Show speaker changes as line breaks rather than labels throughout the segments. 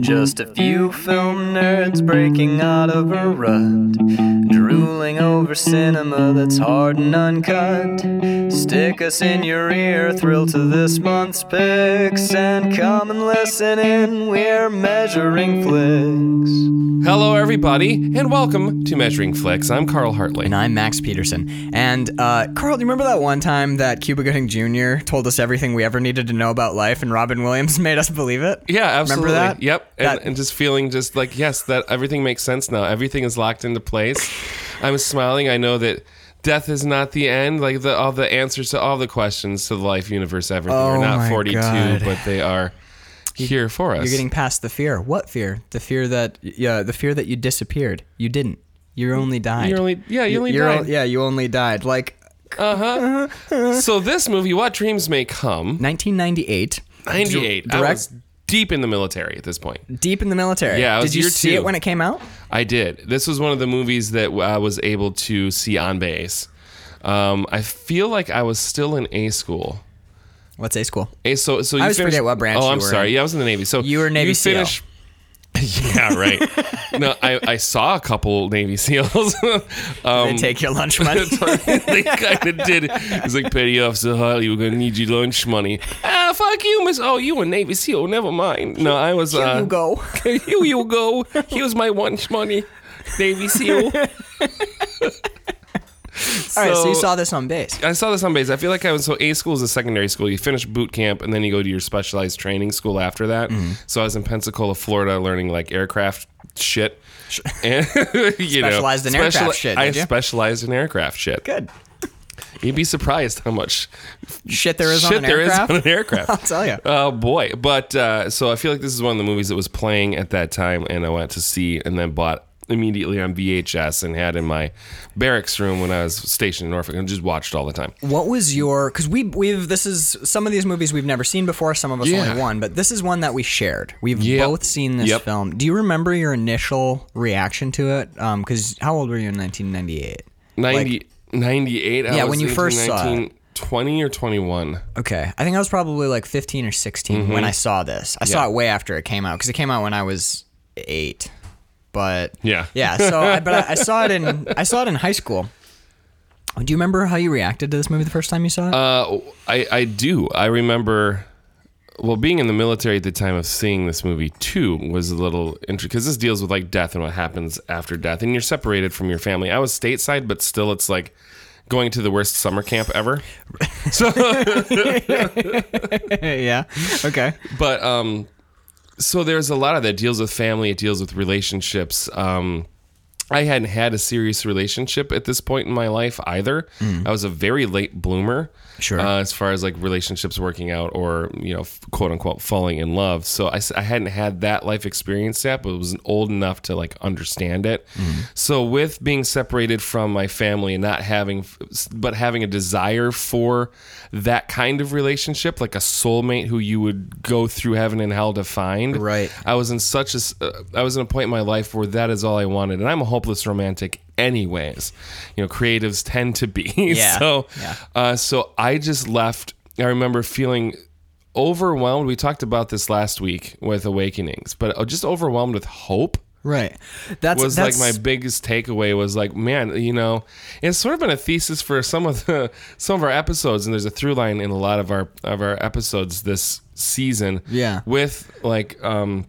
Just a few film nerds breaking out of a rut, drooling over cinema that's hard and uncut. Stick us in your ear, thrill to this month's picks, and come and listen in. We're measuring flicks.
Hello, everybody, and welcome to Measuring Flicks. I'm Carl Hartley.
And I'm Max Peterson. And uh, Carl, do you remember that one time that Cuba Gooding Jr. told us everything we ever needed to know about life, and Robin Williams made us believe it?
yeah, absolutely.
Remember that?
Yep. And,
That-
and just feeling just like, yes, that everything makes sense now. Everything is locked into place. I'm smiling. I know that death is not the end. Like the all the answers to all the questions to the life universe, everything are
Oh
not
my
42,
God.
but they are here for us.
You're getting past the fear. What fear? The fear that yeah, the fear that you disappeared. You didn't. You only died.
You only- yeah, you only
you're
died.
o- yeah, you only died. Like Uh-huh.
so this movie, What Dreams May Come,
1998.
98. I
direct-
was deep in the military at this point.
Deep in the military.
Yeah, I was
Did you
year
see
two.
it when it came out?
I did. This was one of the movies that I was able to see on base. Um, I feel like I was still in A school.
What's A school?
A, so, so you
always
finished-
forget what branch
Oh,
you
I'm
were
sorry.
in.
Yeah, I was in the Navy. So
You were Navy SEAL.
finish- yeah, right. no, I, I saw a couple Navy SEALs. um,
they take your lunch money.
uh, they kind of did. It's like, petty officer Harley, we're gonna need your lunch money. Ah, fuck you, Miss. Oh, you a Navy SEAL? Never mind. No, I was. uh,
you go.
Here you go. Here's my lunch money, Navy SEAL.
All right, so you
So-
saw this on base.
I saw this on base. I feel like I was so A school is a secondary school. You finish boot camp and then you go to your specialized training school after that.
Mm-hmm.
So I was in Pensacola, Florida, learning like aircraft shit. And, you know,
Specialized in aircraft shit,
I
did you?
specialized in aircraft shit.
Good.
You'd be surprised how much
Shit there is
shit
on an
there is
aircraft.
on an aircraft.
I'll tell ya.
Oh boy! But uh, so I feel like this is one of the movies that was playing at that time, and I went to see, and then bought immediately on VHS, and had in my barracks room when I was stationed in Norfolk, and just watched all the time.
What was your? Because we we've this is some of these movies we've never seen before. Some of us
Yeah.
only one, but this is one that we shared. We've
Yep.
both seen this
Yep.
film. Do you remember your initial reaction to it? Because how old were you in 1998?
90, 98. I
Yeah,
was
when you
thinking
first saw it.
19 20 or 21.
Okay, I think I was probably like 15 or 16
Mm-hmm.
when I saw this. I saw it way after it came out because it came out when I was eight. But
Yeah.
yeah. So, I, but I, I saw it in I saw it in high school. Do you remember how you reacted to this movie the first time you saw it?
Uh, I, I do. I remember, well, being in the military at the time of seeing this movie too was a little interesting because this deals with like death and what happens after death, and you're separated from your family. I was stateside, but still, it's like going to the worst summer camp ever.
yeah. Okay.
But um, so there's a lot of that deals with family. It deals with relationships. Um, I hadn't had a serious relationship at this point in my life either. I was a very late bloomer,
Sure.
uh, as far as like relationships working out or you know f- quote unquote falling in love. So I, s- I hadn't had that life experience yet, but was old enough to like understand it. So with being separated from my family and not having, f- s- but having a desire for that kind of relationship, like a soulmate who you would go through heaven and hell to find,
Right.
I was in such a s- uh, I was in a point in my life where that is all I wanted, and I'm a hopeless romantic, anyways. You know, creatives tend to be.
Yeah.
so,
Yeah.
Uh, so I just left. I remember feeling overwhelmed. We talked about this last week with Awakenings, but uh, just overwhelmed with hope
Right. That's
was
that's,
like my biggest takeaway was like man you know it's sort of been a thesis for some of the some of our episodes and there's a through line in a lot of our of our episodes this season
Yeah.
with like um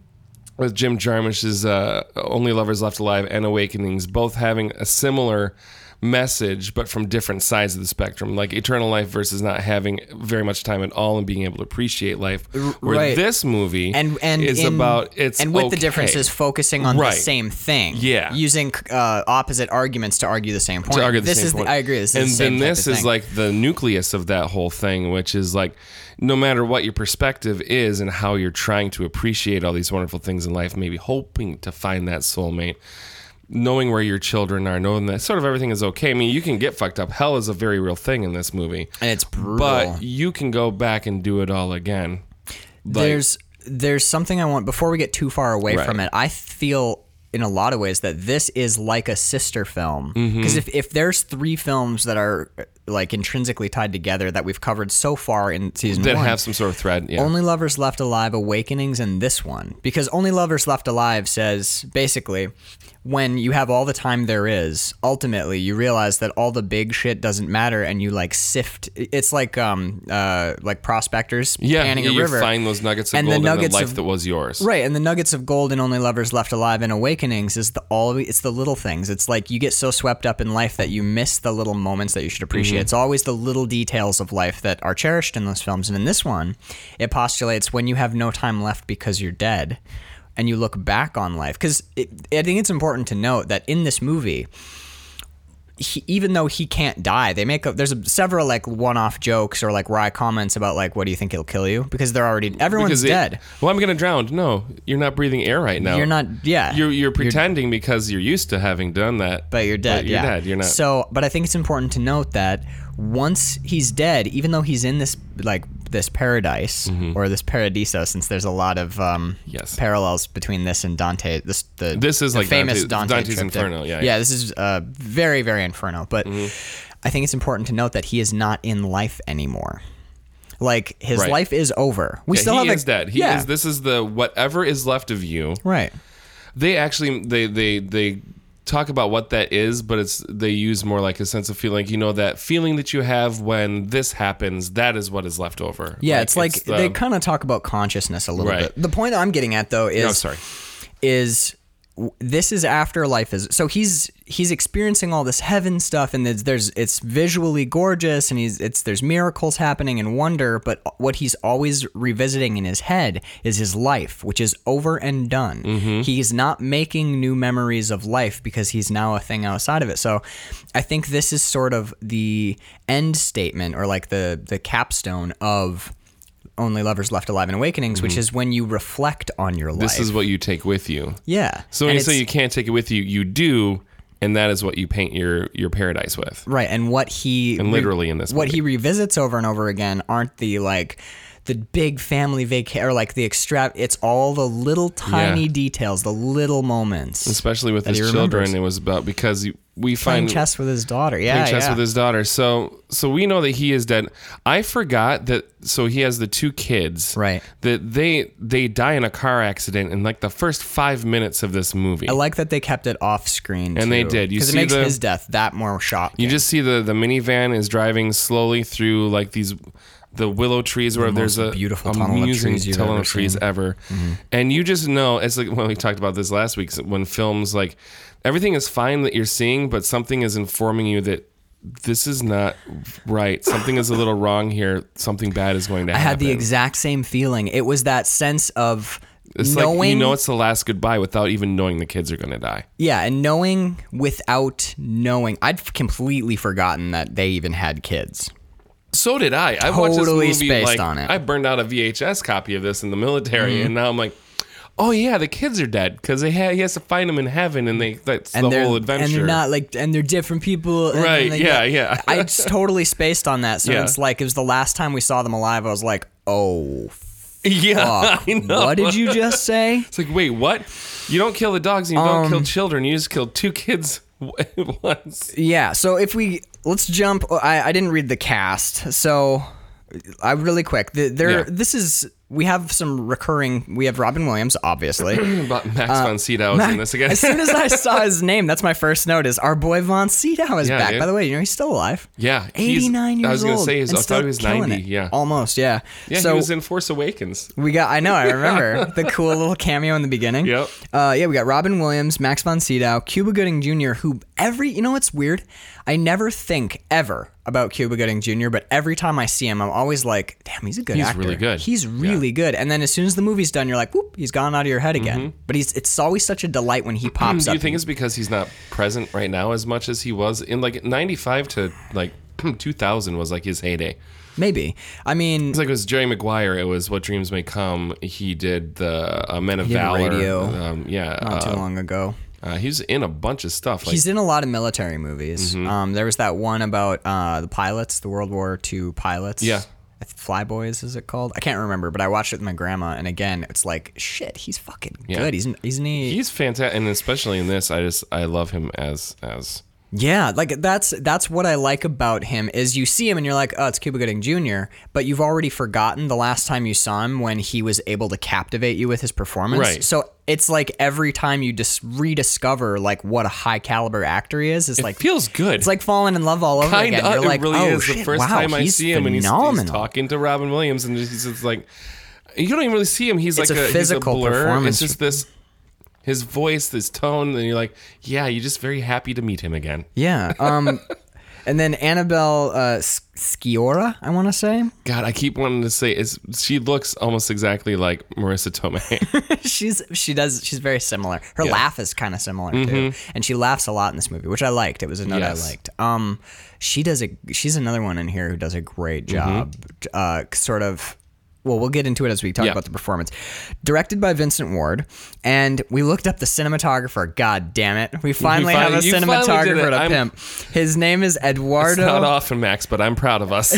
with Jim Jarmusch's uh, Only Lovers Left Alive and Awakenings, both having a similar message, but from different sides of the spectrum, like eternal life versus not having very much time at all and being able to appreciate life. Where
right.
this movie
and and
is
in-
about it's
and with the
okay.
differences focusing on
Right.
the same thing.
Yeah.
using uh, opposite arguments to argue the same point.
to argue the
this
same
is
point.
I agree. This is
and
the
then
same type
this
of
is
thing.
like the nucleus of that whole thing, which is like, no matter what your perspective is and how you're trying to appreciate all these wonderful things in life, maybe hoping to find that soulmate, knowing where your children are, knowing that sort of everything is okay. I mean, you can get fucked up. Hell is a very real thing in this movie,
and it's brutal.
but you can go back and do it all again. Like-
there's there's something I want before we get too far away
Right.
from it. I feel in a
Mm-hmm.
lot of ways that this is like a sister film because if if there's three films that are like intrinsically tied together that we've covered so far in season
that
one.
have some sort of thread. Yeah.
Only Lovers Left Alive, Awakenings, and this one. Because Only Lovers Left Alive says basically, when you have all the time there is, ultimately you realize that all the big shit doesn't matter, and you like sift. It's like um uh like prospectors
yeah,
panning
yeah,
a
you
river.
find those nuggets of
And the
gold in
nuggets
the life
of-
that was yours.
Right, and the nuggets of gold in Only Lovers Left Alive and Awakenings is the all it's the little things. It's like you get so swept up in life that you miss the little moments that you should
Mm-hmm.
appreciate. It's always the little details of life that are cherished in those films. And in this one, it postulates when you have no time left because you're dead and you look back on life cuz I think it's important to note that in this movie he, even though he can't die, they make a, there's a, several like one-off jokes or like wry comments about like, what do you think it'll kill you? Because they're already everyone's
Because it-
dead.
Well, I'm gonna drown. No, you're not breathing air right now.
You're not. Yeah.
You're you're pretending because you're used to having done that.
but you're dead.
But you're
yeah.
dead. You're not.
So, but I think it's important to note that once he's dead, even though he's in this like this paradise or this paradiso, since there's a lot of um,
Mm-hmm. Yes.
parallels between this and Dante. This the
This is
the
like
famous
Dante's-
Dante
Dante's
triptych.
Inferno, yeah, Mm-hmm.
yeah. This is uh, very very Inferno, but I think it's important to note that he is not in life anymore. Like his
Right.
life is over. We
Yeah,
still
he
have
is
the,
dead. He
yeah.
is. This is the whatever is left of you.
Right.
They actually they they they talk about what that is, but it's they use more like a sense of feeling. You know that feeling that you have when this happens. That is what is left over.
Yeah, it's like
the-
they kind of talk about consciousness a little
Right.
bit. The point that I'm getting at though is
No, Oh, sorry.
is w- this is after life is so he's he's experiencing all this heaven stuff and there's, there's it's visually gorgeous and he's it's there's miracles happening and wonder but what he's always revisiting in his head is his life which is over and done
Mm-hmm.
he's not making new memories of life because he's now a thing outside of it so i think this is sort of the end statement or like the the capstone of only lovers left alive and awakenings which is when you reflect on your life
Mm-hmm. This is what you take with you.
yeah.
So when
And
you say
it's-
you can't take it with you, you do, and that is what you paint your your paradise with.
right, and what he
And literally in this
what
movie.
he revisits over and over again aren't the like the big family vacation or like the extra. It's all the little tiny
Yeah.
details, the little moments.
Especially with
he
his children,
remembers.
it was about because we
playing
find
chess with his daughter. Yeah,
playing chess
Ah, yeah.
with his daughter. So so we know that he is dead. I forgot that. So he has the two kids,
Right.
That they they die in a car accident in like the first five minutes of this movie.
I like that they kept it off screen.
And they did. You
because it
see
makes
the-
his death that more shocking.
You just see the the minivan is driving slowly through like these the willow trees where there's a
beautiful tunnel of
amazing
trees you've
tunnel
ever
of trees
seen. Mm-hmm.
ever, and you just know it's like when we talked about this last week when films like everything is fine that you're seeing, but something is informing you that. This is not right. Something is a little wrong here. Something bad is going to
I
happen.
had the exact same feeling. It was that sense of
It's
knowing
like you know it's the last goodbye without even knowing the kids are going to die.
Yeah, and knowing without knowing, I'd f- completely forgotten that they even had kids.
So did I. I watched this
Totally
movie
spaced
like,
on it. Mm-hmm.
I burned out a VHS copy of this in the military, and now I'm like, oh yeah, the kids are dead because they ha- he has to find them in heaven, and they that's
And
the
they're
whole adventure.
and they're not like and they're different people. and-
Right,
and they-
yeah, yeah.
I just totally spaced on that. So
Yeah.
it's like it was the last time we saw them alive. I was like, oh,
yeah,
fuck,
I know.
what did you just say?
It's like, wait, what? You don't kill the dogs, and you don't
Um,
kill children. You just kill two kids at once.
Yeah. So if we let's jump, oh, I, I didn't read the cast, so I really quick. The, there,
Yeah.
this is we have some recurring. We have Robin Williams, obviously.
But Max von Sydow is in this again.
Uh, as soon as I saw his name, that's my first note. Is our boy Von Sydow is
Yeah,
back?
dude.
By the way, you know he's still alive.
yeah, he's-
eighty nine years
I was gonna
old
say his,
and
I
still
thought he was
killing
ninety.
it.
Yeah,
almost. Yeah.
yeah,
so
he was in Force Awakens.
we got. I know. I remember the cool little cameo in the beginning.
Yep.
Uh, yeah, we got Robin Williams, Max von Sydow, Cuba Gooding Jr. Who every you know what's weird? I never think ever about Cuba Gooding Jr. But every time I see him, I'm always like, damn, he's a good
He's
actor.
really good.
He's really good. And then as soon as the movie's done, you're like, whoop, he's gone out of your head again. But he's it's always such a delight when he pops
Do
up.
Mm-hmm. you think it's because he's not present right now as much as he was in like 95 to like 2000 was like his heyday.
Maybe. I mean,
It's like it was Jerry Maguire. It was What Dreams May Come. He did the uh, Men of
did
Valor.
Radio
Um, yeah,
not
uh,
too long ago.
uh, he's in a bunch of stuff. Like, Mm-hmm.
He's in a lot of military movies. Um, there was that one about uh, the pilots, the World War II pilots.
Yeah.
I th- Flyboys is it called? I can't remember, but I watched it with my grandma, and again, it's like shit. He's fucking good. He's isn't he?
he's fantastic, and especially in this, I just I love him as as
Yeah, like that's that's what I like about him is you see him and you're like, oh, it's Cuba Gooding Jr., but you've already forgotten the last time you saw him when he was able to captivate you with his performance.
Right.
So it's like every time you just rediscover like what a high caliber actor he is. It's like
feels good.
It's like falling in love all over
kind
again.
of.
You're like,
it really
oh,
is
shit,
the first
wow,
time I
he's
see him, and he's, he's
phenomenal.
talking to Robin Williams, and he's just like, you don't even really see him. He's
It's
like
a
he's
physical
blur.
performance.
It's just this, his voice, this tone, and you're like, yeah, you're just very happy to meet him again.
Yeah. Um, and then Annabelle uh, S- Sciorra, I want to say.
God, I keep wanting to say, is she looks almost exactly like Marissa Tomei.
she's she does she's very similar. Her laugh is kind of similar too, and she laughs a lot in this movie, which I liked. It was a note
Mm-hmm. Yes.
I liked. Um, she does a she's another one in here who does a great
Mm-hmm.
job. Uh, sort of. Well, we'll get into it as we talk
Yeah.
about the performance. Directed by Vincent Ward, and we looked up the cinematographer. God damn it, we finally
finally- you
have a
finally did it.
cinematographer to
I'm-
pimp. His name is
it's not
Eduardo.
often, Max, but I'm proud of us.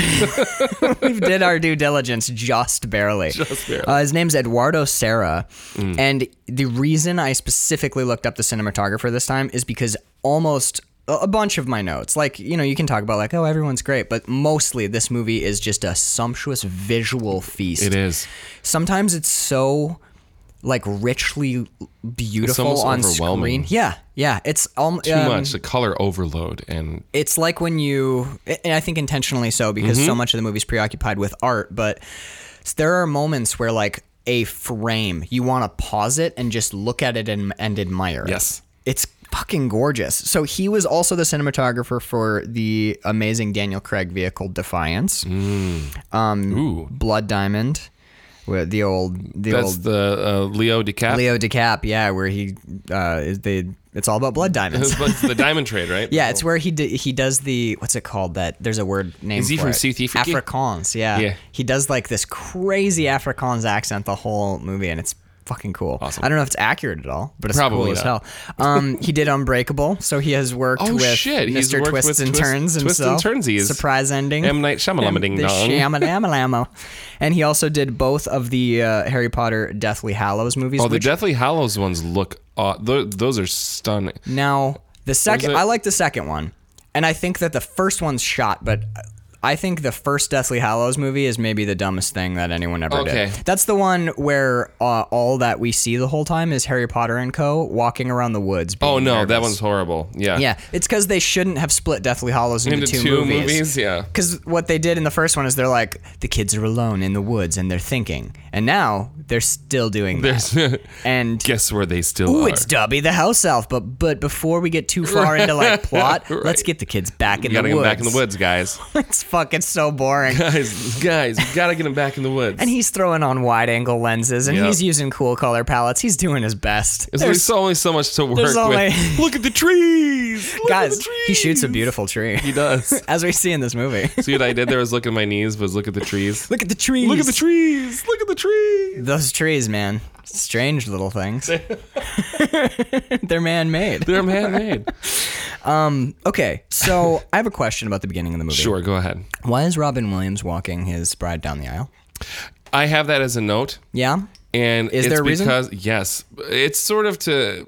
we did our due diligence just barely.
Just barely. Mm.
Uh, his name's Eduardo Serra. And the reason I specifically looked up the cinematographer this time is because almost a a bunch of my notes, like, you know, you can talk about, like, oh, everyone's great, but mostly this movie is just a sumptuous visual feast.
it is.
Sometimes it's so like richly beautiful
almost
on
overwhelming.
screen. Yeah, yeah. It's um, almost
Too much. The color overload and
it's like when you and i think intentionally so because
Mm-hmm.
so much of the movie's preoccupied with art but there are moments where like a frame you want to pause it and just look at it and, and admire it.
Yes.
it's fucking gorgeous so he was also the cinematographer for the amazing daniel craig vehicle defiance
Mm-hmm. ooh.
blood diamond with the old mm, the
That's
old
the uh, Leo DiCaprio.
leo decap yeah where he uh is the it's all about blood diamonds
It's the diamond trade, right?
Yeah, it's where he d- he does the what's it called that there's a word name
Is he
for
from
it.
South Africa?
Afrikaans, yeah.
Yeah.
He does like this crazy Afrikaans accent the whole movie and it's fucking cool.
Awesome.
I don't know if it's accurate at all, but it's
Probably
cool as
not.
hell. Um he did Unbreakable, so he has worked
Oh,
with
shit,
Mr.
he's worked
Twists
with
and
Twist-
Turns
Twists and
himself.
Turnsies.
Surprise ending.
M. Night Shyamalan ding
the
dong.
Shyamalan. and he also did both of the uh, Harry Potter Deathly Hallows movies.
Oh, the
which
Deathly Hallows ones look. aw- tho- those are stunning.
Now, the second,
it?
I like the second one, and I think that the first one's shot, but I think the first Deathly Hallows movie is maybe the dumbest thing that anyone ever
Okay.
did. That's the one where uh, all that we see the whole time is Harry Potter and Co. walking around the woods. being
Oh no, that
nervous.
one's horrible. Yeah.
Yeah, it's because they shouldn't have split Deathly Hollows into,
Into two movies, yeah.
Because what they did in the first one is they're like, the kids are alone in the woods and they're thinking. And now they're still doing that.
There's
And
guess where they still
Ooh,
are.
it's Dubby the house elf. But but before we get too far into like plot,
Right.
let's get the kids back in
we
the
gotta get
woods.
them back in the woods, guys.
it's fucking so boring.
guys, guys, we gotta get them back in the woods.
And he's throwing on wide angle lenses and
Yep.
he's using cool color palettes. He's doing his best.
there's,
There's-
only so much to work
there's
with.
only-
Look at the trees, Look at the
guys, he
trees!
shoots a beautiful tree,
He does.
as we see in this movie.
See what I did there was look at my knees, was look at the trees.
Look at the trees.
Look at the trees. Look at the trees.
Those trees, man. Strange little things. They're man made.
They're man-made.
Okay, so I have a question about the beginning of the movie.
sure, go ahead.
Why is Robin Williams walking his bride down the aisle?
I have that as a note.
Yeah?
And
Is
it's
there a reason?
because yes, it's sort of to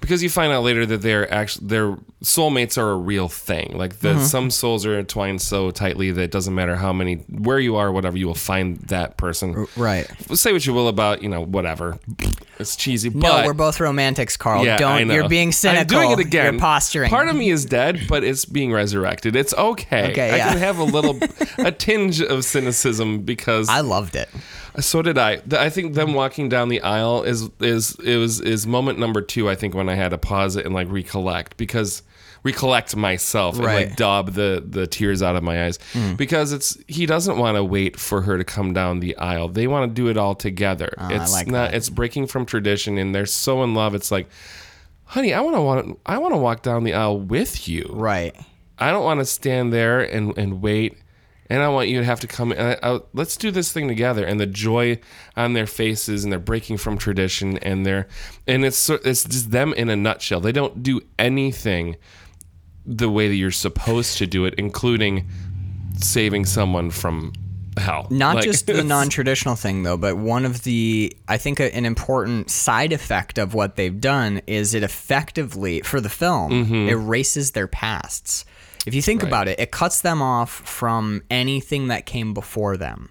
because you find out later that they're actually their soulmates are a real thing. Like that
Mm-hmm.
some souls are entwined so tightly that it doesn't matter how many where you are, whatever, you will find that person.
Right.
Say what you will about, you know, whatever. It's cheesy.
No,
but
we're both romantics, Carl.
yeah,
Don't
I know.
you're being cynical.
I'm doing it again.
You're posturing.
Part of me is dead, but it's being resurrected. It's okay.
Okay,
I
yeah.
can have a little a tinge of cynicism because
I loved it.
Uh, so did I. Th- I think
Mm-hmm.
them walking down the aisle is is it was is moment number two. I think when I had to pause it and like recollect because recollect myself and
Right. Mm.
like daub the the tears out of my eyes because it's he doesn't want to wait for her to come down the aisle. They want to do it all together. it's
Ah, like
not. It's breaking from tradition and they're so in love. It's like. Honey, I want to want I want to walk down the aisle with you.
Right.
I don't want to stand there and, and wait. And I want you to have to come. And I, I, let's do this thing together. And the joy on their faces, and they're breaking from tradition, and they're and it's so- it's just them in a nutshell. They don't do anything the way that you're supposed to do it, including saving someone from hell.
Not
Like,
just the non traditional thing, though, but one of the, I think, a, an important side effect of what they've done is it effectively, for the film,
Mm-hmm.
erases their pasts. If you think about it, it cuts them off from anything that came before them.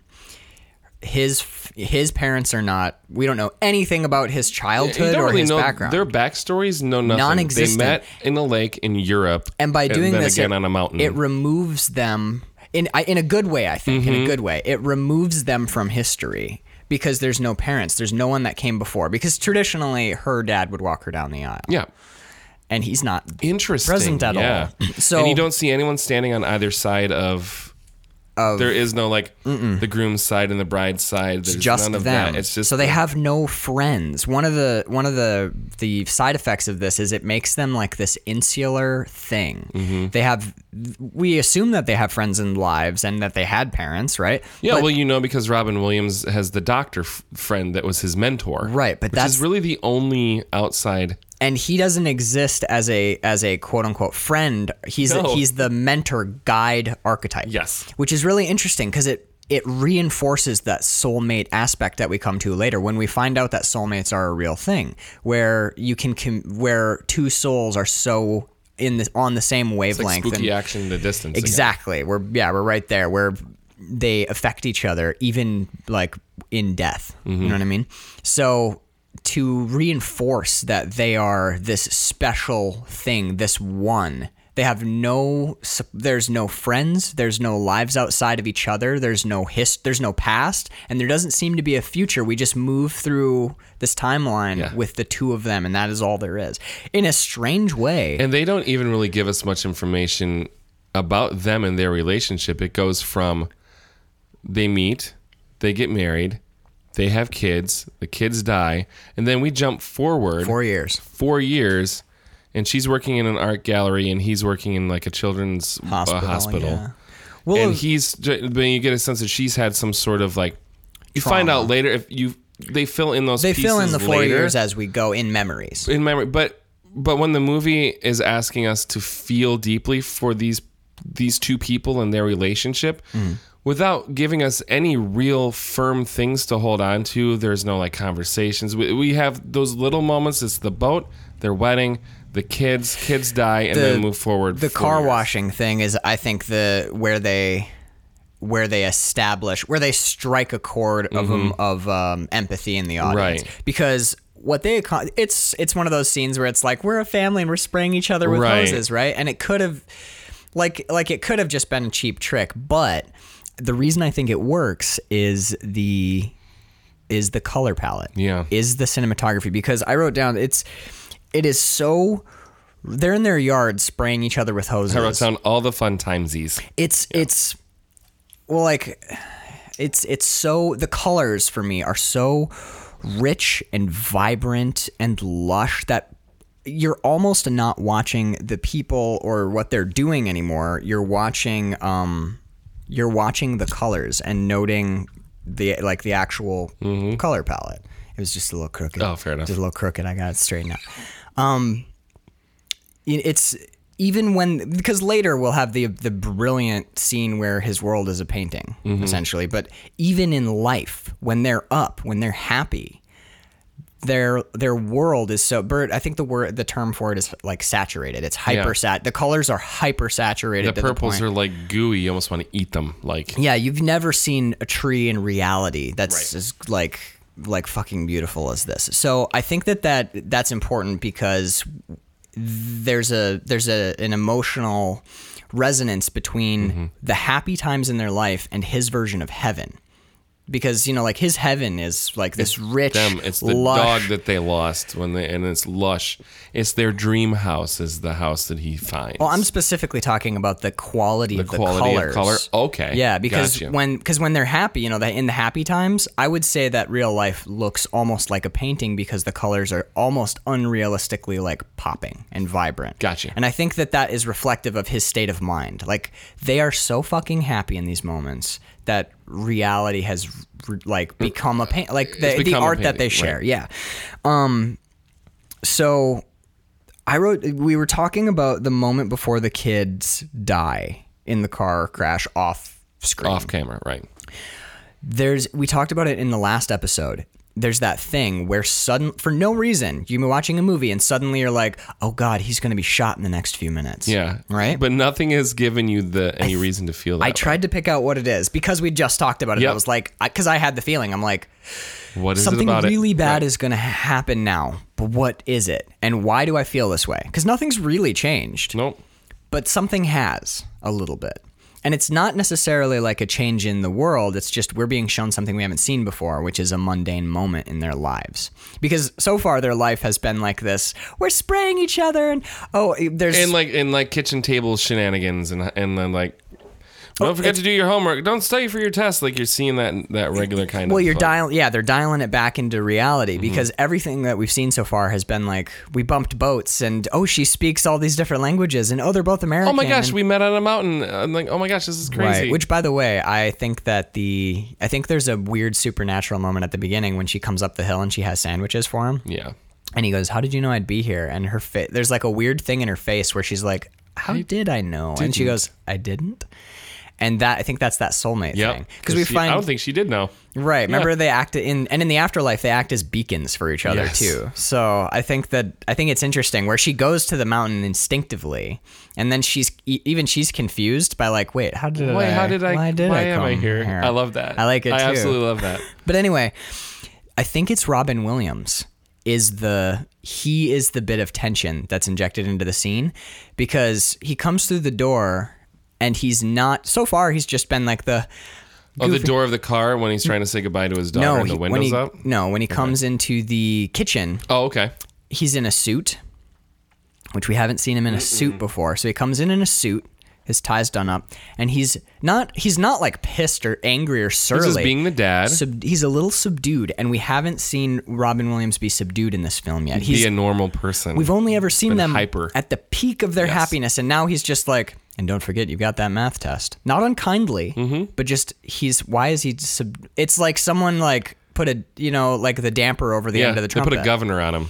His f- his parents are not. We don't know anything about his
You
childhood
don't
or
really
his
know
background.
their backstories. No, nothing.
Non-existent.
They met in a lake in Europe,
and by doing
then
this
again
it,
on a mountain.
it removes them in I- in a good way i think
Mm-hmm.
in a good way it removes them from history because there's no parents there's no one that came before because traditionally her dad would walk her down the aisle
yeah,
and he's not
interesting.
Present at all.
yeah.
So-
and you don't see anyone standing on either side of. there is no like the groom's side and the bride's side. There's
just
none
them
of that. It's just
so they have no friends one of the one of the the side effects of this is it makes them like this insular thing
Mm-hmm.
they have we assume that they have friends and lives and that they had parents right
Yeah,
But-
well, you know, because Robin Williams has the doctor f- friend that was his mentor,
Right, but
which
that's-
is really the only outside.
and he doesn't exist as a as a quote unquote friend. He's
No.
he's the mentor guide archetype.
Yes.
which is really interesting because it it reinforces that soulmate aspect that we come to later when we find out that soulmates are a real thing, where you can com- where two souls are so in this on the same
Like
wavelength. and-
spooky action in the distance. again.
exactly. We're yeah, we're right there where they affect each other even like in death.
Mm-hmm.
You know what I mean? So to reinforce that they are this special thing, this one. They have no s- there's no friends, there's no lives outside of each other, there's no his, there's no past, and there doesn't seem to be a future. We just move through this timeline
Yeah.
with the two of them and that is all there is. In a strange way.
And they don't even really give us much information about them and their relationship. It goes from they meet, they get married, they have kids, the kids die, and then we jump forward
4 years.
four years, and she's working in an art gallery, and he's working in like a children's uh, hospital.
Hospital, yeah. Well,
and he's but you get a sense that she's had some sort of like you find out later if you they fill in those
they fill in
pieces
the four
later
years as we go in memories.
in memory but but when the movie is asking us to feel deeply for these these two people and their relationship
Mm.
without giving us any real firm things to hold on to there's no like conversations we, we have those little moments it's the boat their wedding the kids kids die and then move forward
The
four
car
years.
washing thing is, I think, the where they where they establish where they strike a chord of um, of um, empathy in the audience
Mm-hmm. Right.
because what they acco- it's it's one of those scenes where it's like we're a family and we're spraying each other with
Right.
hoses, right? And it could have like like it could have just been a cheap trick, but the reason I think it works is the is the color palette.
Yeah.
Is the cinematography because I wrote down it's it is so they're in their yard spraying each other with hoses.
I wrote down all the fun timesies.
It's it's well like it's it's so the colors for me are so rich and vibrant and lush that you're almost not watching the people or what they're doing anymore. You're watching um you're watching the colors and noting the like the actual color palette. It was just a little crooked.
Mm-hmm. Oh, fair enough.
Just a little crooked. I got it straightened out it- it's even when because later we'll have the the brilliant scene where his world is a painting
Mm-hmm.
essentially but even in life when they're up when they're happy their their world is so Bert I think the word the term for it is like saturated it's hyper sat the colors are hyper saturated
The purples are like gooey. You almost want to eat them. Like
yeah you've never seen a tree in reality that's as like like fucking beautiful as this so i think that that that's important because there's a there's a an emotional resonance between
Mm-hmm.
the happy times in their life and his version of heaven because you know like his heaven is like this rich
them. It's the
lush,
dog that they lost when they and it's lush. It's their dream house is the house that he finds.
Well, I'm specifically talking about the quality of the
quality
colors.
of color? Okay.
Yeah, because
Gotcha.
when because when they're happy, you know, that in the happy times, I would say that real life looks almost like a painting because the colors are almost unrealistically like popping and vibrant.
Gotcha.
And I think that that is reflective of his state of mind. Like they are so fucking happy in these moments that reality has r- like become a paint like the, the
become a
art that they
painting,
share.
right.
Yeah. Um so I wrote we were talking about the moment before the kids die in the car crash off screen.
off camera, right?
there's we talked about it in the last episode there's that thing where sudden for no reason you be watching a movie and suddenly you're like oh god he's going to be shot in the next few minutes
Yeah.
right
But nothing has given you the any reason to feel that.
i tried to pick out what it is because we just talked about it
Yep.
i was like because I, had the feeling i'm like
way. What is
something
it about
really
it?
bad
Right.
is going to happen now but what is it and why do i feel this way because nothing's really changed
Nope.
but something has a little bit. And it's not necessarily like a change in the world. It's just we're being shown something we haven't seen before, which is a mundane moment in their lives. Because so far their life has been like this: we're spraying each other, and oh, there's
And like and like kitchen table shenanigans and and then like
Oh,
don't forget to do your homework. Don't study for your test. Like you're seeing that that regular kind of.
well, you're
like-
dial yeah, they're dialing it back into reality
Mm-hmm.
because everything that we've seen so far has been like we bumped boats, and oh, she speaks all these different languages, and oh, they're both American.
Oh my gosh,
and-
we met on a mountain. I'm like, oh my gosh, this is crazy.
Right. Which, by the way, I think that the I think there's a weird supernatural moment at the beginning when she comes up the hill and she has sandwiches for him,
yeah.
and he goes, "How did you know I'd be here?" And her fa- there's like a weird thing in her face where she's like, "How did I know?" And she goes, "I didn't." And that I think that's that soulmate
Yep.
thing because we
she-
find
I don't think she did know.
right. Remember they act in and in the afterlife they act as beacons for each other
Yes.
too. So I think that I think it's interesting where she goes to the mountain instinctively, and then she's e- even she's confused by like, wait, how did
Why?
I?
How did I?
Why did I
am I
come
here? I love that.
I like it
I
too.
absolutely love that.
But anyway, I think it's Robin Williams is the he is the bit of tension that's injected into the scene because he comes through the door and he's not so far he's just been like the
Oh, the door of the car when he's trying to say goodbye to his daughter
no
and the
he- when
windows
he,
up.
no when he comes into the kitchen
Oh, okay.
he's in a suit, which we haven't seen him in a suit before. So he comes in in a suit, his tie's done up, and he's not he's not like pissed or angry or surly.
This is being the dad.
Sub- he's a little subdued, and we haven't seen Robin Williams be subdued in this film yet. He's
be a normal person.
we've only ever seen
been
them
hyper.
at the peak of their happiness, and now he's just like. And don't forget, you got that math test. Not unkindly,
Mm-hmm.
but just he's. Why is he? Sub- it's like someone like put a you know like the damper over the
yeah,
end of the
they
trumpet.
put a governor on him.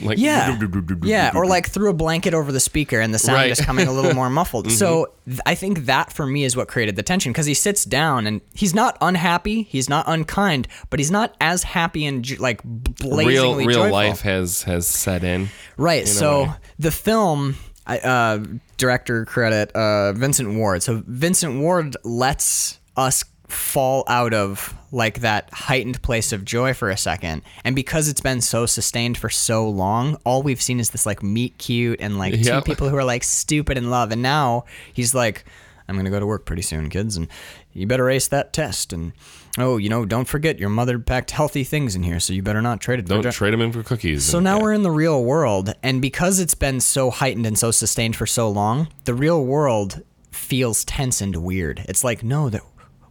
Like
Yeah. yeah. Or like threw a blanket over the speaker and the sound
Right. Mm-hmm.
is coming a little more muffled. So th- I think that for me is what created the tension because he sits down and he's not unhappy. He's not unkind, but he's not as happy and ju- like blazingly
real real
joyful.
life has has set in.
Right. So
way.
the film, I- uh, director credit, uh, Vincent Ward. So Vincent Ward lets us fall out of like that heightened place of joy for a second. And because it's been so sustained for so long, all we've seen is this like meet cute and like
Yep.
two people who are like stupid in love. And now he's like, I'm going to go to work pretty soon, kids. And you better ace that test. And oh, you know, don't forget your mother packed healthy things in here. So you better not trade it. for
Don't
dr-
trade him in for cookies.
so now we're in the real world, and because it's been so heightened and so sustained for so long, the real world feels tense and weird. It's like, no, that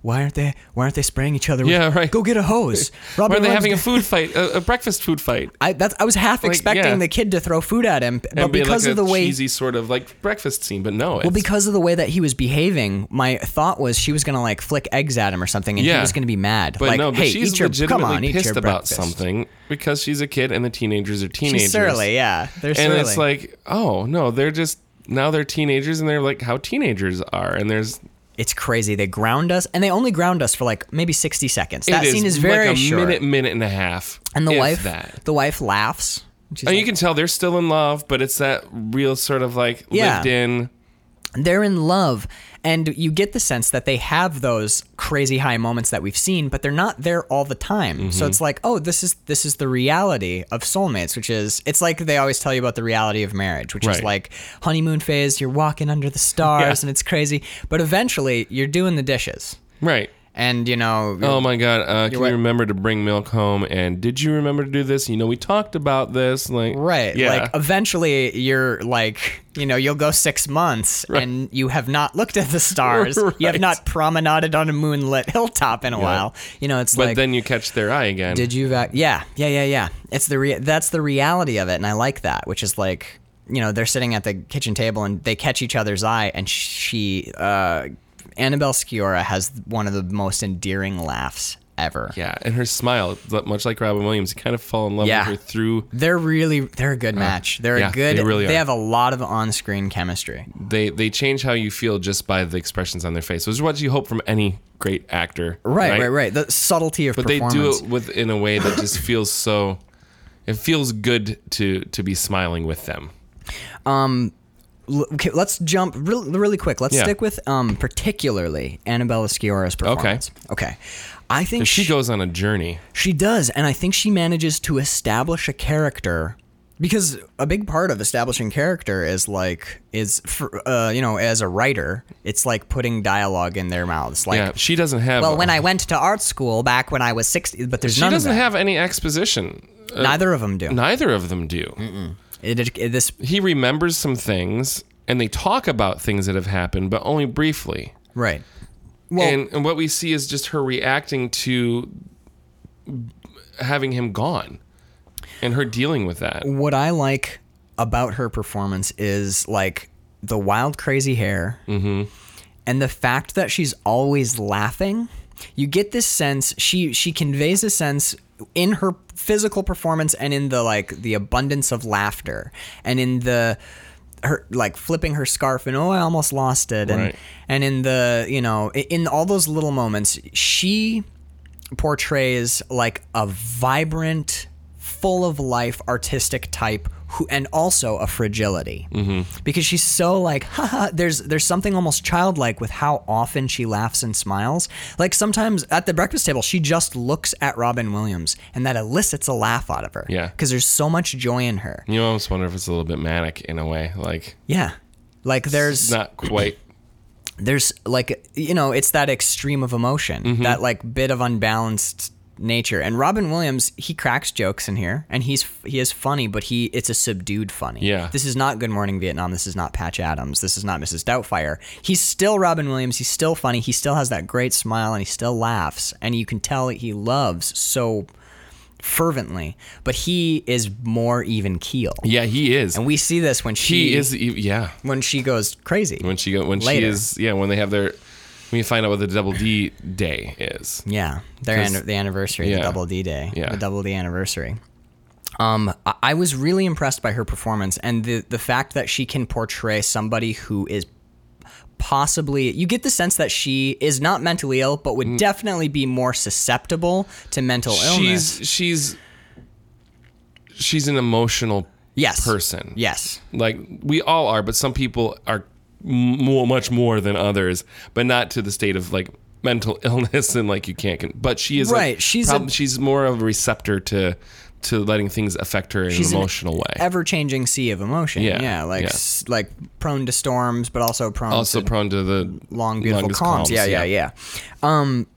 why aren't they why aren't they spraying each other? with-
Yeah, right.
Go get a hose.
Why
Robin
are they
Williams-
having a food fight? A, a breakfast food fight.
I, that's, I was half expecting
yeah.
the kid to throw food at him, but
It'd be
because
like
of
a
the way
cheesy sort of like breakfast scene, but no.
well,
it's-
because of the way that he was behaving, my thought was she was gonna like flick eggs at him or something, and he
Yeah.
was gonna be mad.
But
like,
no, but
hey,
she's
eat your,
legitimately
come on, eat
pissed
your
about
breakfast."
something because she's a kid and the teenagers are teenagers.
She's surly, yeah. They're
and
surly.
it's like, oh no, they're just now they're teenagers and they're like how teenagers are, and there's
It's crazy. They ground us, and they only ground us for like maybe sixty seconds. That
it
scene is very
like a
short.
minute, minute and a half,
and the
if
wife,
that.
the wife laughs. She's
And
like,
you can tell they're still in love, but it's that real sort of like
Yeah.
lived in.
They're in love, and you get the sense that they have those crazy high moments that we've seen, but they're not there all the time.
Mm-hmm.
So it's like, oh, this is this is the reality of soulmates, which is it's like they always tell you about the reality of marriage, which is
Right.
like honeymoon phase. You're walking under the stars,
Yeah.
and it's crazy, but eventually you're doing the dishes,
Right.
and you know,
Oh my God! Uh, can
right.
you remember to bring milk home? And did you remember to do this? You know, we talked about this. Like,
Right.
Yeah.
Like eventually you're like, you know, you'll go six months and you have not looked at the stars. You have
Right.
not promenaded on a moonlit hilltop in a while. You know, it's
but
like
then you catch their eye again.
did you vac- yeah, yeah, yeah, yeah. It's the rea- that's the reality of it and I like that, which is like, you know, they're sitting at the kitchen table and they catch each other's eye and she uh Annabelle Sciorra has one of the most endearing laughs ever.
Yeah, and her smile, but much like Robin Williams, you kind of fall in love
Yeah.
with her through.
They're really they're a good match. They're
Uh, yeah,
a good.
they really are.
have a lot of on-screen chemistry.
They they change how you feel just by the expressions on their face, which is what you hope from any great actor.
Right, right, right. The subtlety of
But they
performance.
do it with in a way that just feels so. It feels good to to be smiling with them.
L- okay, let's jump really, really quick. Let's
Yeah.
stick with um particularly Annabella Sciorra's performance. Okay. Okay. I think
She goes on a journey.
She does, and I think she manages to establish a character because a big part of establishing character is like is for, uh, you know as a writer, it's like putting dialogue in their mouths. Like,
Yeah, she doesn't have.
well, when I went to art school back when I was sixty, but there's
she
none
doesn't
of that.
have any exposition. Uh,
Neither of them do.
neither of them do.
It, it- this
He remembers some things, and they talk about things that have happened, but only briefly.
right. Well,
and, and what we see is just her reacting to having him gone and her dealing with that.
what I like about her performance is like the wild, crazy hair and the fact that she's always laughing. You get this sense she she conveys a sense in her physical performance and in the like the abundance of laughter and in the her like flipping her scarf and oh I almost lost it and
Right.
and in the you know i- in all those little moments she portrays like a vibrant, full of life, artistic type, who and also a fragility because she's so like, haha. There's there's something almost childlike with how often she laughs and smiles. Like sometimes at the breakfast table, she just looks at Robin Williams, and that elicits a laugh out of her.
Yeah.
because there's so much joy in her.
You almost wonder if it's a little bit manic in a way, like
Yeah. Like there's
it's not quite.
there's like you know it's that extreme of emotion
Mm-hmm.
that like bit of unbalanced nature and robin williams he cracks jokes in here and he's he is funny but he it's a subdued funny
Yeah.
this is not good morning vietnam this is not patch adams this is not mrs doubtfire he's still robin williams he's still funny he still has that great smile and he still laughs and you can tell he loves so fervently but he is more even keel
Yeah, he is.
and we see this when she
He is. e- Yeah,
when she goes crazy
when she go when she
Later.
is yeah when they have their when you find out what the double D day is.
Yeah, their
'Cause-
an- the anniversary,
yeah.
the Double D Day,
Yeah.
the Double D anniversary. Um, I-, I was really impressed by her performance and the the fact that she can portray somebody who is possibly you get the sense that she is not mentally ill, but would definitely be more susceptible to mental illness.
Mm. She's she's she's an emotional
Yes,
person.
Yes,
like we all are, but some people are m- more, much more than others, but not to the state of like mental illness and like you can't. Con- but she is a
Right, she's
prob-
a-
she's more of a receptor to to letting things affect her in
She's
an
an
emotional way.
ever changing sea of emotion.
Yeah,
Yeah, like
yeah.
S- like prone to storms, but also prone
also
to
prone to the
long beautiful
longest
calms. Yeah, yeah, yeah. Um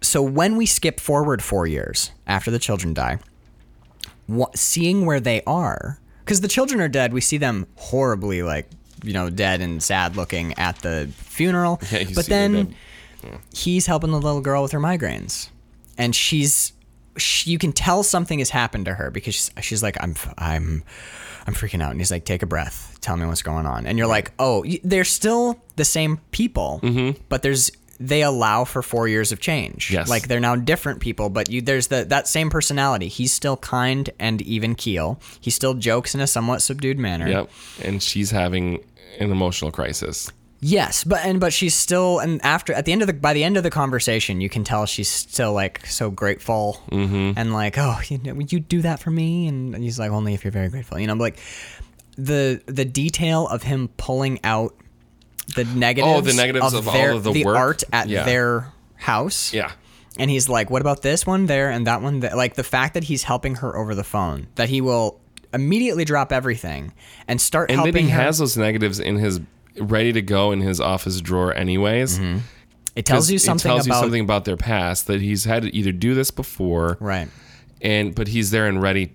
so when we skip forward 4 years after the children die, wha- seeing where they are cuz the children are dead, we see them horribly like, you know, dead and sad looking at the funeral.
Yeah, you
but
see they're
then
dead.
he's helping the little girl with her migraines and she's she, you can tell something has happened to her because she's, she's like i'm f- i'm i'm freaking out and he's like take a breath tell me what's going on and you're like oh y- they're still the same people but there's they allow for four years of change
Yes.
like they're now different people but you there's the, that same personality he's still kind and even keel he still jokes in a somewhat subdued manner
Yep, and she's having an emotional crisis.
Yes, but and but she's still and after at the end of the by the end of the conversation, you can tell she's still like so grateful
Mm-hmm.
and like oh you know, would you do that for me? And he's like only if you're very grateful. You know, like the the detail of him pulling out the negatives.
Oh, negatives of all
their,
of the work?
art at
Yeah.
their house.
Yeah,
And he's like, what about this one there and that one? That? Like the fact that he's helping her over the phone, that he will immediately drop everything and start
and
helping
then he
her.
has those negatives in his ready to go in his office drawer anyways.
it Mm-hmm. tells you
It
something
tells
about
you something about their past that he's had to either do this before,
right
and but he's there and ready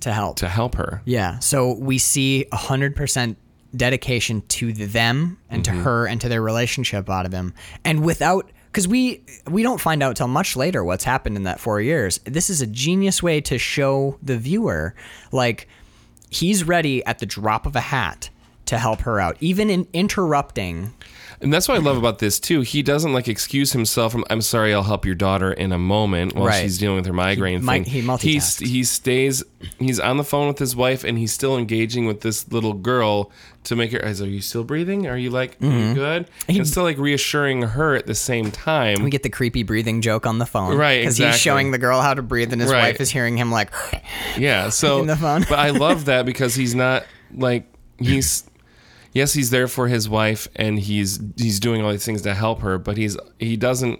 to help.
to help her.
Yeah. So we see 100% dedication to them and
Mm-hmm.
to her and to their relationship out of him. And without cuz we we don't find out till much later what's happened in that 4 years. This is a genius way to show the viewer like he's ready at the drop of a hat to help her out, even in interrupting
And that's what I love about this too. He doesn't like excuse himself from "I'm sorry, I'll help your daughter in a moment" while
Right.
she's dealing with her migraine.
He mi-
thing.
he
He's-
multitasks.
he stays. He's on the phone with his wife, and he's still engaging with this little girl to make her. Is are you still breathing? Are you like are
Mm-hmm.
you good? and still like reassuring her at the same time.
We get the creepy breathing joke on the phone.
Right,
Because
exactly.
he's showing the girl how to breathe, and his
Right.
wife is hearing him like,
Yeah. So,
In the phone.
but I love that because he's not like he's. Yes, he's there for his wife, and he's he's doing all these things to help her, but he's he doesn't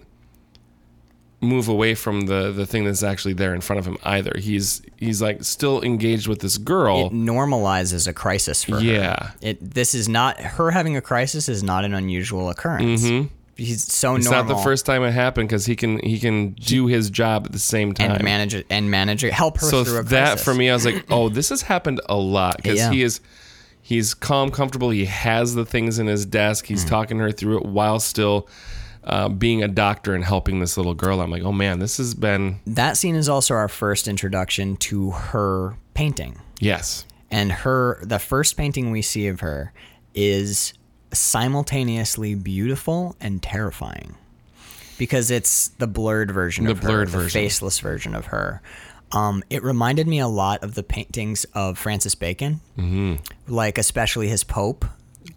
move away from the the thing that's actually there in front of him either. He's he's like still engaged with this girl.
normalizes a crisis for her.
yeah.
It, this is not her having a crisis is not an unusual occurrence. He's so
Mm-hmm. It's
normal.
not the first time it happened because he can he can do his job at the same time.
and manage it and manage it. Help her
so
through a crisis.
that for me, I was like, oh, this has happened a lot because
Yeah.
he is he's calm, comfortable. He has the things in his desk. He's
Mm.
talking her through it while still uh, being a doctor and helping this little girl. I'm like, oh man, this has been
that scene is also our first introduction to her painting.
yes,
and her the first painting we see of her is simultaneously beautiful and terrifying because it's the blurred version the of her,
blurred
the
version.
faceless version of her. Um, it reminded me a lot of the paintings of Francis Bacon,
Mm-hmm.
like especially his Pope,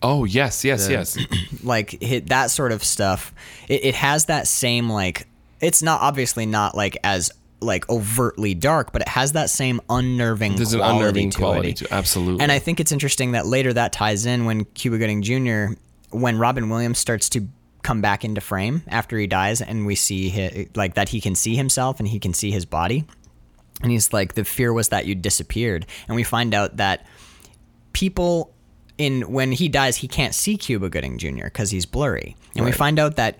oh yes, yes, yes,
like hit that sort of stuff. It, it has that same like it's not obviously not like as like overtly dark, but it has that same unnerving.
there's an
quality
unnerving
to
quality
it.
to absolutely.
And I think it's interesting that later that ties in when Cuba Gooding Jr., when Robin Williams starts to come back into frame after he dies, and we see hi like that he can see himself and he can see his body. And he's like, the fear was that you disappeared. And we find out that people in when he dies, he can't see Cuba Gooding Jr. because he's blurry. And we find out that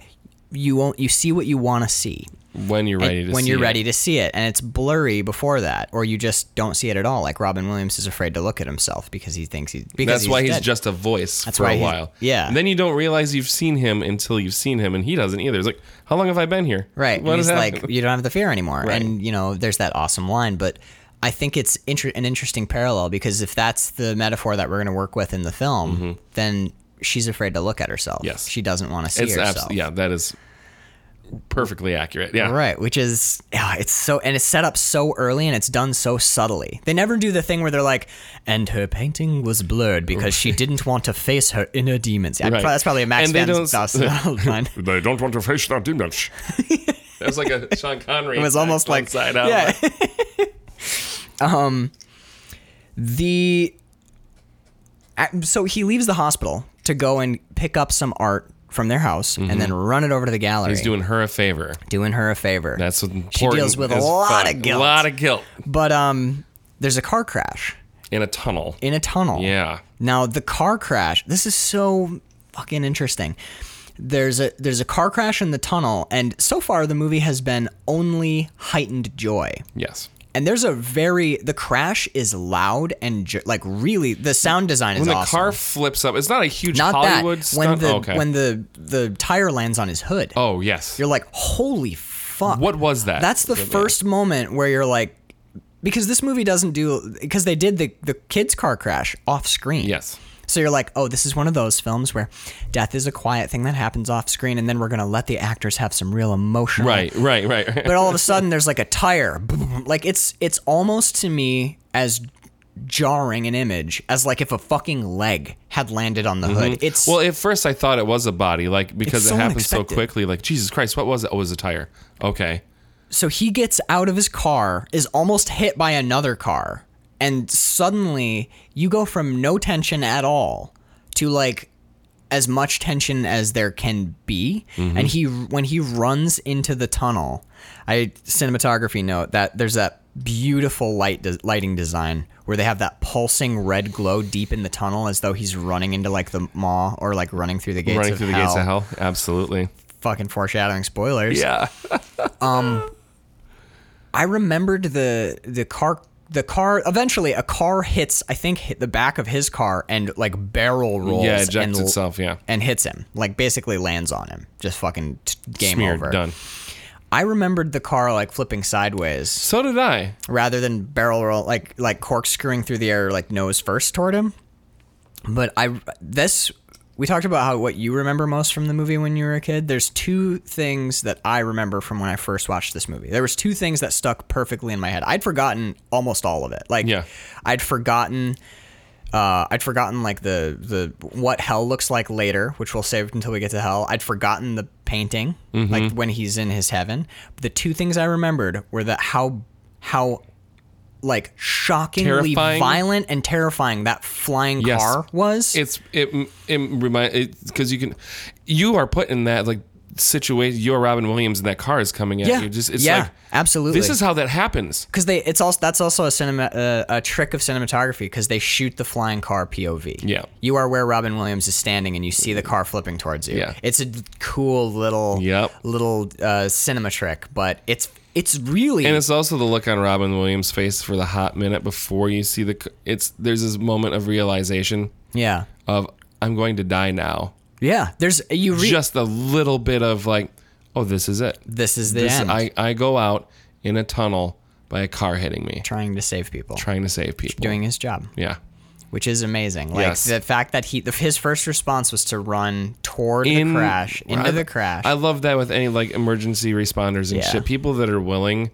you won't you see what you want to see
when you're ready
it-
to
when
see
you're
it.
ready to see it and it's blurry before that or you just don't see it at all like robin williams is afraid to look at himself because he thinks he's because
That's why he's
dead.
just a voice
That's
for
why
a
he's-
while.
yeah.
And then you don't realize you've seen him until you've seen him, and he doesn't either. It's like, how long have I been here?
right
What
and
is
he's like
happening?
you don't have the fear anymore
Right.
and you know there's that awesome line but i think it's inter- an interesting parallel because if that's the metaphor that we're going to work with in the film then she's afraid to look at herself
Mm-hmm. Yes.
she doesn't want to see
It's
herself
abs- yeah, that is perfectly accurate. Yeah.
Right, which is yeah, it's so and it's set up so early and it's done so subtly. They never do the thing where they're like, and her painting was blurred because she didn't want to face her inner demons. Yeah,
Right.
that's probably a Max
And they
Van
don't-
Sydow line.
They don't want to face that image. that was like a Sean Connery.
It was almost like
side out.
Yeah. um, the uh, so he leaves the hospital to go and pick up some art from their house and then run it over to the gallery,
Mm-hmm. He's doing her a favor.
doing her a favor.
That's what important.
She deals with a
as
lot
fuck.
of guilt.
A lot of guilt
but um, there's a car crash
in a tunnel.
in a tunnel.
Yeah.
Now the car crash. This is so fucking interesting. There's a there's a car crash in the tunnel, and so far the movie has been only heightened joy.
Yes.
And there's a very the crash is loud and ju- like really the sound design is
When the
awesome.
car flips up, it's not a huge
Not
Hollywood
that when
stunt. Oh,
the
okay.
when the the tire lands on his hood,
oh yes.
you're like holy fuck.
What was that?
That's the
Yeah.
first moment where you're like, because this movie doesn't do because they did the the kids car crash off screen.
Yes.
So you're like, oh, this is one of those films where death is a quiet thing that happens off screen, and then we're gonna let the actors have some real emotion.
Right. Right. Right.
But all of a sudden, there's like a tire. Like it's it's almost to me as jarring an image as like if a fucking leg had landed on the hood. It's
Mm-hmm. Well, at first I thought it was a body, like because
It's
it
so
happened so
unexpected.
quickly. Like Jesus Christ, what was it? Oh, it was a tire. Okay.
so he gets out of his car, is almost hit by another car, and suddenly you go from no tension at all to like as much tension as there can be.
Mm-hmm.
And he when he runs into the tunnel, I cinematography note that there's that beautiful light de- lighting design where they have that pulsing red glow deep in the tunnel as though he's running into like the maw or like running through the gates
Running
of
through the
hell.
gates of hell. Absolutely.
Fucking foreshadowing spoilers.
Yeah.
I remembered the the car the car eventually a car hits I think hit the back of his car and like barrel rolls
Yeah. It
and,
ejects itself. Yeah.
and hits him like basically lands on him just fucking t- game
Smeared.
over
Done.
I remembered the car like flipping sideways
So did I.
rather than barrel roll like like corkscrewing through the air like nose first toward him but I this we talked about how what you remember most from the movie when you were a kid. There's two things that I remember from when I first watched this movie. There was two things that stuck perfectly in my head. I'd forgotten almost all of it. Like
Yeah.
I'd forgotten uh, I'd forgotten like the the what hell looks like later, which we'll save until we get to hell. I'd forgotten the painting,
Mm-hmm.
like when he's in his heaven. The two things I remembered were that how how like shockingly
Terrifying.
violent and terrifying that flying
Yes.
car was.
It's it it remind because you can you are put in that like situation. You're Robin Williams, and that car is coming at
Yeah.
you. Just it's
Yeah,
like
absolutely.
This is how that happens.
because they it's also that's also a cinema uh, a trick of cinematography because they shoot the flying car POV.
Yeah.
you are where Robin Williams is standing, and you see the car flipping towards you.
Yeah.
it's a cool little
Yep.
little uh, cinema trick, but it's it's really
And it's also the look on Robin Williams' face for the hot minute before you see the. c- It's there's this moment of realization
yeah
of I'm going to die now.
yeah. There's you re-
Just a little bit of like, oh, this is it.
this is the
This-
end.
I I go out in a tunnel by a car hitting me,
trying to save people,
trying to save people.
doing his job.
yeah.
which is amazing. Like
Yes.
the fact that he, the, his first response was to run toward the crash, into
I-
the crash.
I love that with any like emergency responders and
Yeah.
shit. People that are willing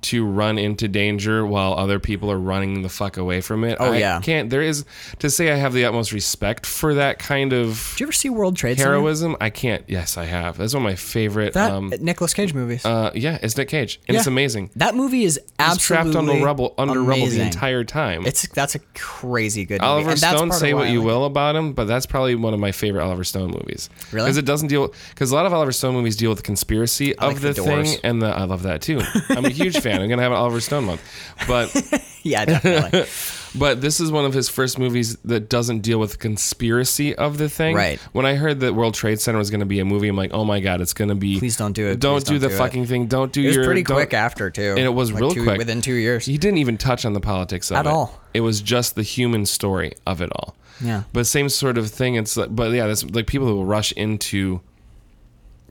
to run into danger while other people are running the fuck away from it.
Oh,
I
yeah.
Can't there is to say I have the utmost respect for that kind of
Did you ever see World Trade Center?
heroism. I can't. Yes, I have. That's one of my favorite.
That
um,
Nicolas Cage movies.
uh, yeah, it's Nick Cage, and it's
Yeah.
amazing.
that movie is
He's
absolutely
trapped on the rubble under rubble the
amazing.
entire time.
It's that's a crazy good. movie.
Oliver
and that's
Stone,
part of
say
why
what
I
you
like-
will about him, but that's probably one of my favorite Oliver Stone movies.
Really?
Because it doesn't deal because a lot of Oliver Stone movies deal with the conspiracy
like
of
The
the,
Doors.
thing, and the I love that too. I'm a huge fan. I'm gonna have an Oliver Stone month, but
Yeah, definitely.
but this is one of his first movies that doesn't deal with the conspiracy of the thing.
Right.
When I heard that World Trade Center was gonna be a movie, I'm like, oh my god, it's gonna be.
Please don't do it.
Don't
Please
do
don't
the
do it.
fucking thing. Don't do
it was
your.
pretty
don't-
quick after too,
and it was
Like
real
two-
quick
within two years.
He didn't even touch on the politics of
At
it.
all.
It was just the human story of it all.
Yeah.
But same sort of thing. It's like, but yeah, that's like people who will rush into.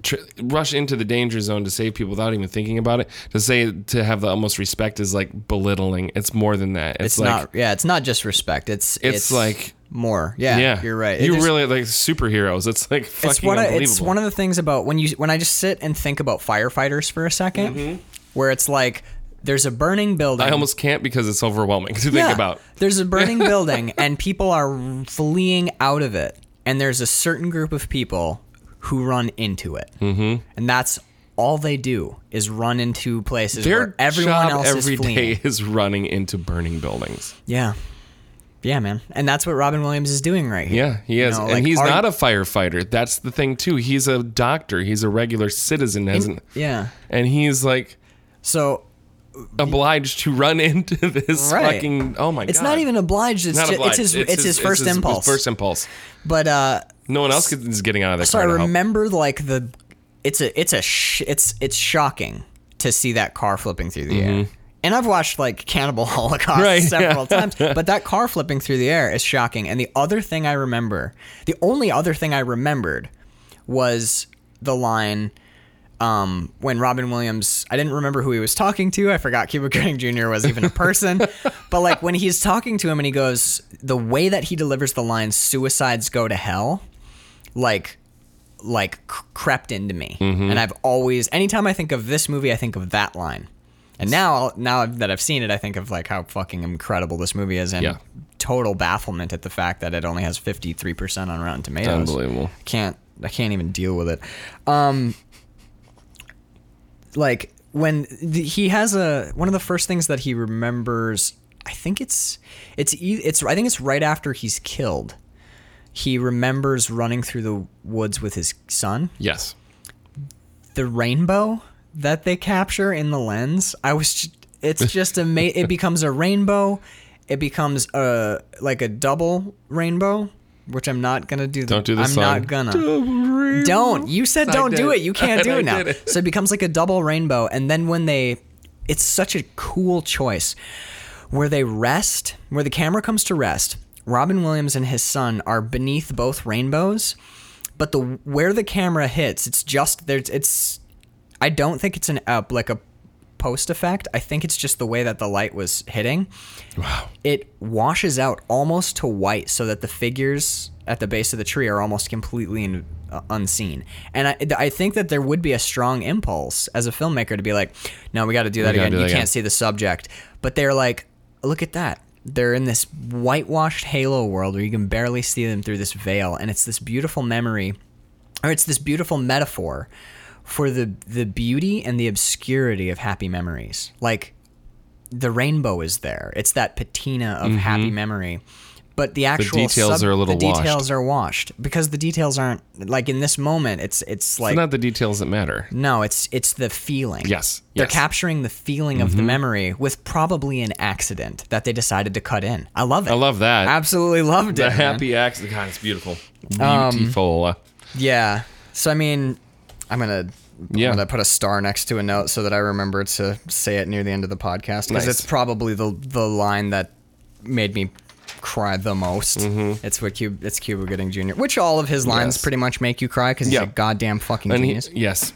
Tr- rush into the danger zone to save people without even thinking about it. To say to have the almost respect is like belittling. It's more than that. It's,
It's
like
not. Yeah, it's not just respect. It's
It's like-
more. Yeah,
yeah,
you're right.
You
There's-
really like superheroes. It's like fucking
it's one of,
unbelievable.
it's one of the things about when you when I just sit and think about firefighters for a 2nd where it's like there's a burning building.
Mm-hmm. I almost can't because it's overwhelming to think
Yeah.
about.
There's a burning building and people are fleeing out of it, and there's a certain group of people who run into it, mm-hmm. and that's all they do is run into places
Their
where everyone
job
else
every
is fleeing.
day is running into burning buildings.
Yeah. Yeah, man. And that's what Robin Williams is doing right here.
Yeah, he
You
is.
know,
and
like,
he's
are-
not a firefighter. That's the thing too. He's a doctor. He's a regular citizen, hasn't
Yeah.
and he's like
So
obliged to run into this
Right.
fucking oh my god.
it's not even obliged. It's,
Not
ju-
obliged.
it's his. It's, his first impulse.
His first impulse.
but uh,
No one else is getting out of that
So I
car to help.
remember like the it's a it's a sh- it's it's shocking to see that car flipping through the air. And I've watched like Cannibal Holocaust
Mm-hmm. Right, yeah.
several times, but that car flipping through the air is shocking. And the other thing I remember, the only other thing I remembered was the line um, when Robin Williams, I didn't remember who he was talking to. I forgot Cuba Gooding Jr. was even a person. but like when he's talking to him and he goes, the way that he delivers the line, suicides go to hell, like, like c- crept into me. And I've always, anytime I think of this movie, I think of that line. And now, now that I've seen it, I think of like how fucking incredible this movie is, and
Yeah.
total bafflement at the fact that it only has fifty three percent on Rotten Tomatoes.
Unbelievable.
I can't I can't even deal with it. Um like when the, he has a one of the first things that he remembers I think it's it's e- it's I think it's right after he's killed. He remembers running through the woods with his son.
Yes.
The rainbow that they capture in the lens. I was ju- it's just a ama- it becomes a rainbow. It becomes a like a double rainbow, which I'm not going to do. The,
Don't do the
I'm
song.
not gonna. Don't. You said don't do
did.
it. You can't do
I
it now.
did it.
So it becomes like a double rainbow. And then when they, it's such a cool choice where they rest, where the camera comes to rest. Robin Williams and his son are beneath both rainbows, but the where the camera hits, it's just there's it's. I don't think it's an up like a post effect. I think it's just the way that the light was hitting. Wow. It washes out almost to white so that the figures at the base of the tree are almost completely in, uh, unseen. And I, th- I think that there would be a strong impulse as a filmmaker to be like, no, we got to do that
gotta
again.
do
you
that
can't
again.
see the subject. But they're like, look at that. They're in this whitewashed halo world where you can barely see them through this veil. And it's this beautiful memory, or it's this beautiful metaphor for the, the beauty and the obscurity of happy memories. Like, the rainbow is there. It's that patina of happy memory. But the actual
Mm-hmm. details
sub-
are a little
the details
washed.
are washed because the details aren't like in this moment. It's it's like
it's not the details that matter.
no, it's it's the feeling.
Yes,
they're
yes. Mm-hmm.
capturing the feeling of the memory with probably an accident that they decided to cut in. I love it.
I love that.
Absolutely loved it.
The
man. Um,
happy accident. God, it's beautiful. Beautiful.
Yeah. So I mean, I'm gonna
Yeah.
I'm gonna put a star next to a note so that I remember to say it near the end of the podcast because
Nice.
it's probably the the line that made me cry the most. It's what Cube it's Cuba Gooding Jr. Which all of his lines
Mm-hmm. Yes.
pretty much make you cry because he's
Yeah.
a goddamn fucking
and he,
genius.
yes.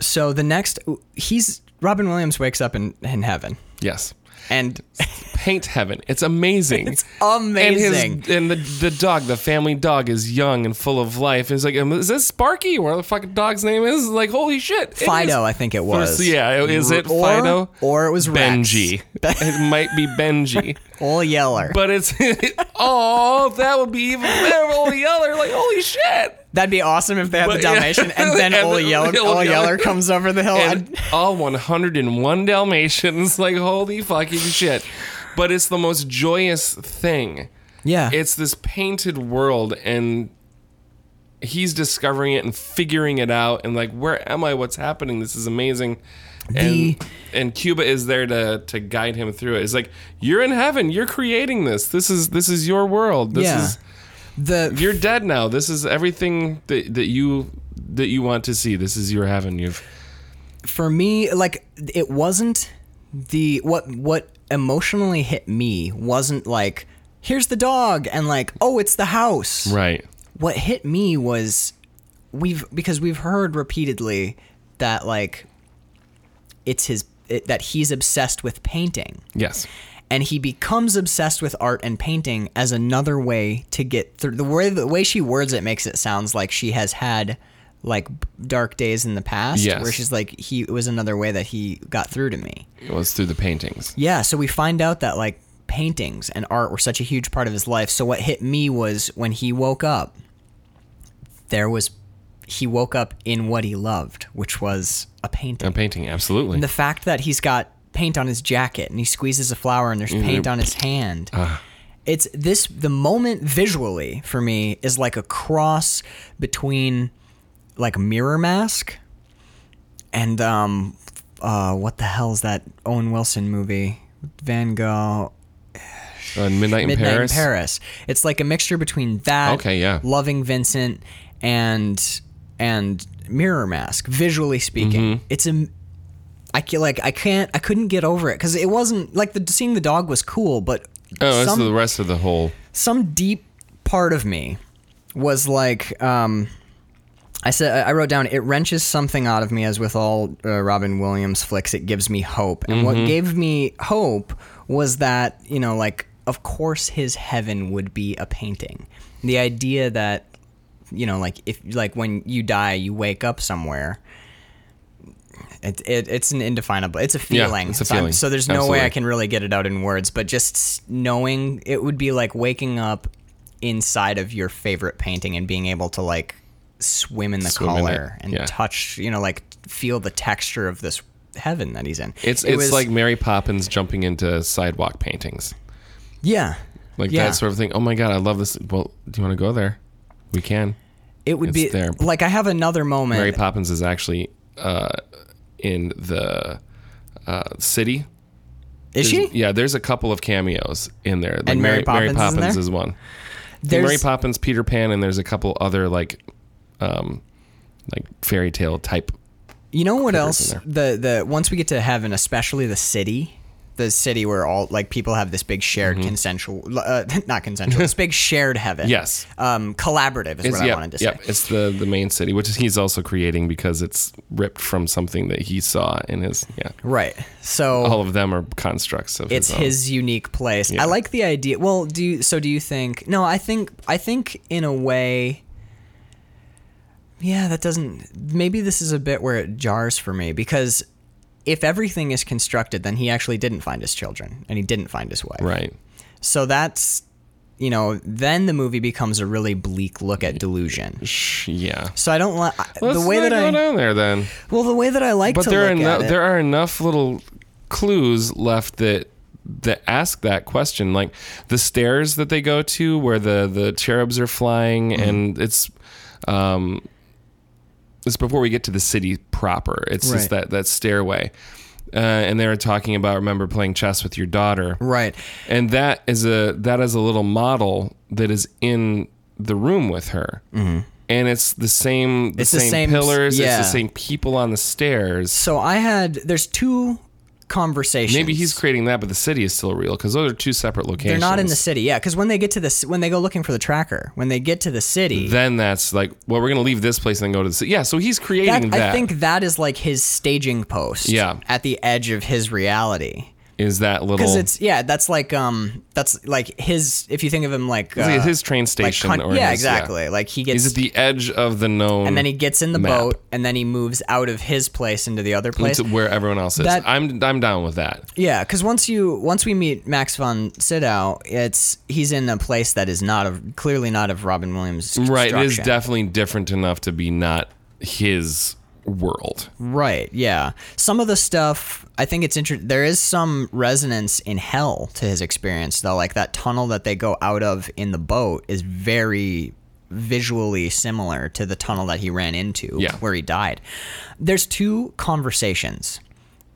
so the next he's Robin Williams wakes up in in heaven
Yes.
and
Paint heaven. It's amazing. It's
amazing.
And, his, and the, the dog, the family dog, is young and full of life. It's like, is this Sparky? Whatever the fucking dog's name is? Like, holy shit. it
Fido,
is.
I think it was.
yeah, is it
Or-
Fido?
or it was Rex.
Benji. it might be Benji.
All yeller.
But it's oh, that would be even better. Holy yeller, like holy shit!
That'd be awesome if they had the
But, yeah.
Dalmatian and then
And
Ole
then
Yeller,
Ole
Ole Yeller
Yeller.
comes over the hill.
And
I'd-
all 101 Dalmatians, like holy fucking shit! But it's the most joyous thing.
yeah.
It's this painted world, and he's discovering it and figuring it out, and like, where am I? What's happening? This is amazing.
The-
And, and Cuba is there to to guide him through it. It's like you're in heaven. You're creating this. This is this is your world. This
Yeah.
is
the
you're dead now. This is everything that, that you that you want to see. This is your heaven. You've
for me, like it wasn't the what what emotionally hit me wasn't like here's the dog and like oh it's the house.
right.
What hit me was we've because we've heard repeatedly that like it's his it, that he's obsessed with painting.
Yes.
and he becomes obsessed with art and painting as another way to get through the way the way she words it makes it sounds like she has had like dark days in the past
Yes.
where she's like he it was another way that he got through to me
It was through the paintings.
yeah so we find out that like paintings and art were such a huge part of his life so what hit me was when he woke up there was he woke up in what he loved which was a painting
A painting, absolutely.
the fact that he's got paint on his jacket and he squeezes a flower and there's paint on his hand. It's this the moment visually for me is like a cross between like mirror mask and um uh what the hell's that Owen Wilson movie? Van Gogh
Uh, Midnight, in
Midnight
Paris.
in Paris. It's like a mixture between that,
Okay, yeah.
Loving Vincent, and and Mirror Mask. Visually
Mm-hmm.
speaking, it's a. I ca- like I can't I couldn't get over it because it wasn't like the seeing the dog was cool, but
Oh, that's
some
the rest of the whole.
some deep part of me was like um I said I wrote down it wrenches something out of me as with all uh, Robin Williams flicks it gives me hope and what
Mm-hmm.
gave me hope was that you know like of course his heaven would be a painting the idea that you know like if like when you die you wake up somewhere it, it, it's an indefinable it's a feeling
it's a
So I'm-
feeling.
so there's no way i
Absolutely.
can really get it out in words but just s- knowing it would be like waking up inside of your favorite painting and being able to like swim in the
Swim in it,
color and
yeah.
touch you know like feel the texture of this heaven that he's in
It's
It
it's
was-
like Mary Poppins jumping into sidewalk paintings,
yeah
like
Yeah.
that sort of thing. Oh my god, I love this. Well, do you want to go there? We can.
it would
it's
be
there.
like i have another moment
Mary Poppins is actually uh, in the uh, city
is she
There's- Yeah, there's a couple of cameos in there. Like
And Mary Poppins is in there?
is one.
There's-
Mary Poppins, Peter Pan, and there's a couple other like, um, like fairy tale type.
You know what
critters
else?
in
The the once we get to heaven, especially the city, the city where all like people have this big shared
Mm-hmm.
consensual, uh, not consensual, this big shared heaven.
Yes.
um, collaborative is
It's-
what I
yep,
wanted to say.
yep, It's the, the main city, which he's also creating because it's ripped from something that he saw in his. Yeah.
Right. So
All of them are constructs of
it's
his. own.
his unique place. I like the idea. Well, do you, so. Do you think? No, I think. I think in a way. Yeah, that doesn't. Maybe this is a bit where it jars for me because if everything is constructed, then he actually didn't find his children and he didn't find his wife.
Right.
So that's, you know, then the movie becomes a really bleak look at delusion.
Sh- Yeah.
So I don't like
Let's
the way
not
that
go
I.
down there then.
Well, the way that I like
But
to
there are
look at
eno-
it.
there are enough little clues left that that ask that question, like the stairs that they go to where the the cherubs are flying,
Mm-hmm.
and it's um, it's before we get to the city proper. It's just
Right.
that that stairway. Uh, and they were talking about remember playing chess with your daughter
right.
and that is a that is a little model that is in the room with her and it's the same the,
Mm-hmm. It's the
same,
same-
pillars
yeah.
it's the same people on the stairs
So I had there's two conversations.
maybe he's creating that but the city is still real because those are two separate
They're
locations
not in the city, yeah. Because when they get to this, when they go looking for the tracker, when they get to the city,
then that's like well we're gonna leave this place and then go to the city yeah so he's creating
that-
that. Is
I think that is like his staging post.
Yeah.
At the edge of his reality,
that
because
little
it's yeah, that's like um, that's like his. If you think of him like,
it's
uh,
like his train
like
station
con-
or
yeah,
his-
exactly. Like he gets
he's at the edge of the known
and then he gets in the
map.
boat and then he moves out of his place into the other place.
to where everyone else is
That-
i'm i'm down with that
Yeah, because once you once we meet Max von Sydow, it's he's in a place that is not of clearly not of Robin Williams.
right it is
construction.
definitely different enough to be not his world
right. Yeah, some of the stuff I think it's interesting. There is some resonance in hell to his experience though. Like that tunnel that they go out of in the boat is very visually similar to the tunnel that he ran into
Yeah.
where he died. There's two conversations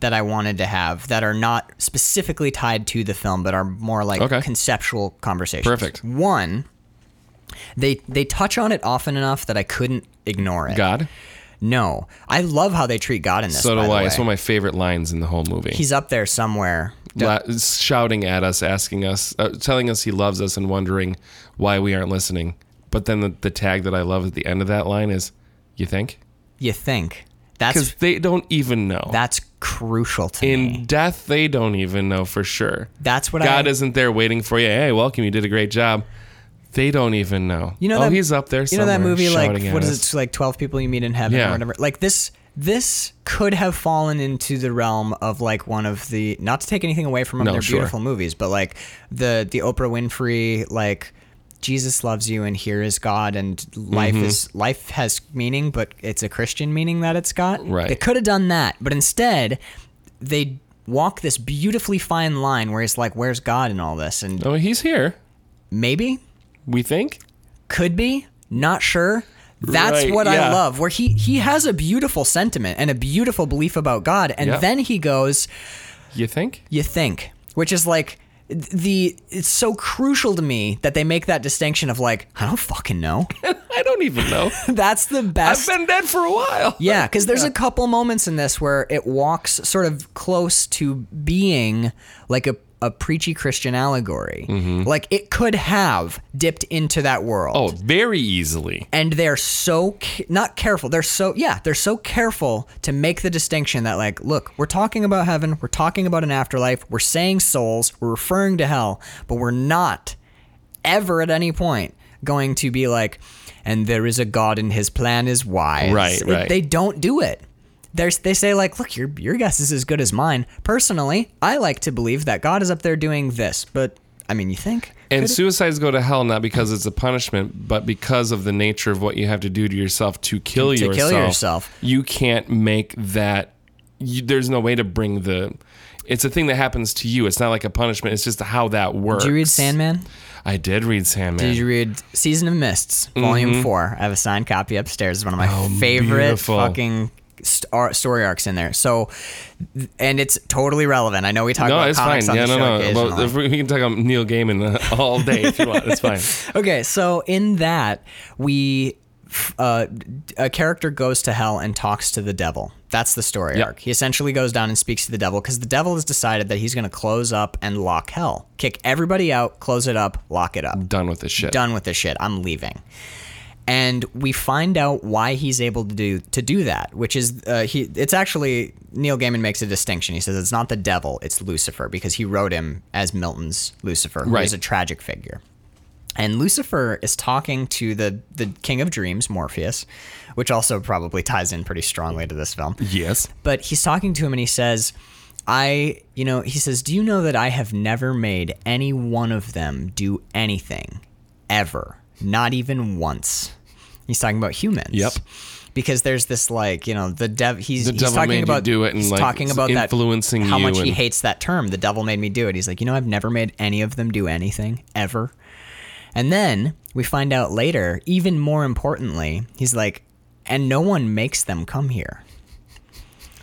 that I wanted to have that are not specifically tied to the film, but are more like
Okay.
conceptual conversations.
Perfect.
One, they they touch on it often enough that I couldn't ignore it.
god
No, I love how they treat God in this.
so do
by the
i
way.
it's one of my favorite lines in the whole movie
He's up there somewhere.
La- shouting at us asking us uh, telling us he loves us and wondering why we aren't listening but then the, the tag that i love at the end of that line is you think
You think
because
that's
they don't even know
that's crucial to me.
in death they don't even know for sure
That's what
god
I.
isn't there waiting for you hey welcome you did a great job they don't even know
You know
oh
that-
he's up there
you know that
somewhere
movie like
shouting at
what is
us.
it it's like 12 people you meet in heaven or
Yeah.
whatever like this this could have fallen into the realm of like one of the not to take anything away from them
No,
they're
sure.
beautiful movies but like the the oprah winfrey like jesus loves you and here is god and life
Mm-hmm.
is life has meaning but it's a christian meaning that it's got
Right.
they could have done that but instead they walk this beautifully fine line where it's like where's god in all this and
oh he's here
maybe
we think
could be not sure that's
Right,
what i
yeah.
love where he he has a beautiful sentiment and a beautiful belief about god and
Yeah.
then he goes
you think
you think which is like th- the it's so crucial to me that they make that distinction of like i don't fucking know
I don't even know.
that's the
I've
best
been dead for a while.
yeah because there's a couple moments in this where it walks sort of close to being like a a preachy Christian allegory. Like it could have dipped into that world.
Mm-hmm. Oh, very easily.
and they're so ca- not careful they're so yeah they're so careful to make the distinction that like look we're talking about heaven we're talking about an afterlife we're saying souls we're referring to hell but we're not ever at any point going to be like and there is a god and his plan is wise
Right,
It-
right.
they don't do it there's, they say like look your, your guess is as good as mine personally i like to believe that god is up there doing this but i mean you think
And suicides go to hell not because it's a punishment, but because of the nature of what you have to do to yourself to kill
To kill
yourself.
yourself.
You can't make that. You, there's no way to bring the. It's a thing that happens to you. It's not like a punishment. It's just how that works.
did you read sandman
I did read Sandman.
Did you read Season of Mists, Volume Four? I have a signed copy upstairs. It's one of my favorite
Mm-hmm. Oh, beautiful.
fucking st- ar- story arcs in there. So, th- and it's totally relevant. I know we talk
no,
about
it's fine.
comics on
Yeah,
the
no,
show
no. Well,
occasionally.
if we, we can talk about Neil Gaiman uh, all day if you want. It's fine.
okay, so in that we f- uh, a character goes to hell and talks to the devil. That's the story
Yep.
arc. He essentially goes down and speaks to the devil because the devil has decided that he's going to close up and lock hell, kick everybody out, close it up, lock it up.
Done with this shit.
Done with this shit. I'm leaving. And we find out why he's able to do to do that, which is uh, he. It's actually Neil Gaiman makes a distinction. He says it's not the devil, it's Lucifer, because he wrote him as Milton's Lucifer, who is
Right.
a tragic figure. And Lucifer is talking to the the King of Dreams, Morpheus, which also probably ties in pretty strongly to this film
Yes.
but he's talking to him and he says i you know he says do you know that i have never made any one of them do anything ever not even once he's talking about humans
Yep.
because there's this like you know the dev he's,
The
he's
devil
talking
made you
about
do it and,
he's
like,
talking about that
influencing
how
you
much he
and-
hates that term the devil made me do it he's like you know i've never made any of them do anything ever and then we find out later even more importantly he's like and no one makes them come here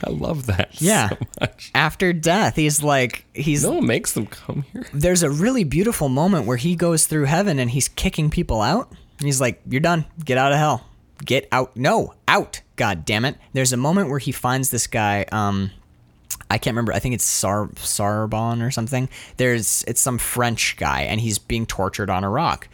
I love that.
yeah.
So much.
After death, he's like he's
No one makes them come here.
there's a really beautiful moment where he goes through heaven and he's kicking people out. And he's like, "You're done. Get out of hell. Get out. No, out. God damn it." There's a moment where he finds this guy um I can't remember. I think it's Sar Sarbon or something. There's it's some French guy and he's being tortured on a rock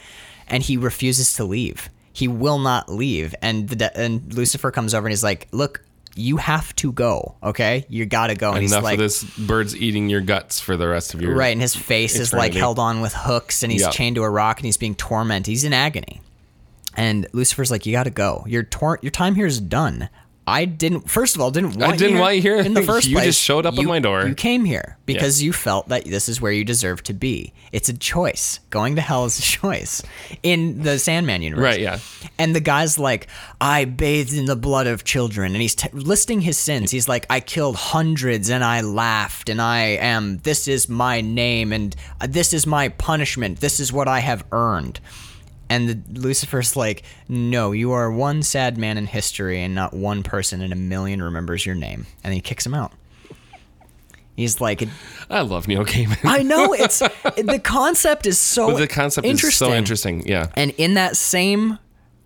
and he refuses to leave. He will not leave and the de- and Lucifer comes over and he's like, "Look, you have to go, okay? You got to go." And he's
Enough
like
of this bird's eating your guts for the rest of your
Right, and his face is like
eternity.
held on with hooks, and he's
Yeah.
chained to a rock, and he's being tormented. He's in agony, and Lucifer's like, "You got to go. Your tor- your time here is done. I didn't. First of all, didn't want
didn't
you
want you here.
in the first
You
place.
just showed up at
You-
my door.
You came here because you felt that this is where you deserve to be. It's a choice. Going to hell is a choice in the Sandman universe.
Right, yeah.
And the guy's like, I bathed in the blood of children. And he's t- listing his sins. He's like, I killed hundreds and I laughed and I am, this is my name and uh, this is my punishment. This is what I have earned. And the, Lucifer's like, No, you are one sad man in history and not one person in a million remembers your name. And then he kicks him out. He's like,
I love Neil Gaiman.
I know it's the concept is so
the concept is so interesting. Yeah.
and in that same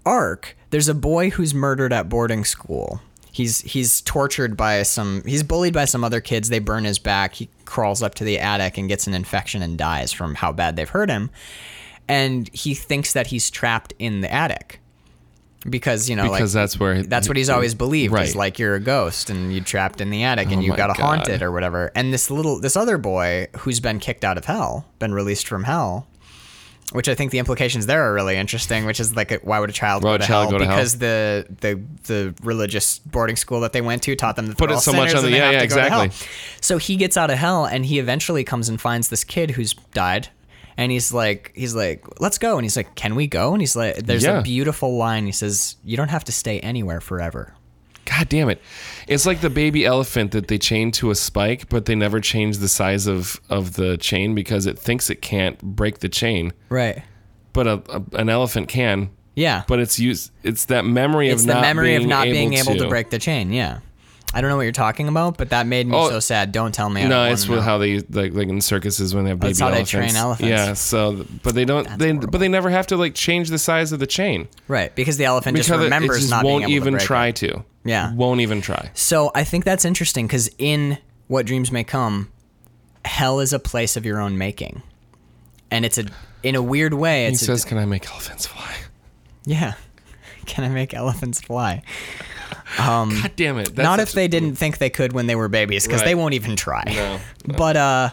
arc, there's a boy who's murdered at boarding school. He's he's tortured by some he's bullied by some other kids. They burn his back. He crawls up to the attic and gets an infection and dies from how bad they've hurt him. And he thinks that he's trapped in the attic because you know
Because
like
that's where
that's what he's always believed is
Right. Oh
like you're a ghost and you're trapped in the attic and you
my
got
God.
haunted or whatever. And this little this other boy who's been kicked out of hell, been released from hell, which I think the implications there are really interesting. Which is like, why would a child
Why
go
would
to
a child
hell?
go to hell?
because the the the religious boarding school that they went to taught them that
Put
they're
it
all
so much
sinners
on the-
and they
yeah,
have
yeah,
to go to hell.
exactly.
So he gets out of hell and he eventually comes and finds this kid who's died. And he's like, he's like, let's go. And he's like, can we go? And he's like, there's
Yeah.
a beautiful line. He says, you don't have to stay anywhere forever.
God damn it. It's like the baby elephant that they chain to a spike, but they never change the size of, of the chain because it thinks it can't break the chain.
Right.
But a, a, an elephant can.
Yeah.
But it's use it's that memory
it's
of
the
not
memory
being
of not being able to.
to
break the chain. Yeah. I don't know what you're talking about, but that made me
Oh,
so sad. Don't tell me. I
No,
don't
it's
wanna
with
know.
how they like like in circuses when they have baby
That's how they
elephants.
train elephants.
Yeah, so but they don't they but they never have to like change the size of the chain
Right, because the elephant just
it-
remembers
it just
not
won't
being able
even
to break
try
it.
to.
Yeah.
won't even try.
So I think that's interesting because in What Dreams May Come, hell is a place of your own making, and it's a in a weird way.
He
It's a-
says, "Can I make elephants fly?"
yeah. Can I make elephants fly?
God damn it! That's
not
such
if
a-
they didn't think they could when they were babies because they
Right.
won't even try
No,
but uh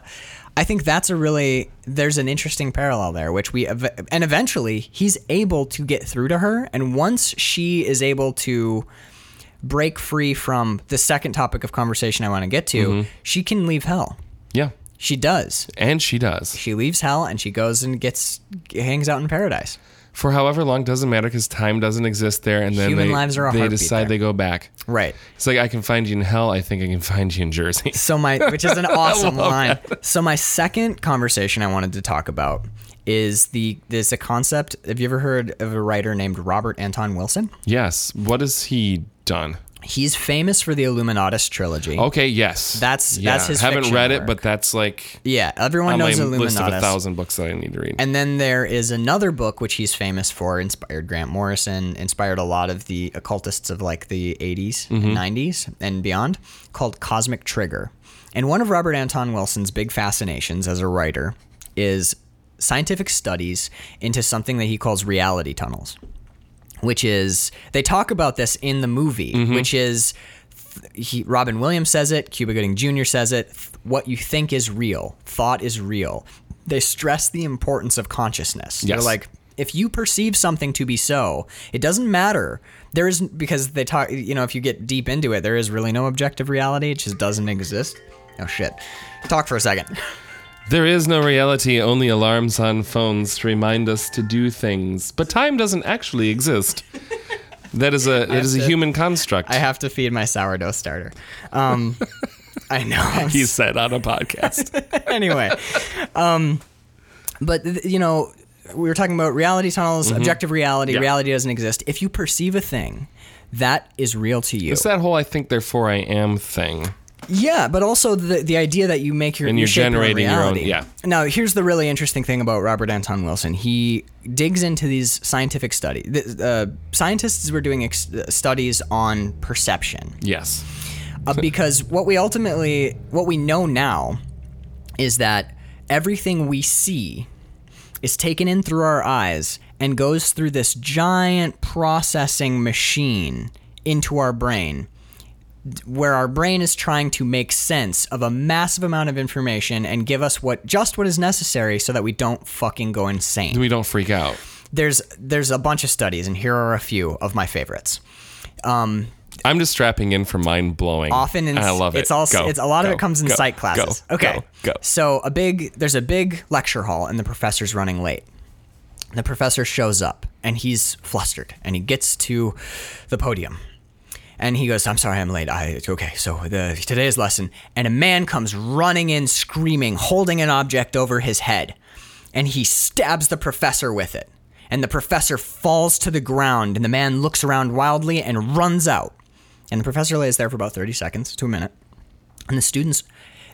i think that's a really there's an interesting parallel there which we ev- and eventually he's able to get through to her and once she is able to break free from the second topic of conversation i want to get to
Mm-hmm.
she can leave hell
Yeah,
she does
and she does.
she leaves hell and she goes and gets hangs out in paradise
for however long doesn't matter because time doesn't exist there, and then
Human
they,
lives are a
they
heartbeat
decide
there.
they go back.
right
It's like I can find you in hell. I think I can find you in Jersey.
So my which is an awesome
love
line. So my second conversation I wanted to talk about is the there's a concept. Have you ever heard of a writer named Robert Anton Wilson?
yes. What has he done?
He's famous for the Illuminatus trilogy.
Okay, yes.
That's- that's his
Haven't
fiction
read it,
work.
but that's like
Yeah, everyone
on my
knows
list of a
Illuminatus.
thousand books that I need to read.
And then there is another book which he's famous for, inspired Grant Morrison, inspired a lot of the occultists of like the 80s and 90s and beyond, called Cosmic Trigger. And one of Robert Anton Wilson's big fascinations as a writer is scientific studies into something that he calls reality tunnels, which is they talk about this in the movie, which is he, Robin Williams says it, Cuba Gooding Jr. says it. th- What you think is real, thought is real. They stress the importance of consciousness. They're
Yes.
like, if you perceive something to be so, it doesn't matter. There is because they talk. You know, if you get deep into it, there is really no objective reality. It just doesn't exist. Oh shit! Talk for a second.
There is no reality, only alarms on phones to remind us to do things. But time doesn't actually exist. That is a that is a human construct.
I have to feed my sourdough starter. Um, I know. I'm
he said on a podcast.
anyway, um, but th- you know, we were talking about reality tunnels, objective reality.
Mm-hmm. Yeah.
Reality doesn't exist. If you perceive a thing, that is real to you.
it's that whole I think therefore I am thing.
yeah, but also the the idea that you make your
And
you
you're
shape
generating your own-
reality.
yeah.
Now, here's the really interesting thing about Robert Anton Wilson. He digs into these scientific studies. Uh, scientists were doing ex- uh, studies on perception.
Yes.
uh, because what we ultimately what we know now is that everything we see is taken in through our eyes and goes through this giant processing machine into our brain where our brain is trying to make sense of a massive amount of information and give us what just what is necessary so that we don't fucking go insane
We don't freak out.
there's there's a bunch of studies and here are a few of my favorites
I'm just strapping in for mind blowing.
often in
I love it.
it's all
Go,
it's a lot of
go,
it comes in
go,
psych
go,
classes
go,
okay
Go.
so a big there's a big lecture hall and the professor's running late the professor shows up and he's flustered and he gets to the podium and he goes i'm sorry i'm late i it's okay so the today's lesson and a man comes running in screaming holding an object over his head and he stabs the professor with it and the professor falls to the ground and the man looks around wildly and runs out and the professor lays there for about 30 seconds to a minute and the students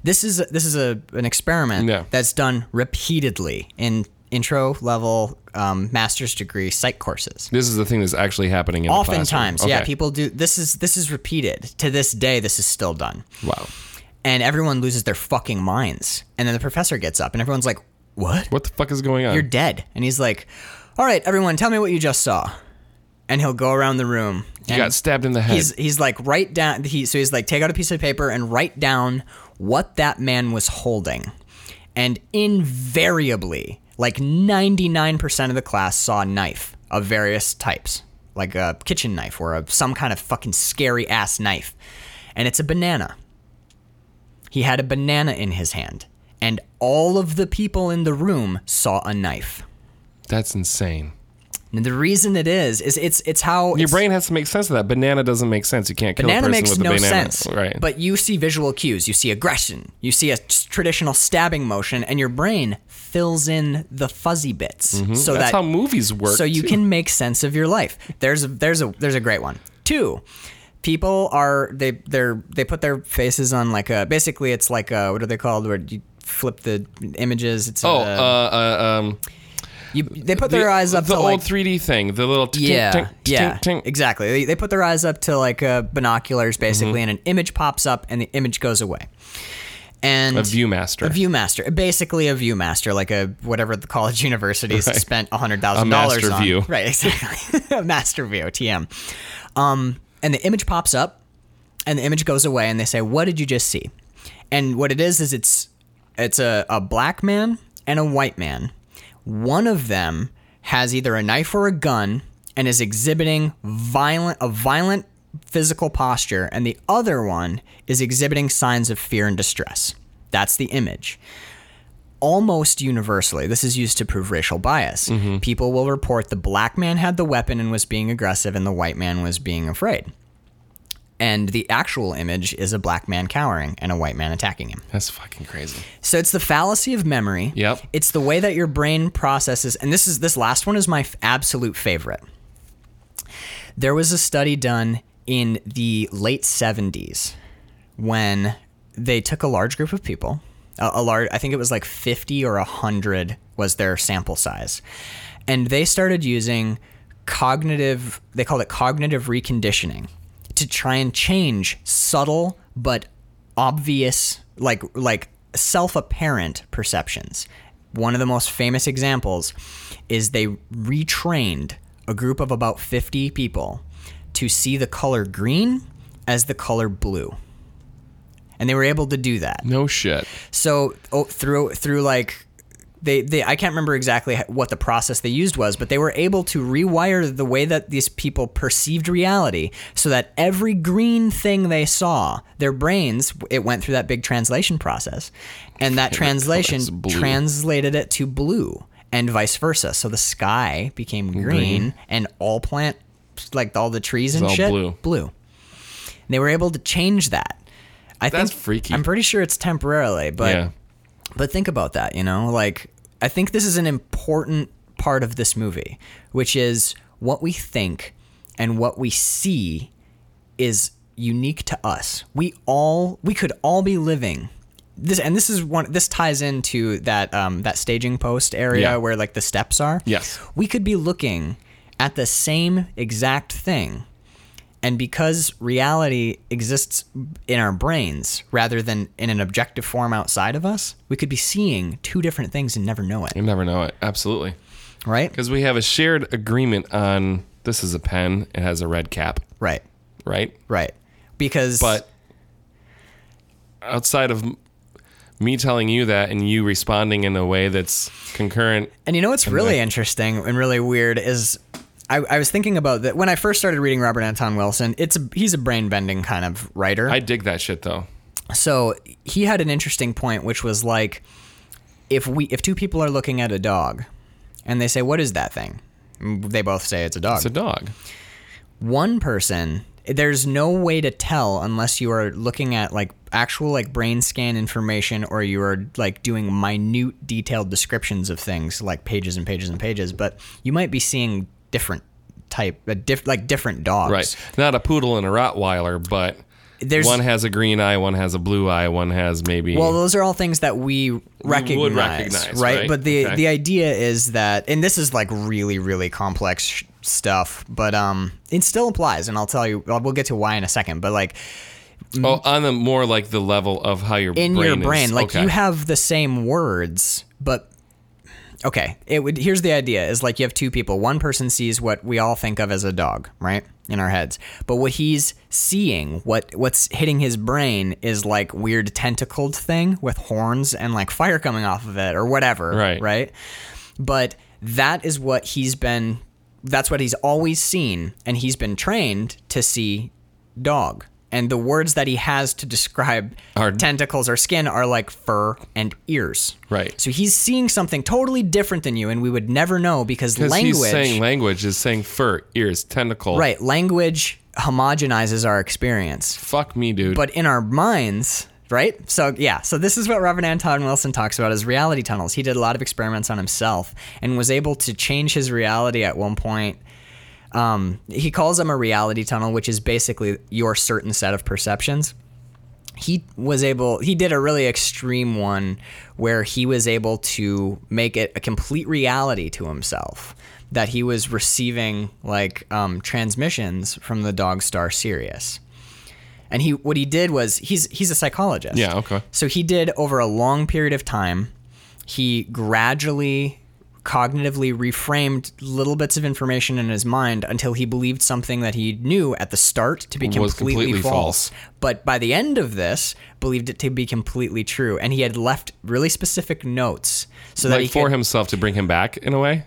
this is this is a an experiment
Yeah.
that's done repeatedly in intro level um, master's degree psych courses
This is the thing that's actually happening in the classroom.
oftentimes yeah
Okay.
people do this is this is repeated to this day this is still done
Wow.
and everyone loses their fucking minds and then the professor gets up and everyone's like what
What the fuck is going on?
you're dead and he's like all right everyone tell me what you just saw and he'll go around the room
you
and
got stabbed in the head.
he's he's like write down he so he's like take out a piece of paper and write down what that man was holding and invariably like 99% of the class saw a knife of various types like a kitchen knife or a, some kind of fucking scary ass knife and it's a banana he had a banana in his hand and all of the people in the room saw a knife
That's insane.
and the reason it is is it's it's how
Your
it's-
brain has to make sense of that. Banana doesn't make sense. You can't kill a
banana
person
makes
with a
no
banana.
sense.
Right.
But you see visual cues. You see aggression. You see a s- traditional stabbing motion, and your brain fills in the fuzzy bits so
Mm-hmm. that's
that
how movies work.
so you
too.
can make sense of your life. There's a, there's a there's a great one. Two, people are they they're they put their faces on like a basically it's like a what are they called where you flip the images. It's
Oh,
a,
uh, uh, um,
you, they put their eyes up
the
to
old
like
3D thing, the little tink,
yeah,
tink,
yeah,
tink, tink.
exactly. They, they put their eyes up to like uh, binoculars, basically,
Mm-hmm.
and an image pops up, and the image goes away. And
a ViewMaster,
a ViewMaster, basically a ViewMaster, like a whatever the college universities
Right.
spent hundred
A
thousand dollars
master
on.
view.
Right, exactly, a master view, TM. Um, and the image pops up, and the image goes away, and they say, "What did you just see?" And what it is is it's it's a, a black man and a white man. One of them has either a knife or a gun and is exhibiting violent a violent physical posture, and the other one is exhibiting signs of fear and distress. That's the image almost universally, this is used to prove racial bias. People will report the black man had the weapon and was being aggressive, and the white man was being afraid. And the actual image is a black man cowering and a white man attacking him.
That's fucking crazy.
So it's the fallacy of memory.
Yep.
It's the way that your brain processes, and this is this last one is my f- absolute favorite. There was a study done in the late 70s when they took a large group of people a, a large i think it was like 50 or 100 was their sample size and they started using cognitive they called it cognitive reconditioning to try and change subtle but obvious like like self-apparent perceptions one of the most famous examples is they retrained a group of about 50 people to see the color green as the color blue and they were able to do that
No shit.
so oh, through through like they, they I can't remember exactly h- what the process they used was, but they were able to rewire the way that these people perceived reality so that every green thing they saw, their brains it went through that big translation process, and that
that's
translation
blue.
translated it to blue and vice versa. So the sky became green, and all plant like all the trees and
all
shit
blue.
blue. And they were able to change that. I
That's
think
freaky.
I'm pretty sure it's temporarily, but
yeah.
but think about that, you know? Like, I think this is an important part of this movie, which is what we think and what we see is unique to us. We all, we could all be living. This, and this is one. This ties into that um, that staging post area
Yeah.
where like the steps are.
Yes.
we could be looking at the same exact thing, and because reality exists in our brains rather than in an objective form outside of us, we could be seeing two different things and never know it,
You never know it. Absolutely.
right?
Because we have a shared agreement on this is a pen, it has a red cap,
Right,
right?
right. Because
But outside of m- me telling you that and you responding in a way that's concurrent,
and you know what's really interesting and really weird is I, I was thinking about that when I first started reading Robert Anton Wilson. It's a, he's a brain bending kind of writer.
I dig that shit though.
so he had an interesting point which was like if we if two people are looking at a dog and they say what is that thing they both say it's a dog
It's a dog.
one person there's no way to tell unless you are looking at like actual like brain scan information or you are like doing minute detailed descriptions of things like pages and pages and pages but you might be seeing different type uh, diff, like different dogs
Right. Not a poodle and a Rottweiler, but
There's-
one has a green eye, one has a blue eye, one has maybe. oh,
Well, those are all things that we recognize,
recognize,
right?
right?
But the
Okay.
the idea is that, and this is like really really complex sh- stuff, but um, it still applies, and I'll tell you, uh, well, we'll get to why in a second, but like
oh, on the more like the level of how your
mm-hmm. in
brain
your
is.
brain, like
Okay.
you have the same words, but okay, it would. Here's the idea: is like you have two people. One person sees what we all think of as a dog, right, in our heads, but what he's seeing, what what's hitting his brain, is like weird tentacled thing with horns and like fire coming off of it or whatever,
Right.
Right, but that is what he's been. That's what he's always seen, and he's been trained to see dog. And the words that he has to describe
Are-
tentacles or skin are like fur and ears.
Right.
So he's seeing something totally different than you, and we would never know because
Because
language.
He's saying language is saying fur, ears, tentacle.
right. Language homogenizes our experience.
Fuck me, dude.
But in our minds, right? So, yeah. So, this is what Robert Anton Wilson talks about as reality tunnels. He did a lot of experiments on himself and was able to change his reality at one point. Um, he calls them a reality tunnel, which is basically your certain set of perceptions he was able he did a really extreme one where he was able to make it a complete reality to himself that he was receiving like um, transmissions from the dog star sirius and he what he did was he's he's a psychologist
Yeah, okay.
so he did over a long period of time he gradually cognitively reframed little bits of information in his mind until he believed something that he knew at the start to be
Was
completely,
completely
false.
false.
But by the end of this, believed it to be completely true, and he had left really specific notes so that he
like for
could,
himself to bring him back in a way.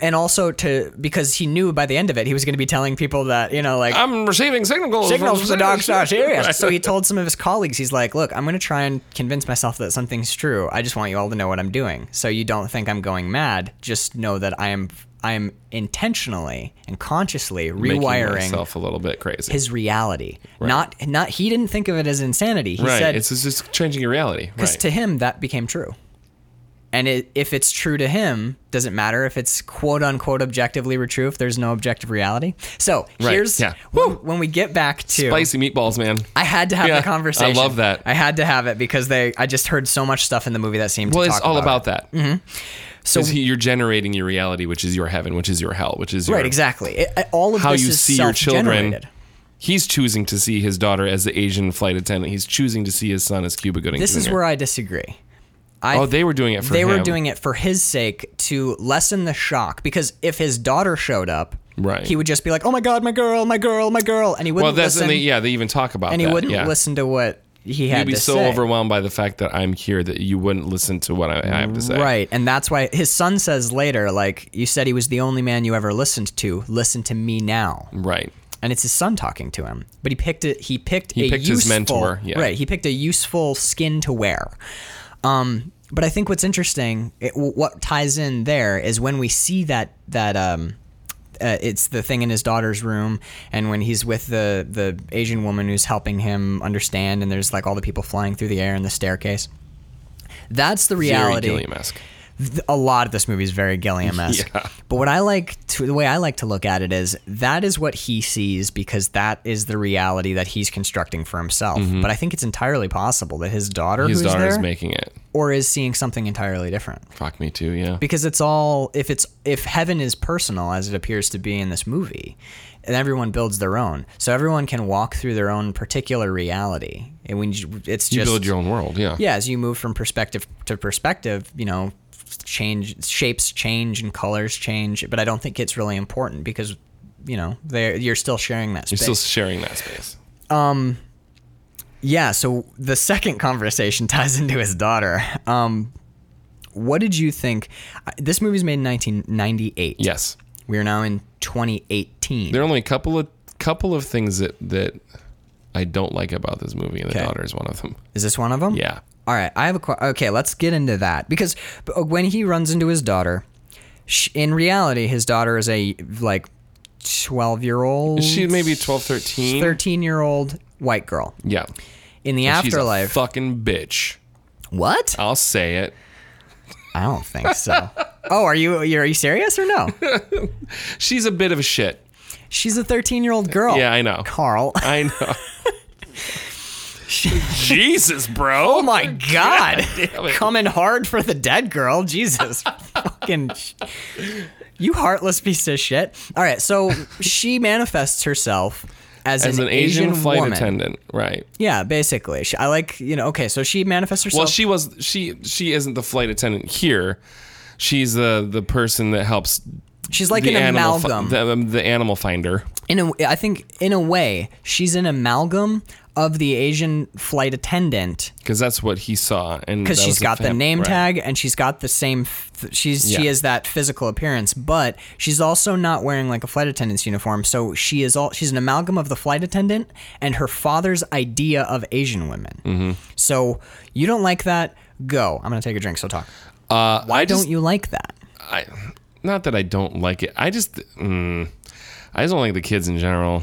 and also to because he knew by the end of it he was going to be telling people that you know like
I'm receiving signals.
signals from the dog star serious.
Oh, Right.
So he told some of his colleagues, he's like, "Look, I'm going to try and convince myself that something's true. I just want you all to know what I'm doing, so you don't think I'm going mad. Just know that I am, I am intentionally and consciously
Making
rewiring
myself a little bit crazy.
his reality. Not, not. He didn't think of it as insanity. He
right.
said,
it's just it's changing your reality.
because
Right.
to him that became true. And it, if it's true to him, does it matter if it's quote unquote objectively true if there's no objective reality? So
Right,
here's
yeah.
when, when we get back to
Spicy meatballs, man.
I had to have
Yeah, I
the conversation.
love that.
I had to have it because they I just heard so much stuff in the movie that seemed
Well,
to
it's
talk
all
about
about that. So
So-
you're generating your reality, which is your heaven, which is your hell, which is your,
Right, exactly. It- it- all of
how
this
you
is
see your children.
self-generated.
He's choosing to see his daughter as the Asian flight attendant. He's choosing to see his son as Cuba Gooding.
This is
Jr..
where I disagree. I
oh, they were doing it for
they
him.
were doing it for his sake to lessen the shock because if his daughter showed up,
Right.
he would just be like, "Oh my god, my girl, my girl, my girl," and he wouldn't
Well, that's and
listen.
they, yeah. They even talk about
and
that.
he wouldn't
yeah.
listen to what he had
You'd be
to
so
say.
overwhelmed by the fact that I'm here that you wouldn't listen to what I I have to say.
Right, and that's why his son says later, like, "You said he was the only man you ever listened to. Listen to me now."
Right.
and it's his son talking to him. But he picked it. He picked
He
a
picked
useful,
his mentor, yeah.
Right. He picked a useful skin to wear. Um, but I think what's interesting, it, what ties in there, is when we see that that um, uh, it's the thing in his daughter's room, and when he's with the the Asian woman who's helping him understand, and there's like all the people flying through the air and the staircase. That's the reality
Very Gilliam-esque.
th- a lot of this movie is very Gilliam-esque.
Yeah.
But what I like to the way I like to look at it is that is what he sees because that is the reality that he's constructing for himself. But I think it's entirely possible that his daughter
Mm-hmm. His
who's
daughter is
there
making it.
or is seeing something entirely different.
Fuck me too. Yeah.
Because it's all if it's if heaven is personal as it appears to be in this movie, and everyone builds their own. So everyone can walk through their own particular reality. And when you, it's
You
just
build your own world. Yeah.
yeah, as you move from perspective to perspective, you know, change shapes change and colors change, but I don't think it's really important because you know they you're still sharing that
You're
space.
still sharing that space.
yeah. So the second conversation ties into his daughter. Um, what did you think? I- This movie's made in 1998.
Yes.
we are now in 2018.
There are only a couple of couple of things that that I don't like about this movie, and the
Okay.
daughter is one of them.
Is this one of them?
Yeah.
All right, I have a qu- okay. Let's get into that because b- when he runs into his daughter, sh in reality, his daughter is a like twelve-year-old,
She may be 12, 13.
thirteen-year-old white girl
Yeah.
in the
She's a
afterlife.
fucking bitch.
what?
I'll say it.
I don't think so. oh, are you you're, are you serious or no?
She's a bit of a shit.
She's a thirteen-year-old girl.
Yeah, I know.
Carl.
I know. Jesus, bro.
Oh my God!
damn it.
Coming hard for the dead girl, Jesus, fucking, sh- you heartless piece of shit. All right, so she manifests herself as,
As an Asian, flight
woman.
attendant, right?
Yeah, basically, she, I like you know. Okay, so she manifests herself.
Well, she was she she isn't the flight attendant here. She's the the person that helps
she's like
the
an
animal fi-
amalgam.
the, um, the animal finder.
in a, I think in a way, she's an amalgam of the Asian flight attendant.
because that's what he saw, and
because
that
she's
was
got the
fam-
name
right.
tag and she's got the same f- she's she
Yeah.
has that physical appearance but she's also not wearing like a flight attendant's uniform so she is all she's an amalgam of the flight attendant and her father's idea of asian women
Mm-hmm.
so you don't like that go i'm gonna take a drink so talk
Uh,
why
I just,
don't you like that
I, not that I don't like it. I just, mm, I just don't like the kids in general.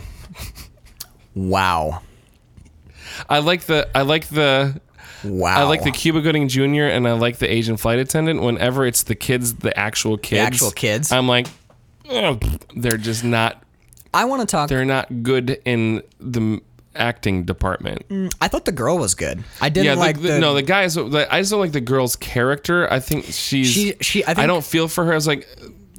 wow
I like the, I like the,
wow
I like the Cuba Gooding Jr. and I like the Asian flight attendant. Whenever it's the kids, the actual kids,
actual kids.
I'm like, "Ugh, pff, they're just not,
i want to talk
they're not good in the m- acting department.
i thought the girl was good i didn't
Yeah, the,
like
the- no, the guys. the- I just don't like the girl's character. I think she's.
She- she- I think-
don't feel for her. I was like,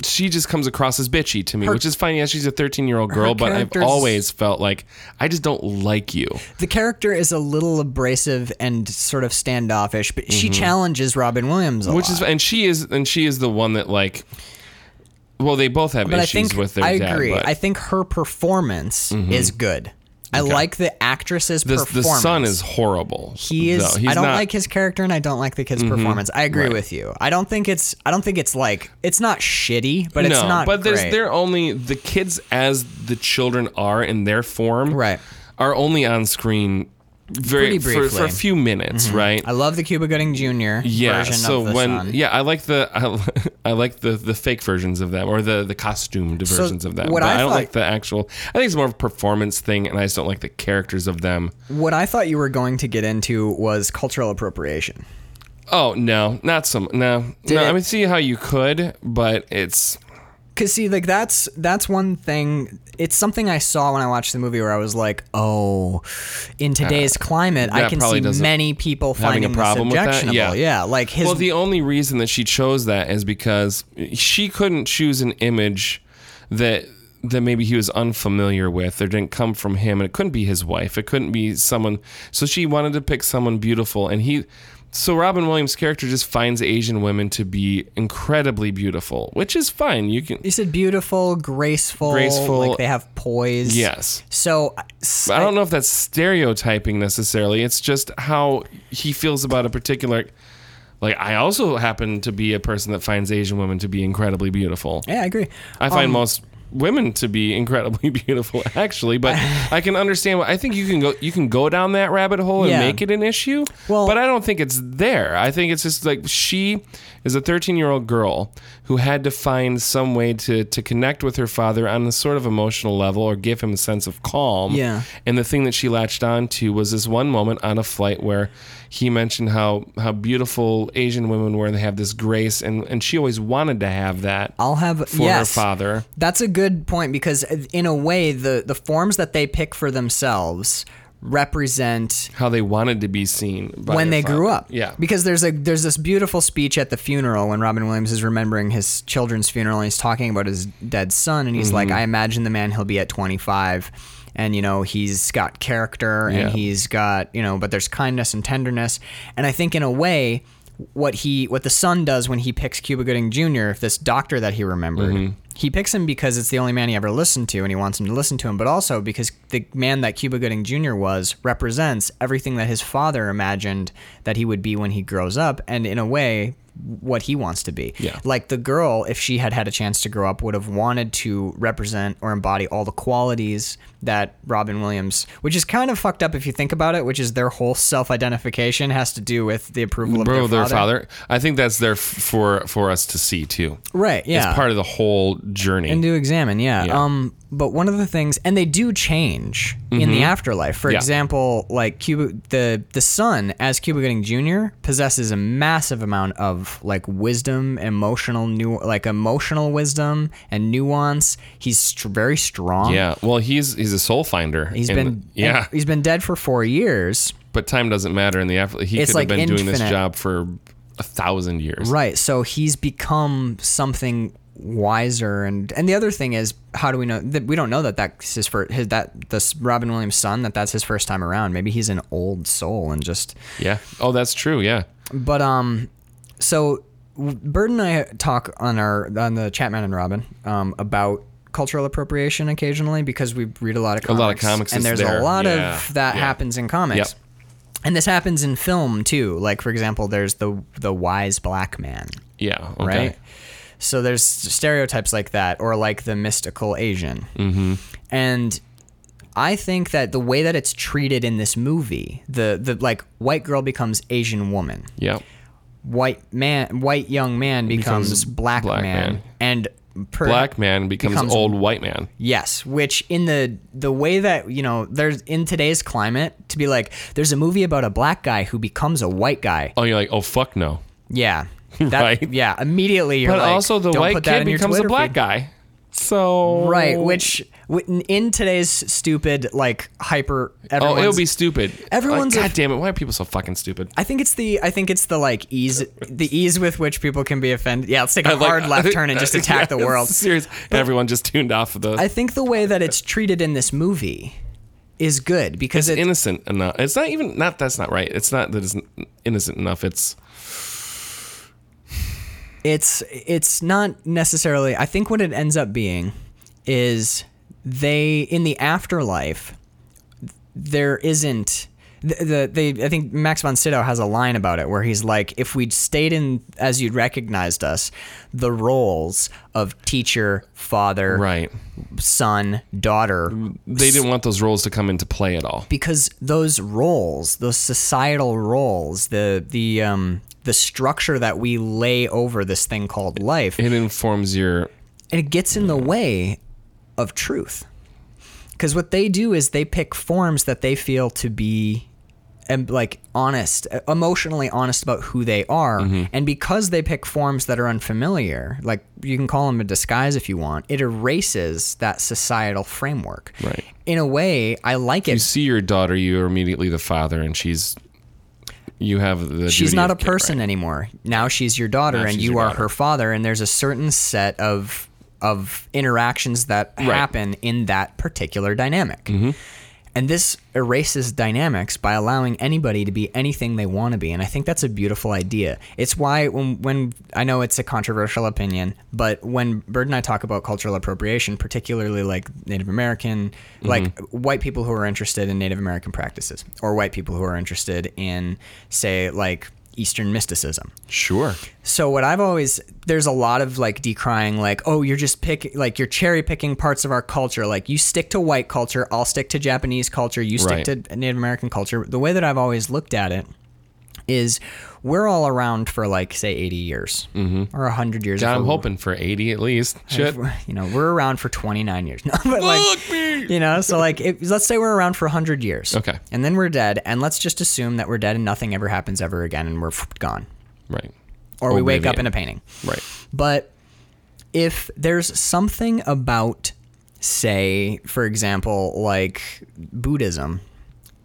she just comes across as bitchy to me, which is fine. Yeah, she's a 13 year old girl, but I've
character's-
always felt like I just don't like you.
The character is a little abrasive and sort of standoffish, but she challenges Robin Williams a
Mm-hmm. Which
lot.
is, and she is, and she is the one that like. Well, they both have
but I
issues
think
with their
I
dad.
agree.
but Mm-hmm.
I think her performance is good. I like the actress's
the, the
performance.
son is horrible.
he is.
though. He's
I don't
not- Mm-hmm.
like his character, and I don't like the kid's performance. I agree with you. I don't think it's. I don't think it's like it's not shitty, but it's
no,
not.
but
great.
there's they're only the kids as the children are in their form,
Right.
Are only on screen very
Pretty
for, for
briefly. Mm-hmm.
a few minutes, right?
I love the Cuba Gooding Jr.
yeah.
version
So
of the
when
son.
yeah, I like the I, li- I like the the fake versions of them or the the costumed versions of them.
what
but
I
I, don't
thought-
like the actual. I think it's more of a performance thing, and I just don't like the characters of them.
What I thought you were going to get into was cultural appropriation.
Oh no, not some. No,
Did
no.
it-
I mean, see how you could, but it's
Cause see, like that's that's one thing. It's something I saw when I watched the movie where I was like, "Oh, in today's climate, I
Uh, that
can
probably
see
doesn't-
many people
having
finding
a problem with
this
that?
objectionable."
Yeah.
yeah, like his.
well. The only reason that she chose that is because she couldn't choose an image that that maybe he was unfamiliar with or didn't come from him, and it couldn't be his wife. It couldn't be someone. So she wanted to pick someone beautiful, and he. So Robin Williams' character just finds Asian women to be incredibly beautiful, which is fine. You can
you said beautiful, graceful,
Graceful.
like they have poise.
yes.
So
I don't know if that's stereotyping necessarily. It's just how he feels about a particular. Like I also happen to be a person that finds Asian women to be incredibly beautiful.
Yeah, I agree.
I find
Um,
most women to be incredibly beautiful, actually. But I can understand. What, I think you can go you can go down that rabbit hole and
Yeah.
make it an issue.
Well-
but I don't think it's there. I think it's just like she is a 13 year old girl who had to find some way to to connect with her father on a sort of emotional level or give him a sense of calm.
Yeah.
And the thing that she latched on to was this one moment on a flight where he mentioned how how beautiful Asian women were and they have this grace and and she always wanted to have that
I'll have
for
yes.
her father.
That's a good point because in a way the the forms that they pick for themselves represent
How they wanted to be seen by
when
their
they grew
father.
up.
Yeah.
Because there's a there's this beautiful speech at the funeral when Robin Williams is remembering his children's funeral and he's talking about his dead son and he's like,
Mm-hmm.
I imagine the man he'll be at 25, and you know he's got character
Yeah.
and he's got you know, but there's kindness and tenderness, and I think in a way. What he, what the son does when he picks Cuba Gooding Jr., if this doctor that he remembered, he picks him because it's the only man he ever listened to, and he wants him to listen to him, but also because the man that Cuba Gooding Jr. was represents everything that his father imagined that he would be when he grows up, and in a way, what he wants to be.
Yeah.
Like the girl, if she had had a chance to grow up, would have wanted to represent or embody all the qualities that Robin Williams, which is kind of fucked up if you think about it, which is their whole self identification has to do with the approval of
Bro,
their,
their
father.
father. I think that's there f- for for us to see too.
Right. Yeah.
It's part of the whole journey.
and to examine yeah.
Yeah.
um but one of the things and they do change in the afterlife for
Mm-hmm. Yeah.
example like cuba the the son as cuba gooding jr possesses a massive amount of like wisdom emotional new like emotional wisdom and nuance he's str very strong
yeah. Well, he's he's a soul finder.
He's
and-
been
yeah,
he's been dead for four years
but time doesn't matter in the after. He
It's
could
like
have been doing this
infinite.
job for a thousand years.
Right. So he's become something wiser, and and the other thing is, how do we know that we don't know that that's his first his, that this Robin Williams son that that's his first time around? Maybe he's an old soul and just.
Yeah. Oh, that's true. Yeah.
But um, so Bird and I talk on our on the Chapman and Robin um about cultural appropriation occasionally because we read a lot of comics,
lot of comics
and
is
there's
there.
a lot
Yeah.
of that
Yeah.
happens in comics.
Yep.
And this happens in film too. Like for example, there's the the wise black man
Yeah. Okay.
right? So there's stereotypes like that, or like the mystical Asian. Mm-hmm. And I think that the way that it's treated in this movie, the the like white girl becomes Asian woman,
Yep.
white man, white young man becomes, black,
black
man,
man.
and per,
Black man becomes,
Becomes-
old white man.
Yes, which in the the way that you know there's in today's climate to be like there's a movie about a black guy who becomes a white guy.
Oh, you're like, oh fuck no.
Yeah. That,
Right.
Yeah. Immediately you're
But
like,
also, the
"Don't
white
put that
kid
in your
becomes a
Twitter
black
feed."
guy. So
Right, which w- in today's stupid like hyper
Oh,
everyone's,
it would be stupid.
Everyone's
like,
a-
God damn it! Why are people so fucking stupid?
I think it's the I think it's the like ease the ease with which people can be offended. Yeah, let's take a
Like,
hard left turn and just attack the
yeah,
world.
Serious. Everyone just tuned off of the.
I think the way that it's treated in this movie is good because
it's
it,
innocent enough. It's not even not. That's not right. It's not that it's innocent enough. It's
it's it's not necessarily I think what it ends up being is they in the afterlife there isn't the, the they I think Max von Sydow has a line about it where he's like if we'd stayed in as you'd recognized us the roles of teacher father
right.
son daughter
They didn't want those roles to come into play at all.
because those roles, those societal roles, the the um the structure that we lay over this thing called life,
It informs your.
and it gets in the way of truth. Because what they do is they pick forms that they feel to be and like honest, e, emotionally honest about who they are.
Mm-hmm.
And because they pick forms that are unfamiliar, like you can call them a disguise if you want, it erases that societal framework.
Right.
In a way, I like it.
you see your daughter, you are immediately the father, and she's you have the.
she's
duty
not a
of care,
person anymore. Now she's your daughter,
Now
and
she's
you
your
are
daughter.
her father. And there's a certain set of of interactions that happen in that particular dynamic. And this erases dynamics by allowing anybody to be anything they want to be. And I think that's a beautiful idea. It's why when, when I know it's a controversial opinion, but when Bird and I talk about cultural appropriation, particularly like Native American, like white people who are interested in Native American practices, or white people who are interested in, say, like Eastern mysticism.
right? Sure.
So what I've always there's a lot of like decrying like oh you're just pick like you're cherry picking parts of our culture like you stick to white culture I'll stick to Japanese culture you stick
Right.
to Native American culture the way that I've always looked at it is we're all around for like say 80 years mm-hmm. or 100 years
God,
if
I'm
we're-
hoping for 80 at least. Shit.
you know we're around for 29 years no but like you know so like if, let's say we're around for 100 years
Okay.
and then we're dead and let's just assume that we're dead and nothing ever happens ever again and we're f- gone
Right.
or we wake up
Oblivion.
in a painting
Right.
but if there's something about, say, for example, like Buddhism,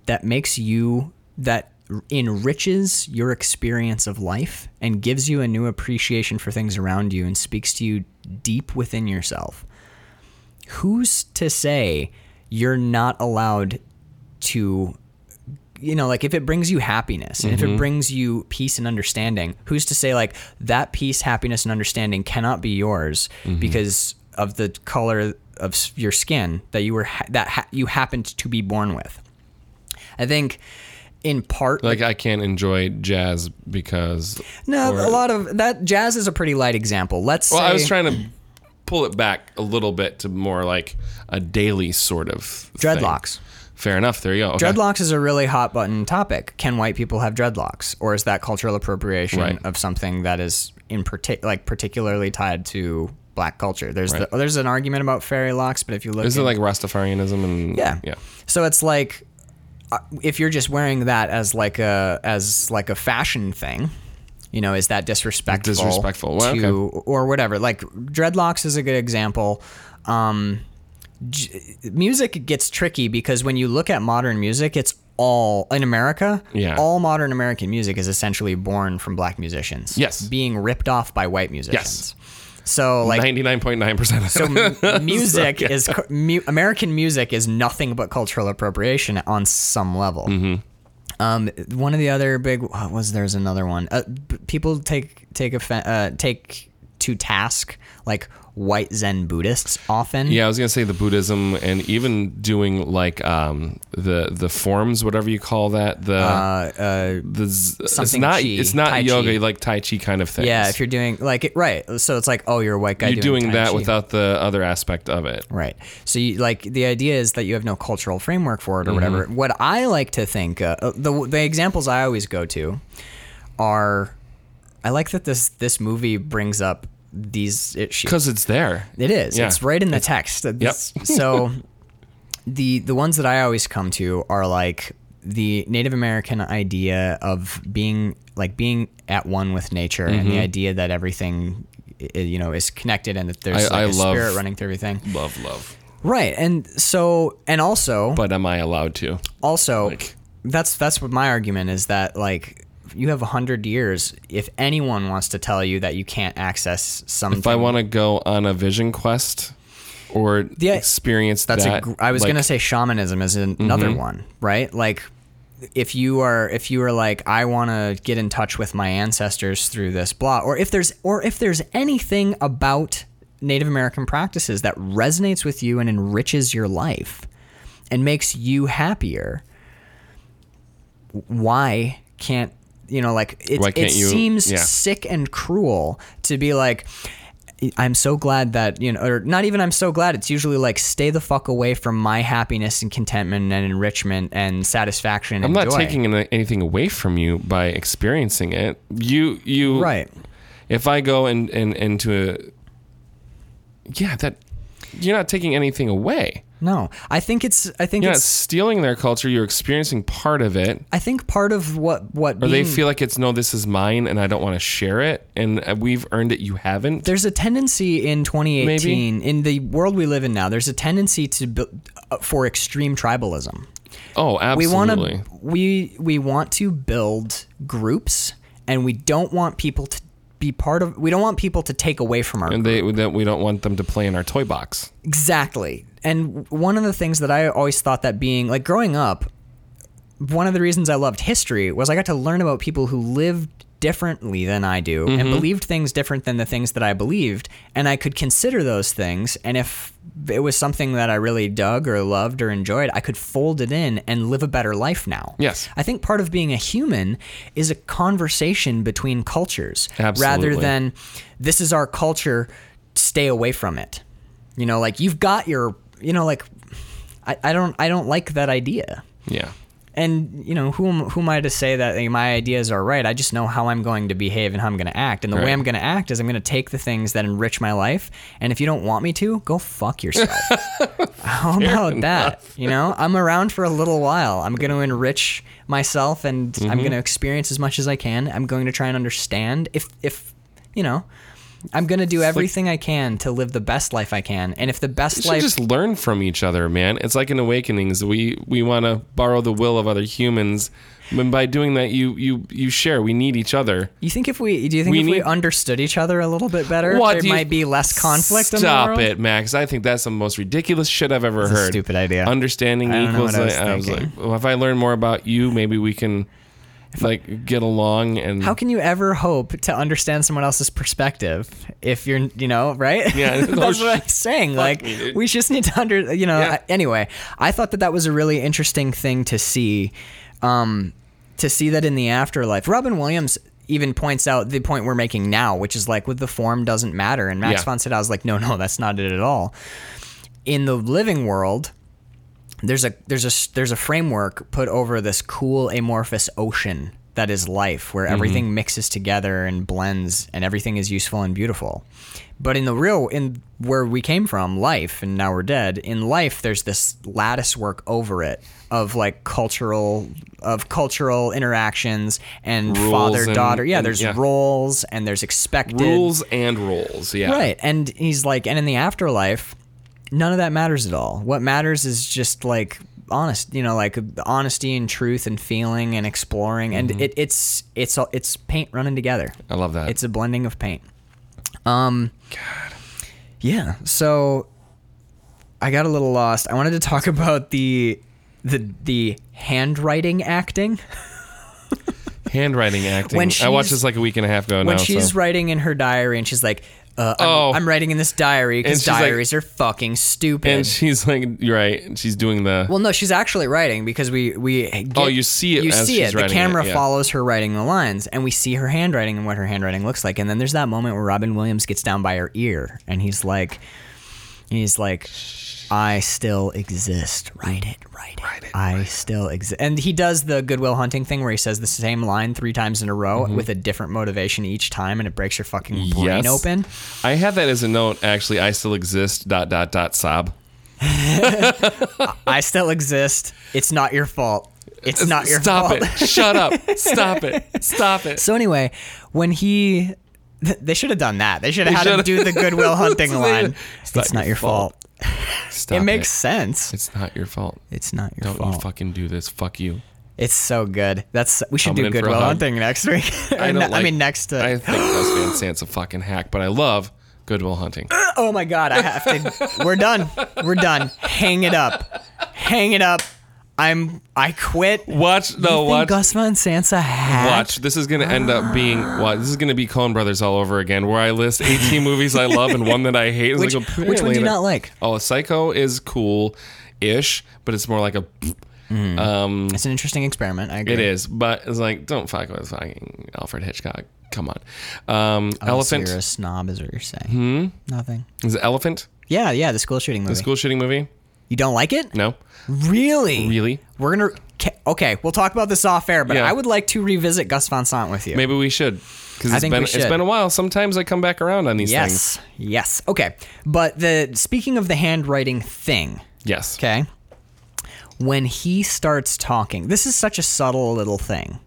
that makes you, that enriches your experience of life and gives you a new appreciation for things around you and speaks to you deep within yourself, who's to say you're not allowed to you know like if it brings you happiness and if
Mm-hmm.
it brings you peace and understanding who's to say like that peace happiness and understanding cannot be yours
Mm-hmm.
because of the color of s- your skin that you were ha- that ha- you happened to be born with i think in part
Like I can't enjoy jazz because.
no
or-
a lot of that jazz is a pretty light example let's
Well,
say
I was trying to pull it back a little bit to more like a daily sort of thing.
dreadlocks
Fair enough. There you go. Okay.
Dreadlocks is a really hot button topic. Can white people have dreadlocks, or is that cultural appropriation
Right.
of something that is in partic- like particularly tied to black culture? There's
Right.
the, there's an argument about fairy locks, but if you look,
Is it
in-
like Rastafarianism and
yeah,
Mm, yeah?
So it's like uh, if you're just wearing that as like a as like a fashion thing. You know, is that disrespectful?
Disrespectful. Well,
to, or whatever. Like dreadlocks is a good example. Um, music gets tricky because when you look at modern music, it's all in America.
Yeah.
All modern American music is essentially born from black musicians.
Yes.
Being ripped off by white musicians. Yes. So like.
Ninety nine point nine percent of
so
them.
m- music is cu- mu- American music is nothing but cultural appropriation on some level.
Mm-hmm.
Um, one of the other big what was there's another one. Uh, b- people take take offen- uh, take to task like white Zen Buddhists often.
Yeah, I was gonna say the Buddhism and even doing like um, the the forms, whatever you call that. The
Uh,
the z- it's
something
not
chi,
it's not
tai
yoga
chi.
like Tai Chi kind of thing.
Yeah, if you're doing like it, right, so it's like oh, you're a white guy.
you're doing,
Tai
that
Chi.
without the other aspect of it.
Right. So you like the idea is that you have no cultural framework for it or whatever.
Mm-hmm.
What I like to think uh, the the examples I always go to are I like that this this movie brings up these issues.
Because it's there.
It is.
Yeah.
It's right in the text. It's- so the the ones that I always come to are like the Native American idea of being like being at one with nature and
Mm-hmm.
the idea that everything i- you know is connected and that there's
I-
like
I
a
love-
spirit running through everything.
Love, love.
Right. And so and also
But am I allowed to?
also
Like-
that's that's what my argument is that like you have a hundred years if anyone wants to tell you that you can't access something
If I want to go on a vision quest or
Yeah.
experience
that's
that,
a gr- i was
like, Mm-hmm.
gonna say shamanism is an- another one right like if you are if you are like i want to get in touch with my ancestors through this blah or if there's or if there's anything about native american practices that resonates with you and enriches your life and makes you happier why can't you know like it,
Why can't
it
you-
seems
yeah.
sick and cruel to be like I'm so glad that you know or not even I'm so glad it's usually like stay the fuck away from my happiness and contentment and enrichment and satisfaction and
I'm not
joy."
taking an- anything away from you by experiencing it. You you
right
if I go and and into a yeah that you're not taking anything away.
No, I think it's. I think
You're not
it's.
stealing their culture. You're experiencing part of it.
I think part of what what
Or they
being-
feel like it's no, this is mine, and I don't want to share it, and uh, we've earned it. You haven't.
there's a tendency in 2018 in the world we live in now. There's a tendency to bu- uh, for extreme tribalism.
oh,
We want
absolutely.
to we we want to build groups, and we don't want people to be part of. We don't want people to take away from our
and they that we don't want them to play in our toy box.
Exactly. And one of the things that I always thought that being like growing up, one of the reasons I loved history was I got to learn about people who lived differently than I do and believed things different than the things that I believed. And I could consider those things. And if it was something that I really dug or loved or enjoyed, I could fold it in and live a better life now.
Yes.
I think part of being a human is a conversation between cultures rather
Absolutely.
than this is our culture, stay away from it. You know, like you've got your, you know, like I, I don't I don't like that idea.
Yeah.
And you know, who am, who am I to say that like, my ideas are right? I just know how I'm going to behave and how I'm going to act. And the way
Right.
I'm going to act is I'm going to take the things that enrich my life. And if you don't want me to, go fuck yourself. how about that? You know, I'm around for a little while. I'm going to enrich myself and
Mm-hmm.
I'm going to experience as much as I can. I'm going to try and understand if if you know, I'm going to do everything I can to live the best life I can. And if the best
We
life
just learn from each other, man. It's like in Awakenings, we we want to borrow the will of other humans, and by doing that, you you you share. We need each other.
You think if we do you think
We
if we
need-
understood each other a little bit better,
What
there
do you-
might be less conflict in the
Stop
world?
it, Max. I think that's the most ridiculous shit I've ever
a
heard.
stupid idea.
Understanding
I don't know
equals.
what I was
I was like,
thinking.
well, if I learn more about you, maybe we can like get along and
How can you ever hope to understand someone else's perspective if you're, you know, right?
Yeah, no
that's what
shit.
I'm saying. Like,
me, dude.
we just need to under, you know.
Yeah.
I- anyway, I thought that that was a really interesting thing to see, um, to see that in the afterlife. Robin Williams even points out the point we're making now, which is like, with the form doesn't matter. And Max
Yeah.
von Sydow's like, no, no, that's not it at all. In the living world, there's a there's a there's a framework put over this cool amorphous ocean that is life
Mm-hmm.
where everything mixes together and blends and everything is useful and beautiful but in the real in where we came from life and now we're dead in life there's this lattice work over it of like cultural of cultural interactions and
Rules
father daughter
and-
yeah
and-
there's
yeah.
roles and there's expected
rules and rules. Yeah.
Right. And he's like, and in the afterlife, none of that matters at all. What matters is just like honest, you know, like honesty and truth and feeling and exploring. And it, it's, it's, all- it's paint running together.
Mm-hmm. I love that.
It's a blending of paint. Um, God. Yeah. So I got a little lost. I wanted to talk about the, the, the handwriting acting.
handwriting acting.
When
I watched
she's-
this like a week and a half ago
when
now.
she's
so.
writing in her diary and she's like, uh, I'm,
Oh.
I'm writing in this diary
And
because
she's like-
diaries are fucking stupid.
and she's like, you're right. She's doing the.
well, no, she's actually writing because we we get,
Oh, you see it
you
as
see
she's
it. The
writing it,
camera
yeah.
follows her writing the lines, and we see her handwriting and what her handwriting looks like. And then there's that moment where Robin Williams gets down by her ear, and he's like, he's like, I still exist. Write it, write it. I still exist. And he does the Goodwill Hunting thing where he says the same line three times in a row with a different motivation each time, and it breaks your fucking brain
Mm-hmm. Yes.
open.
I had that as a note. Actually, I still exist. Dot dot dot. Sob.
I still exist. It's not your fault. It's not your
Stop
fault.
it. Shut up. Stop it. Stop it.
So anyway, when he, th- they should have done that. They should have had him
should've.
do the Goodwill Hunting
It's
line.
not-
It's, not your fault.
Stop
It makes sense.
It's not your fault.
It's not your
Don't you
fault.
fucking do this. Fuck you.
It's so good. That's we should
I'm
do
in for a
Goodwill
hug.
Hunting next week. Or
I,
ne-
don't
I
like-
mean next. Uh,
I think Gus Van Sant's a fucking hack, but I love Goodwill Hunting.
oh my god! I have to. we're done. We're done. Hang it up. Hang it up. I'm. I quit. You
Watch no
think
watch
Gus Van Sant's a hack?
watch. This is gonna end up being watch, this is gonna be Coen Brothers all over again, where I list 18 movies I love and one that I hate. It's
Which,
like,
which one do
apparently-
you not like?
Oh, Psycho is cool, ish, but it's more like a.
Mm.
Um,
It's an interesting experiment. I agree.
It is, but it's like don't fuck with fucking Alfred Hitchcock. Come on, um, Elephant
So you're a snob, is what you're saying. Hmm? Nothing.
is it Elephant
Yeah, yeah. The school shooting movie.
the school shooting movie?
you don't like it?
No,
Really?
really.
We're gonna. ca- Okay, we'll talk about this off air, but
Yeah.
I would like to revisit Gus Van Sant with you.
Maybe we should because it's
think
been
we
it's
should.
been a while. Sometimes I come back around on these things.
Yes. Yes. Okay. But the speaking of the handwriting thing,
Yes.
Okay. When he starts talking, this is such a subtle little thing.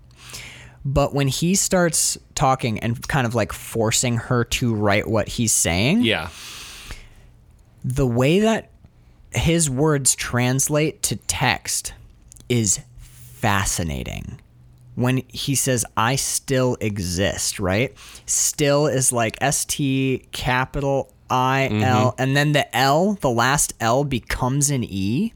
But when he starts talking and kind of like forcing her to write what he's saying,
Yeah.
the way that his words translate to text is fascinating. When he says, I still exist, right? Still is like S T capital I L,
Mm-hmm.
and then the L, the last L becomes an E.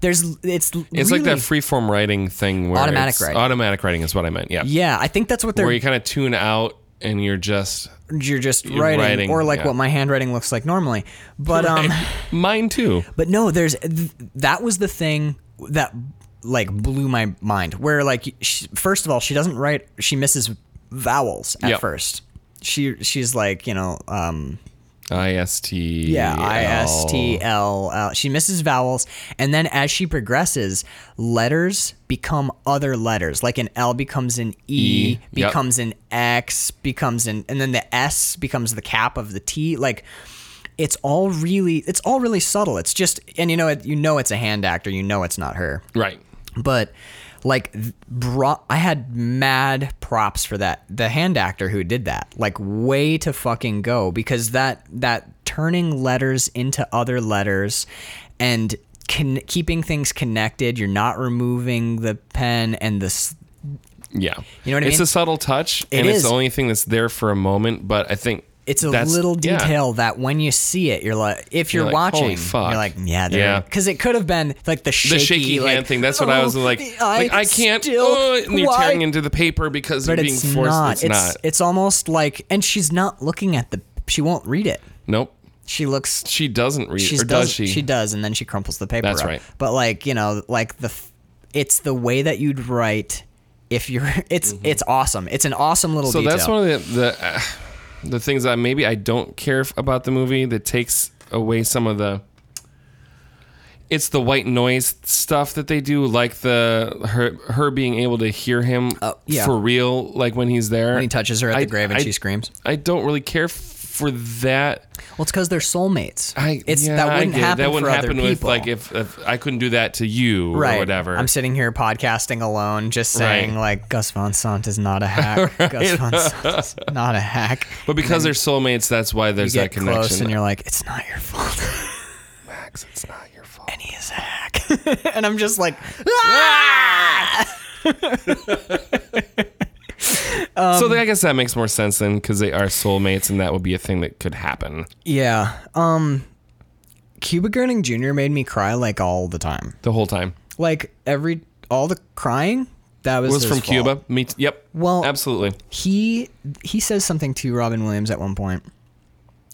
There's, it's,
It's like that
really-
freeform writing thing where
Automatic
it's-
writing.
Automatic writing is what I meant. Yeah.
Yeah, I think that's what
Where
they're
you kind of tune out and you're just
you're just writing,
writing,
or like
yeah.
what my handwriting looks like normally. But um,
mine too.
but no, there's th- that was the thing that like blew my mind. Where like she, first of all, she doesn't write; she misses vowels at
Yep.
first. She she's like you know um
I S T. E
yeah I S T
L.
L L. She misses vowels, and then as she progresses, letters become other letters. Like an L becomes an
E,
E,
yep.
becomes an X, becomes an, and then the S becomes the cap of the T. Like it's all really, it's all really subtle. It's just, and you know, it, you know, it's a hand actor. You know, it's not her
Right.
but like th- bro- I had mad props for that the hand actor who did that like way to fucking go because that that turning letters into other letters and con- keeping things connected you're not removing the pen and the s-
Yeah.
You know what I
It's
mean?
a subtle touch,
It
and
is.
it's the only thing that's there for a moment. But I think
it's a
that's-
little
yeah.
detail that when you see it you're like if you're,
You're like,
watching
"Holy fuck."
you're like yeah
Yeah.
because it could have been like the shaky,
The shaky
like,
hand thing. That's what I was
"Oh,
like.
I
like I can't.
still-
oh, and you're
why
tearing into the paper because
but
you're being
it's
forced.
not.
It's,
it's
not.
it's almost like, and she's not looking at the. She won't read it.
Nope.
She looks.
She doesn't read,
She
or does she?
does, and then she crumples the paper.
That's
up.
right.
But like you know, like the, f- it's the way that you'd write. If you're, it's it's awesome. It's an awesome little.
Mm-hmm. so
detail.
that's one of the the, uh, the things that maybe I don't care f- about the movie that takes away some of the. It's the white noise stuff that they do, like the her her being able to hear him
Oh, yeah.
for real, like when he's there.
When he touches her at the
I-
grave and
I-
she screams.
I don't really care f- for that.
Well, it's because they're soulmates.
I
it's
yeah,
that
I
wouldn't
get it.
happen.
That wouldn't
for
happen
other
with
people.
like if, if I couldn't do that to you
right.
or whatever.
I'm sitting here podcasting alone, just saying
Right.
like Gus Von Sant is not a hack. Gus Von Sant is not a hack.
but because they're soulmates, that's why there's
you
that
get close and
connection.
you're like, it's not your fault.
It's not your fault.
and he is a hack. and I'm just like, "Ah!" Um,
so then I guess that makes more sense then, because they are soulmates, and that would be a thing that could happen.
yeah. Um, Cuba Gooding Jr. made me cry like all the time.
The whole time
Like every all the crying that was,
it was
his
from
fault.
Cuba. Me, t- yep.
Well-
absolutely.
He he says something to Robin Williams at one point,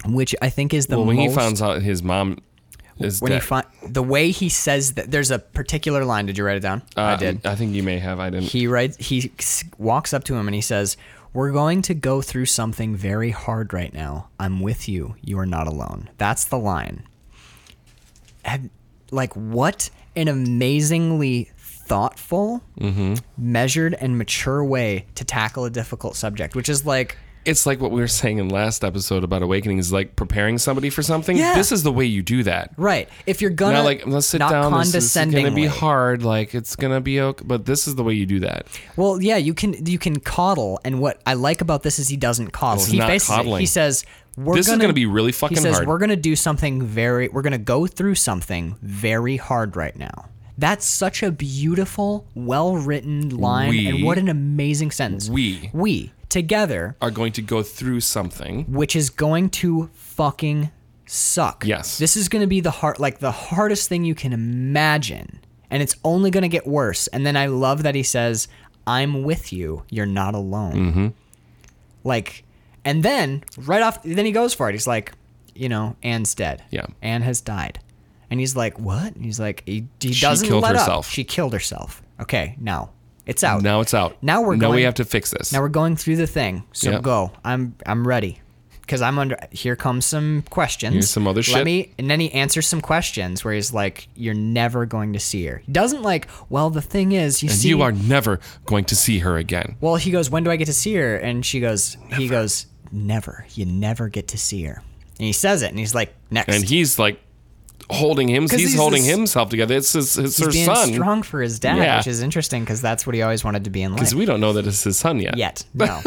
which I think is the
Well, when
most
he finds out his mom is
when he
dead-
find the way he says that. There's a particular line. Did you write it down? I
Uh,
did.
I think you may have. I didn't.
he writes he s- walks up to him and he says we're going to go through something very hard right now i'm with you you are not alone that's the line Have, like what an amazingly thoughtful
Mm-hmm.
measured and mature way to tackle a difficult subject which is like
it's like what we were saying in last episode about awakenings, like preparing somebody for something.
Yeah.
This is the way you do that.
right if you're gonna
Now, like, let's sit
not
down. This is
condescendingly
gonna be hard. Like, it's gonna be okay. But this is the way you do that.
Well, yeah, you can you can coddle, and what I like about this is he doesn't coddle.
This is
he
not
faces it. He
coddling.
says, "We're
This is
gonna,
gonna be really
He
fucking
says
hard.
we're gonna do something very. We're gonna go through something very hard right now. That's such a beautiful, well-written line, and
We-
what an amazing sentence.
we-
we together,
Are going to go through something.
which is going to fucking suck.
Yes.
This is going to be the hard, like the hardest thing you can imagine, and it's only going to get worse. And then I love that he says, "I'm with you. You're not alone."
Mm-hmm.
Like, and then right off, then he goes for it. He's like, you know, Anne's dead.
Yeah.
Anne has died. And he's like, what? And he's like, he, he
She
doesn't
killed
let
herself.
up. She killed herself. Okay, now it's out.
Now it's out.
Now we're
Now we
going-
have to fix this.
Now we're going through the thing. So
Yeah.
go. I'm I'm ready. Cause I'm under. Here comes some questions.
Here's some other
Let
shit.
me, and then he answers some questions where he's like, "You're never going to see her." He doesn't like. Well, the thing is, you
and
see,
you are never going to see her again.
Well, he goes, "When do I get to see her?" And she goes, "He goes, never. You never get to see her." And he says it, and he's like, "Next."
And he's like, holding him. He's,
'Cause he's
holding
this-
himself together. It's his, it's
He's
her
being
son.
strong for his dad,
Yeah.
which is interesting because that's what he always wanted to be in life.
Because we don't know that it's his son yet.
Yet, no.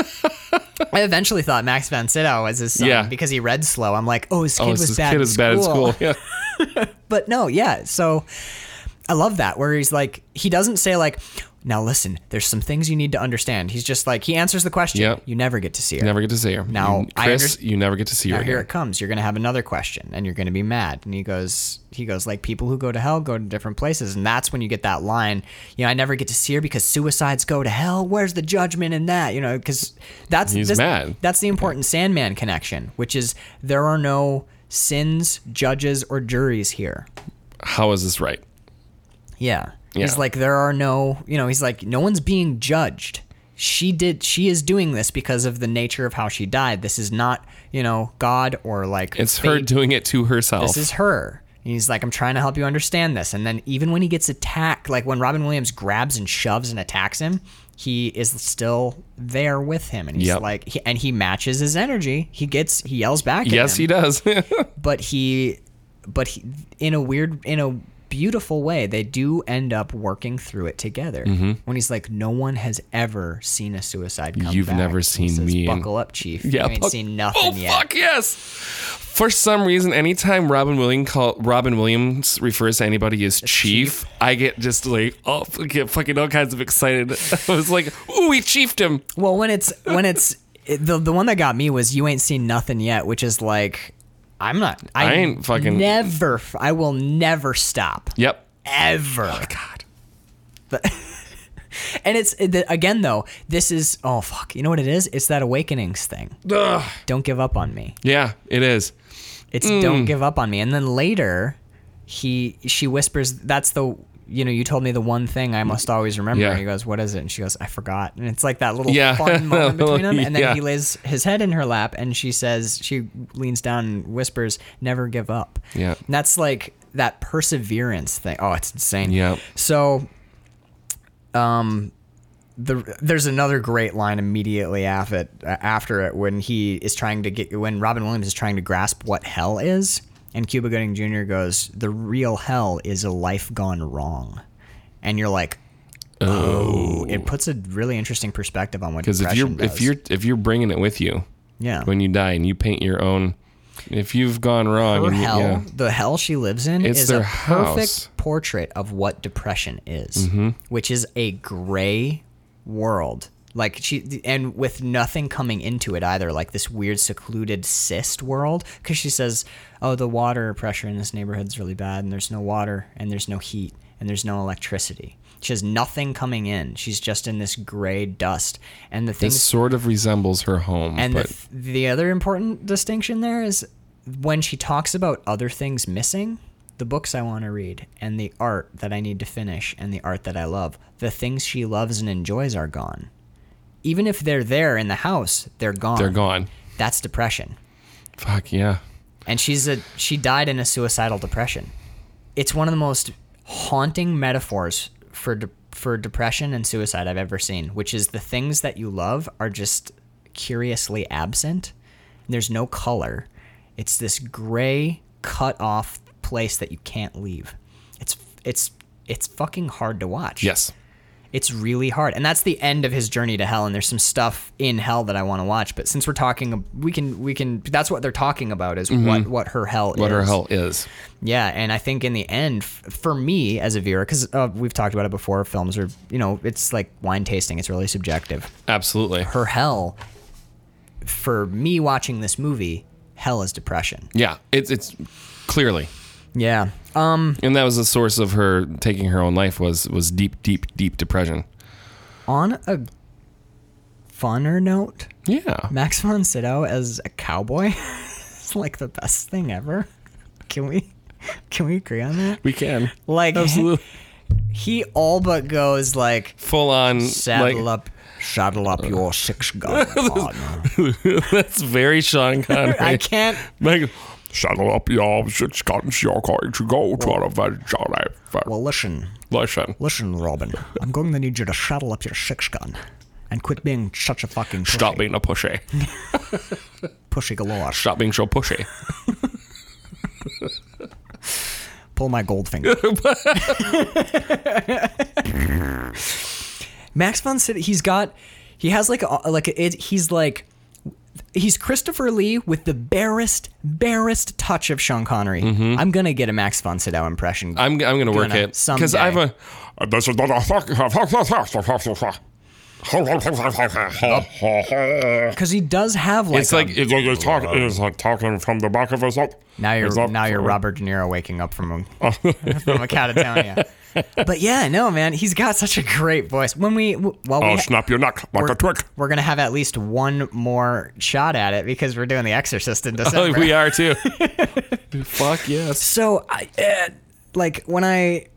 I eventually thought Max von Sydow was his son
Yeah.
because he read slow. I'm like, oh, his kid
Oh, it's
was
his
bad.
kid
in
is bad at
school.
school. Yeah.
But no, yeah. So I love that where he's like, he doesn't say like, now listen, there's some things you need to understand. He's just like, he answers the question.
Yep.
You never get to see her.
Never get to see her.
Now,
You-
I
Chris,
underst-
you never get to see her
Now here
again.
it comes. You're gonna have another question, and you're gonna be mad. And he goes, he goes like, people who go to hell go to different places, and that's when you get that line. You know, I never get to see her because suicides go to hell. Where's the judgment in that? You know, because that's
He's
this-
mad.
That's the important Sandman connection, which is there are no sins, judges, or juries here.
How is this right?
Yeah.
Yeah.
He's like, there are no, you know, he's like, no one's being judged. She did, she is doing this because of the nature of how she died. This is not, you know, God or like.
It's
fate.
her doing it to herself.
This is her. And he's like, I'm trying to help you understand this. And then even when he gets attacked, like when Robin Williams grabs and shoves and attacks him, he is still there with him. And he's
Yep.
like, he, and he matches his energy. He gets, he yells back.
yes,
at him,
he does.
But he, but he, in a weird, in a beautiful way, they do end up working through it together.
Mm-hmm.
When he's like, no one has ever seen a suicide. Come
You've
back."
never
He
seen
says,
me in-
Buckle up, chief.
yeah.
You ain't
fuck-
seen nothing
oh,
yet.
fuck yes. For some reason, anytime Robin Williams call Robin Williams refers to anybody as chief, I get just like oh I get fucking all kinds of excited. I was like, ooh, we chiefed him.
Well, when it's when it's it- the the one that got me was you ain't seen nothing yet, which is like I'm not. I,
I ain't fucking-
never. f- I will never stop
Yep.
ever.
Oh God.
And it's the, again though. This is oh fuck. You know what it is? It's that awakenings thing.
Ugh.
Don't give up on me.
Yeah, it is.
It's
Mm.
don't give up on me. And then later, he she whispers. That's the. You know, you told me the one thing I must always remember.
Yeah.
And he goes, "What is it?" And she goes, "I forgot." And it's like that little
Yeah.
fun moment between them. And then
Yeah.
he lays his head in her lap, and she says, she leans down and whispers, "Never give up."
Yeah.
And that's like that perseverance thing. Oh, it's insane.
Yeah.
So, um, the there's another great line immediately after it, after it when he is trying to get when Robin Williams is trying to grasp what hell is, and Cuba Gooding Jr. goes, "The real hell is a life gone wrong," and you're like. Oh, it puts a really interesting perspective on what
Because if you're
depression
if
does.
you're if you're bringing it with you
yeah
when you die and you paint your own, if you've gone wrong,
her
and you-
hell,
yeah.
the hell she lives in,
It's
is
their
a perfect
house. Mm-hmm.
portrait of what depression is, which is a gray world. Like she, and with nothing coming into it either, like this weird secluded cyst world. Because she says, "Oh, the water pressure in this neighborhood's really bad, and there's no water, and there's no heat, and there's no electricity." She has nothing coming in. She's just in this gray dust, and the
it
things
sort of resembles her home.
and the,
but
th- the other important distinction there is when she talks about other things missing, the books I want to read and the art that I need to finish and the art that I love, the things she loves and enjoys are gone. Even if they're there in the house, they're gone.
they're gone.
That's depression.
Fuck yeah.
And she's a she died in a suicidal depression. It's one of the most haunting metaphors for de- for depression and suicide I've ever seen, which is the things that you love are just curiously absent. There's no color. It's this gray cut off place that you can't leave. It's it's it's fucking hard to watch.
Yes.
It's really hard. And that's the end of his journey to hell and there's some stuff in hell that I want to watch, but since we're talking we can we can that's what they're talking about is what what her hell
Mm-hmm. What
is.
her hell is.
Yeah, and I think in the end, f- for me as a viewer, because uh, we've talked about it before, films are, you know, it's like wine tasting, it's really subjective.
Absolutely.
Her hell, for me watching this movie, hell is depression.
Yeah. It's it's clearly.
Yeah. Um,
And that was the source of her taking her own life was was deep, deep, deep depression.
on a funner note,
Yeah.
Max von Sydow as a cowboy is like the best thing ever. Can we, can we agree on that?
We can.
Like,
Absolutely.
he all but goes like,
Full on
Saddle
like Uh.
up, saddle up your six gun partner.
that's very Sean Connery.
I can't.
Like,
Saddle up your arms, it's gotten your car to go to a venture.
Well, listen,
listen.
listen, Robin. I'm going to need you to saddle up your six gun, and quit being such a fucking pushy,
Stop being a pushy.
pushy galore.
Stop being so pushy.
pull my gold finger. Max von Sydow, he's got, he has like, a, like a, it, he's like, he's Christopher Lee with the barest, barest touch of Sean Connery.
Mm-hmm.
I'm gonna get a Max von Sydow impression.
I'm, I'm gonna work
Gonna
it because I've a
And This is not a fucking.
because he does have like
it's
a-
like it,
You're talking. It's like talking from the back of his up.
Now you're
It's not-
now you're Robert De Niro waking up from
Oh.
a, from a catatonia. But yeah, no man, he's got such a great voice. When we w- while we
Oh,
I'll
ha-
snap your neck like a twig.
we're gonna have at least one more shot at it because we're doing The Exorcist in December.
Oh, we are too. Fuck yes.
So I uh, like when I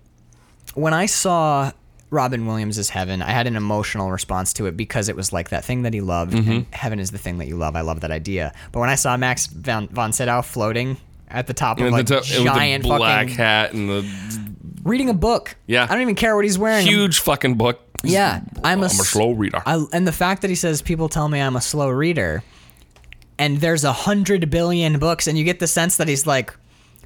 when I saw Robin Williams' Heaven, I had an emotional response to it because it was like that thing that he loved. And
Mm-hmm.
Heaven is the thing that you love. I love that idea. But when I saw Max von, von Sydow floating at the top of
And
like
the, to-
giant
with the black
fucking
hat and the
reading a book.
Yeah.
I don't even care what he's wearing.
huge fucking book.
Yeah. I'm a,
I'm a slow reader.
I, and the fact that he says people tell me I'm a slow reader, and there's a hundred billion books, and you get the sense that he's like,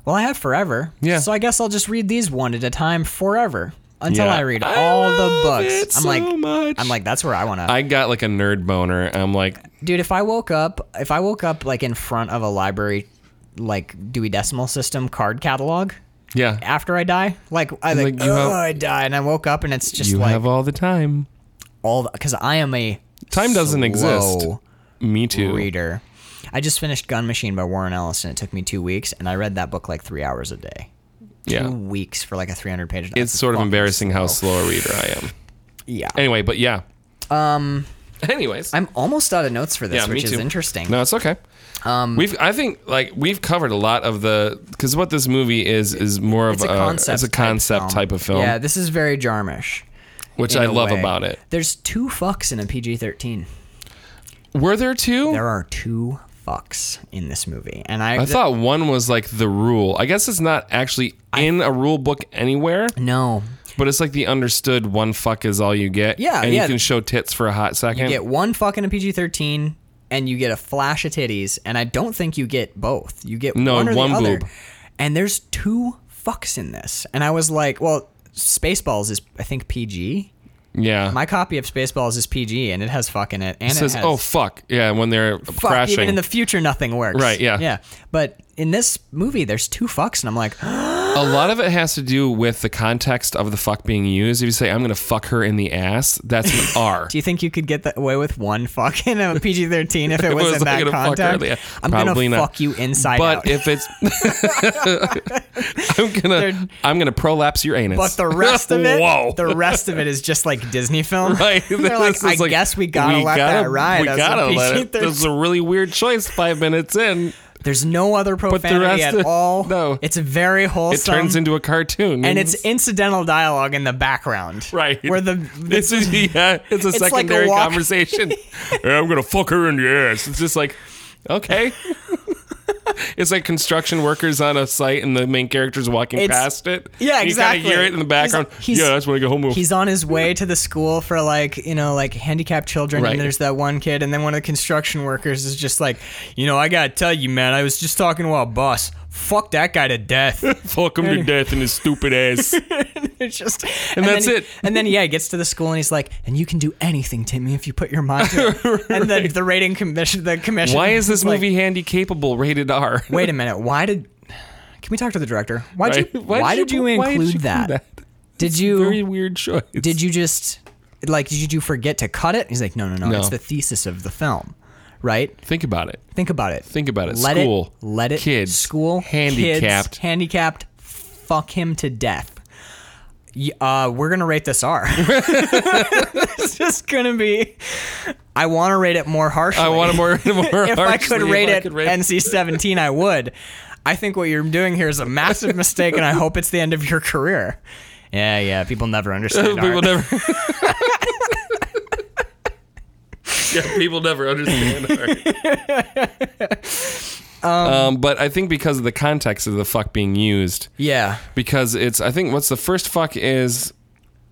well, I have forever.
Yeah.
So I guess I'll just read these one at a time forever until
Yeah.
I read
I
all the
love
books.
it
I'm
so
like,
much.
I'm like, that's where I want to.
I got like a nerd boner. I'm like,
Dude, if I woke up, if I woke up like in front of a library, like Dewey Decimal System card catalog.
yeah,
After I die, like I like,
Like, you have-
"Oh, I die, and I woke up, and it's just
you
like
have all the time.
all because I am a
Time doesn't exist.
slow
Me too.
Reader, I just finished Gun Machine by Warren Ellis, and it took me two weeks, and I read that book like three hours a day. Two
Yeah,
weeks for like a three hundred page. novel.
it's sort of
fucking
embarrassing how
slow.
slow a reader I am.
Yeah,
Anyway, but yeah. Um. Anyways,
I'm almost out of notes for this,
Yeah, me
which is
too.
interesting.
No, it's okay.
Um,
we've I think like we've covered a lot of the because what this movie is is more of
It's a concept.
uh, it's a
type
concept type, of film,
Yeah, this is very Jarmish.
which
in
I
a
love
way.
about it.
There's two fucks in a PG-13.
Were there two?
There are two fucks in this movie, and I,
Oh. I thought one was like the rule. I guess it's not actually in a rule book anywhere,
no.
but it's like the understood one fuck is all you get.
Yeah,
and
yeah.
you can show tits for a hot second.
get one fuck in a PG thirteen, and you get a flash of titties, and I don't think you get both. You get
No,
one or
one
the other.
boob.
And there's two fucks in this, and I was like, well, Spaceballs is I think PG.
yeah,
My copy of Spaceballs is PG, and it has fuck in it, and
it says
has,
oh fuck yeah when they're
fuck,
crashing.
Even in the future, nothing works.
Right, yeah.
Yeah. But in this movie, there's two fucks, and I'm like,
A lot of it has to do with the context of the fuck being used. If you say I'm gonna fuck her in the ass, that's an R.
do you think you could get that away with one fuck in a PG thirteen if it was, in
I'm
that
gonna fuck her
context?
in the-
I'm
Probably
gonna
not.
fuck you inside
but
out.
if it's I'm gonna
They're-
I'm gonna prolapse your anus.
But the rest of it,
Whoa.
the rest of it is just like Disney film.
Right,
They're like,
This
I
is
guess we gotta let
gotta-
that ride.
We
as a
gotta let it.
PG-13."
This is a really weird choice. Five minutes in,
There's no other profanity
rest
at
of-
all.
no.
it's very
it
wholesome.
turns into a cartoon,
and it's incidental dialogue in the background.
right
where the
it's a, yeah, it's a
like a
secondary
walk-
conversation. Yeah, I'm gonna fuck her in the ass. It's just like okay. It's like construction workers on a site, and the main character's walking
It's-
past it.
Yeah,
And
exactly.
You kind of hear it in the background.
He's-
yeah, that's when I go home. with-
He's on his way to the school for like, you know, like handicapped children.
Right.
And there's that one kid. And then one of the construction workers is just like, you know, I got to tell you, man, I was just talking to our boss. Fuck that guy to death.
fuck him to death in his stupid ass.
It's just and,
that's
then he-
it.
And then yeah, he gets to the school and he's like, "And you can do anything, Timmy, if you put your mind to it." And then the rating commission, the commission.
Why is this
like,
movie handy capable rated R?
Wait a minute. Why did? Can we talk to the director? Why'd you?
Right? Why
Why, did you,
why did
include
you do
that? Did
Very
you?
weird choice.
Did you just like? Did you do forget to cut it? He's like, no, no, no.
No.
It's the thesis of the film, right?
Think about it.
Think about it.
Think about it.
Let
School.
It, let it.
Kids.
School.
Handicapped.
Kids, handicapped. Fuck him to death. Y- Uh, we're gonna rate this R. it's just gonna be. I want to rate it more harshly.
I want to more. more
if I could
harshly,
rate
if I
it
could rate-
NC-17, I would. I think what you're doing here is a massive mistake, and I hope it's the end of your career. Yeah, yeah. People never understand.
people
art.
never. yeah, people never understand. art. um, but I think because of the context of the fuck being used,
Yeah.
because it's I think what's the first fuck is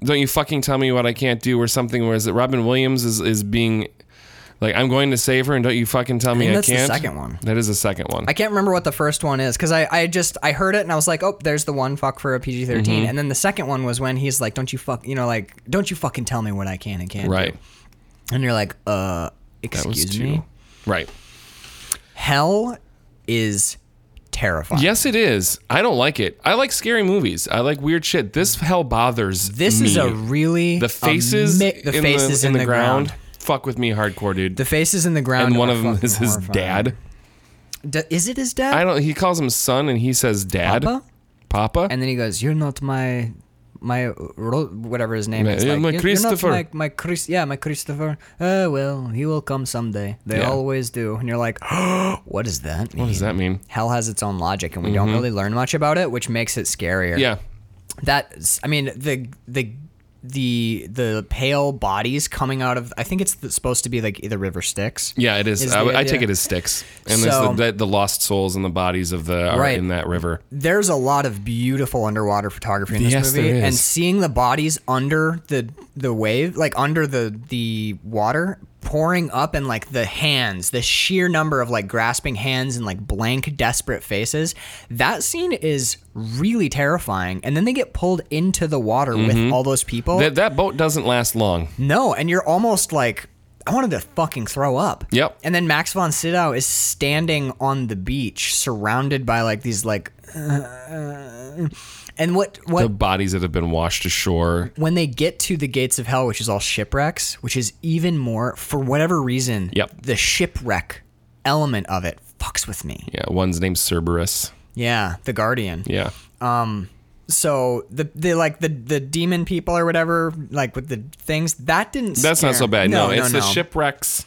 don't you fucking tell me what I can't do or something whereas Robin Williams is is being Like I'm going to save her, and don't you fucking tell me
think
I,
that's the
can't.
second one.
That is the second one.
I can't remember what the first one is because I, I just I heard it and I was like, oh, there's the one fuck for a PG 13
Mm-hmm.
and then the second one was when he's like, don't you fuck, you know, like don't you fucking tell me what I can and can't. do."
right.
And you're like, uh,
That was
excuse
two.
me.
Right.
Hell is terrifying.
Yes, it is. I don't like it. I like scary movies. I like weird shit. This hell bothers.
This is
me.
a really
the faces.
ama- the
in
faces
the,
in, the, ground.
Fuck with me hardcore, dude.
The faces in the ground.
and one
are
of them
fucking
is his
horrifying.
dad.
D- is it his dad?
I don't. He calls him son, and he says dad.
Papa?
Papa?
and then he goes, "You're not my." My Ro- whatever his name
Yeah,
is,
yeah,
like,
my
"You're- you're
Christopher."
not my, my Chris, yeah, my Christopher. Oh well, he will come someday. They
Yeah.
always do, and you're like, what does that mean?
what does that mean?
Hell has its own logic, and we don't really learn much about it, which makes it scarier.
Yeah.
that's. I mean, the the the the pale bodies coming out of. I think it's supposed to be like either River Styx.
Yeah, it is.
Is
I,
the
I take
idea.
it as sticks, and
So-
it's the, the, the lost souls and the bodies of the are
Right.
in that river.
there's a lot of beautiful underwater photography in this
Yes,
movie,
there is.
and seeing the bodies under the the wave, like under the the water pouring up, and like the hands, the sheer number of like grasping hands and like blank, desperate faces. That scene is really terrifying. And then they get pulled into the water
Mm-hmm.
with all those people.
That that boat doesn't last long.
No, and you're almost like, I wanted to fucking throw up.
Yep.
And then Max von Sydow is standing on the beach, surrounded by like these like, uh, and what what
The bodies that have been washed ashore.
when they get to the gates of hell, which is all shipwrecks, which is even more for whatever reason.
Yep.
The shipwreck element of it fucks with me.
Yeah, one's named Cerberus.
Yeah, the Guardian.
Yeah.
So the the like the the demon people or whatever, like with the things that didn't.
That's not
scare-
so bad. No,
no
it's the
no.
shipwrecks.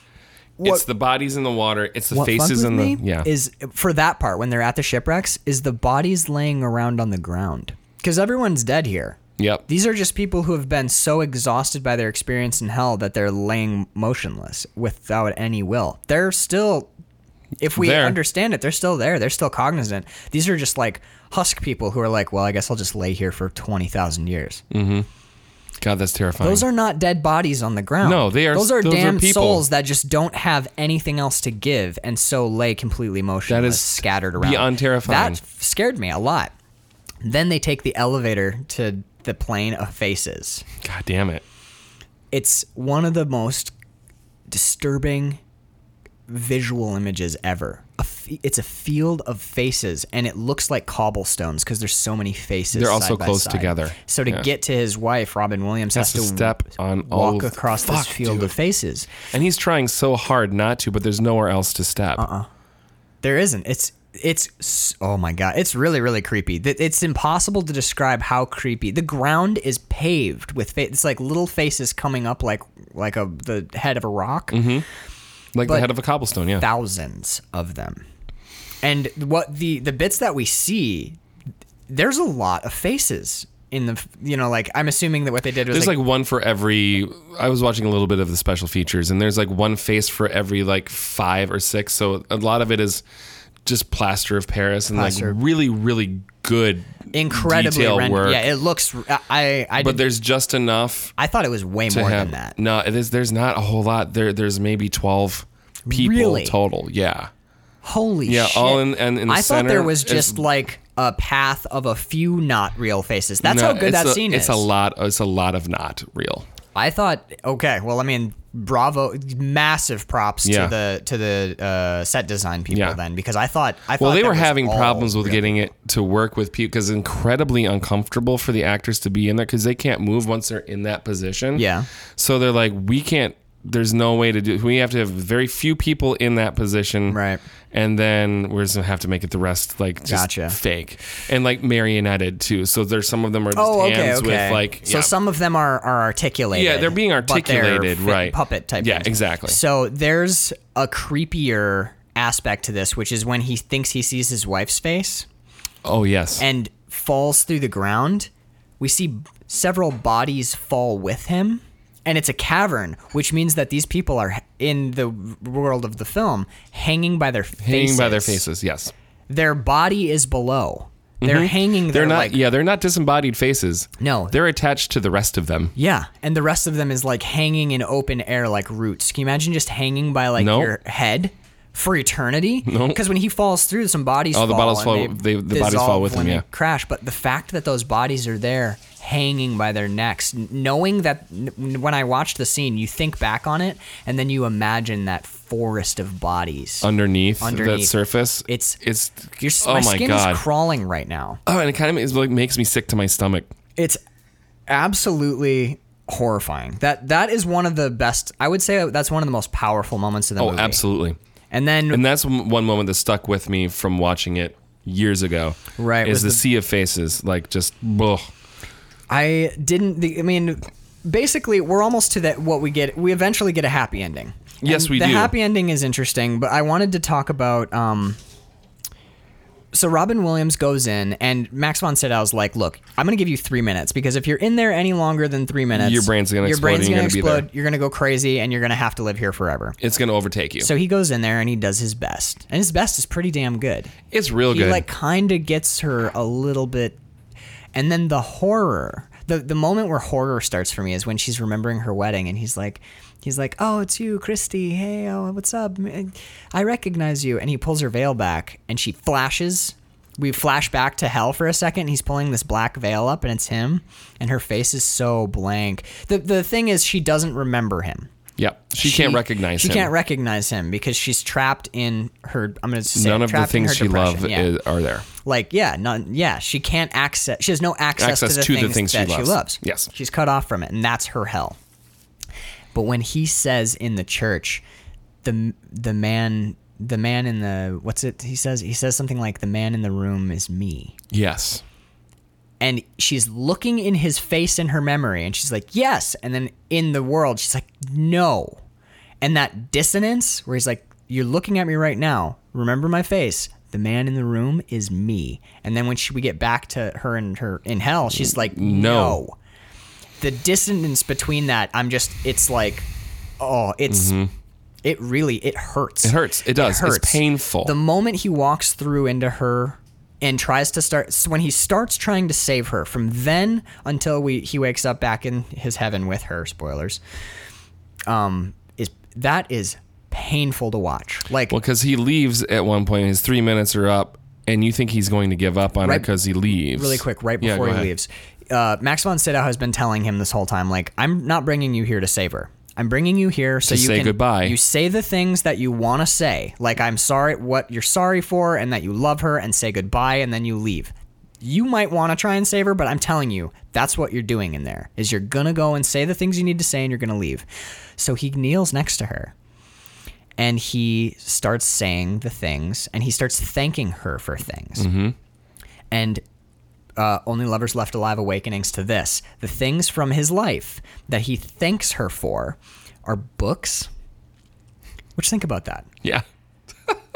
it's the bodies in the water. It's the
what
faces
faces
in the
me
yeah.
is for that part when they're at the shipwrecks is the bodies laying around on the ground because everyone's dead here.
yep.
These are just people who have been so exhausted by their experience in hell that they're laying motionless without any will. They're still, if we
There.
understand it, they're still there. They're still cognizant. These are just like husk people who are like, well, I guess I'll just lay here for twenty thousand years.
God, that's terrifying.
Those are not dead bodies on the ground.
No, they are-
Those are
those are
damned
people.
souls that just don't have anything else to give, and so lay completely motionless,
That is
scattered around.
beyond terrifying.
That f- scared me a lot. Then they take the elevator to the plane of faces.
God damn it.
It's one of the most disturbing visual images ever. A f- it's a field of faces, and it looks like cobblestones because there's so many faces.
They're also
side by
close
side.
together.
So to
Yeah.
get to his wife, Robin Williams has,
Has to
to
step on all
walk
of-
across this
Fuck,
field of faces.
And he's trying so hard not to, but there's nowhere else to step.
Uh-uh. There isn't. It's it's s- oh my god, it's really really creepy. Th- It's impossible to describe how creepy. The ground is paved with fa- it's like little faces coming up like like a the head of a rock.
Mm-hmm. Like the
but-
head of a cobblestone, yeah.
thousands of them. And what the the bits that we see, there's a lot of faces in the you know like I'm assuming that what they did was
There's
like,
like, one for every. I was watching a little bit of the special features, and there's like one face for every like five or six. So a lot of it is just plaster of Paris and
Plaster.
like really, really good,
incredibly
detail
rendered.
work.
Yeah, it looks I I
but
did,
there's just enough
I thought it was way
to
more
have.
than that.
No, it is, there's not a whole lot. There, there's maybe twelve people
Really?
total. Yeah,
Holy
yeah,
shit.
all in and in the
I
center.
thought there was
is-
just like a path of a few not real faces. That's
no,
how good
it's
that
a,
scene
It's
is.
a lot. It's a lot of not real.
I thought, okay, well, I mean, bravo, massive props
Yeah.
to the to the uh, set design people
Yeah.
then, because I thought, I
Well,
thought
they
that
were
was
having
all
problems with
real.
getting it to work with people because incredibly uncomfortable for the actors to be in there because they can't move once they're in that position.
Yeah.
So they're like, we can't. There's no way to do. We have to have very few people in that position,
Right.
And then we're just gonna have to make it the rest like just
Gotcha.
fake and like marionetted too. So there's some of them are just
Oh, okay,
hands
okay.
with like
so
yeah.
some of them are are articulated.
Yeah, they're being
but they're
articulated,
fi-
right.
Puppet type.
Yeah,
things.
exactly.
So there's a creepier aspect to this, which is when he thinks he sees his wife's face.
oh yes,
and falls through the ground. We see several bodies fall with him, and it's a cavern, which means that these people are in the world of the film hanging by their faces.
hanging by their faces. Yes.
Their body is below. They're hanging.
Mm-hmm. They're
there,
not.
Like,
yeah, they're not disembodied faces.
No.
they're attached to the rest of them.
Yeah, and the rest of them is like hanging in open air like roots. Can you imagine just hanging by like
No.
your head for eternity?
No.
Because when he falls through, some bodies.
Oh, the
fall
bodies
and
fall- they- the bodies fall
dissolve
with
when
him,
they
yeah.
Crash, but the fact that those bodies are there hanging by their necks, n- knowing that n- when I watched the scene, you think back on it, and then you imagine that forest of bodies.
Underneath, that
Underneath.
surface,
It's-
it's
Your, s-
oh
my
my
skin
god.
is crawling right now.
oh, and it kind of is like makes me sick to my stomach.
it's absolutely horrifying. That that is one of the best. I would say that's one of the most powerful moments of the
Oh,
movie.
absolutely.
And then
And that's m- one moment that stuck with me from watching it years ago.
Right,
is
was
the,
the-
sea of faces like just ugh.
I didn't. The, I mean, basically, we're almost to that. What we get, we eventually get a happy ending.
Yes, we
the
do.
The happy ending is interesting, but I wanted to talk about. Um, so Robin Williams goes in, and Max von Sydow's like, "Look, I'm going to give you three minutes because if you're in there any longer than three minutes,
Your brain's gonna
your
explode
brain's
and you're
gonna
gonna be
explode.
there."
You're going to go crazy, and you're going to have to live here forever."
It's gonna overtake you.
So he goes in there and he does his best, and his best is pretty damn good.
it's real
he
good.
like kind of gets her a little bit, and then the horror, the the moment where horror starts for me is when she's remembering her wedding, and he's like, he's like, oh, it's you, Christy. Hey, oh, what's up? M- I recognize you. And he pulls her veil back, and she flashes. We flash back to hell for a second. and He's pulling this black veil up, and it's him. And her face is so blank. The the thing is, she doesn't remember him
yeah, she, can't recognize
she
him.
can't recognize him because she's trapped in her i'm gonna just say
None of the
trapped in
things
her
she
depression,
loved
yeah.
is, are there.
like yeah none yeah she can't access she has no access,
Access
to, the, things that she, loves.
Yes.
she's cut off from it and that's her hell but when he says in the church the the man the man in the what's it he says he says something like the man in the room is me
Yes.
and she's looking in his face in her memory and she's like yes and then in the world she's like no and that dissonance where he's like you're looking at me right now remember my face the man in the room is me and then when she, we get back to her and her in hell she's like no, the dissonance between that i'm just it's like oh it's it really it hurts
It hurts. It does.
hurts.
It's painful.
The moment he walks through into her and tries to start so when he starts trying to save her from then until we he wakes up back in his heaven with her spoilers um is that is painful to watch like
well, because he leaves at one point, his three minutes are up, and you think he's going to give up on her
Right-
because he leaves.
really quick right
Yeah,
before
go
he
ahead.
leaves uh, max von sydow has been telling him this whole time like i'm not bringing you here to save her i'm bringing you here so
To
you
say
can
goodbye.
you say the things that you want to say like i'm sorry what you're sorry for and that you love her and say goodbye and then you leave you might want to try and save her but i'm telling you that's what you're doing in there is you're gonna go and say the things you need to say and you're gonna leave so he kneels next to her and he starts saying the things and he starts thanking her for things
Mm-hmm.
and uh, only lovers left alive awakenings to this the things from his life that he thanks her for are books which think about that
Yeah.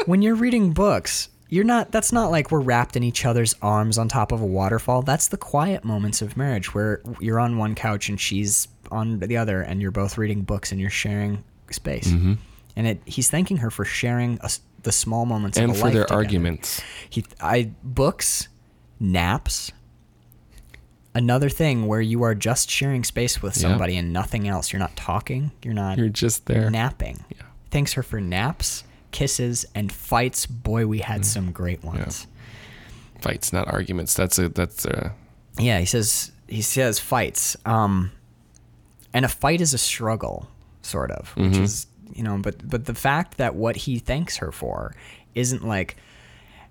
when you're reading books you're not that's not like we're wrapped in each other's arms on top of a waterfall that's the quiet moments of marriage where you're on one couch and she's on the other and you're both reading books and you're sharing space
Mm-hmm.
and it, he's thanking her for sharing us the small moments
And
of a
for
life
their
together.
arguments.
He, I books, naps. Another thing where you are just sharing space with
Yeah.
somebody and nothing else. You're not talking. You're not.
You're just there.
napping. Thanks her for naps, kisses, and fights. Boy, we
Mm.
had some great ones.
Fights, not arguments. That's a that's a
Yeah, he says he says fights. Um, and a fight is a struggle, sort of, which
Mm-hmm.
is you know, but but the fact that what he thanks her for isn't like,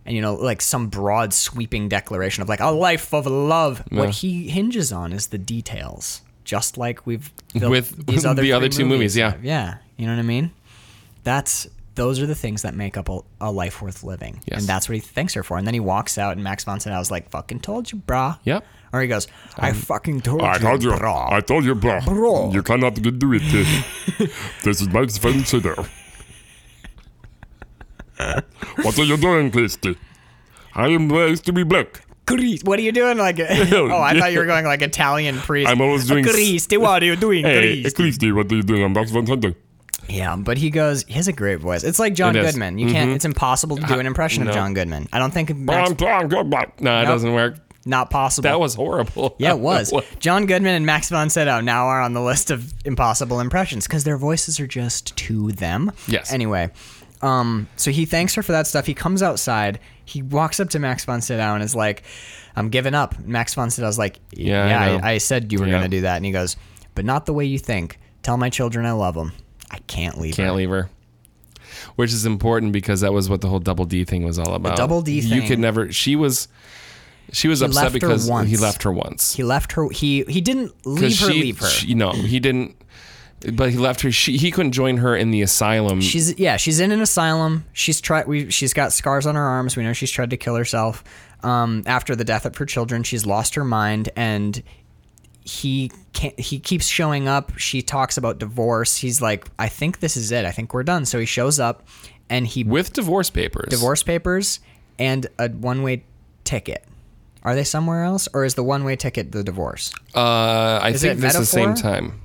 and you know, like some broad sweeping declaration of like a life of love.
Yeah.
What he hinges on is the details, just like we've the-
With the
three
other two movies, yeah.
have. yeah, you know what I mean. That's those are the things that make up a, a life worth living,
Yes.
and that's what he thanks her for. And then he walks out, and Max von Sydow was like, "Fucking told you, brah."
Yep.
Or he goes, I fucking told
Um, I
you,
told you,
brah."
I told you, bro.
Bro.
You cannot do it. this is my fancy there. What are you doing, Christy? I am raised to be black.
Grease. What are you doing? Like, oh, I thought you were going like Italian priest.
I'm always doing s-
Grease. What are you doing?
Hey,
Grease.
Christy, what are you doing? I'm not one hundred.
Yeah, but he goes. He has a great voice. It's like John
It is.
Goodman. You can't. It's impossible to do an impression of John Goodman. I don't think that's
Mm-hmm. I'm talking about.
No, it doesn't work.
not possible.
That was horrible.
yeah, it was. John Goodman and Max von Sydow now are on the list of impossible impressions because their voices are just to them.
Yes.
Anyway, um, so he thanks her for that stuff. He comes outside. He walks up to Max von Sydow and is like, "I'm giving up." Max von Sydow's like,
Yeah,
"Yeah,
I know."
I, I said you were
Yeah.
going to do that," and he goes, "But not the way you think. Tell my children I love them. I can't leave. her."
Can't leave her. Which is important because that was what the whole double D thing was all about.
double D
You
thing.
could never. She was. She was
left
upset
her
because he
once.
left her once.
He left her. He he didn't
'Cause
leave her.
she-
leave her.
she- no, he didn't. But he left her. She, he couldn't join her in the asylum.
she's yeah. She's in an asylum. She's tried. We she's got scars on her arms. We know she's tried to kill herself. Um, after the death of her children, she's lost her mind, and he can't. He keeps showing up. She talks about divorce. He's like, I think this is it. I think we're done. So he shows up, and he
with divorce papers.
divorce papers and a one way ticket. Are they somewhere else, or is the one way ticket the divorce?
Uh, I think
it
this is the same
metaphor?
time.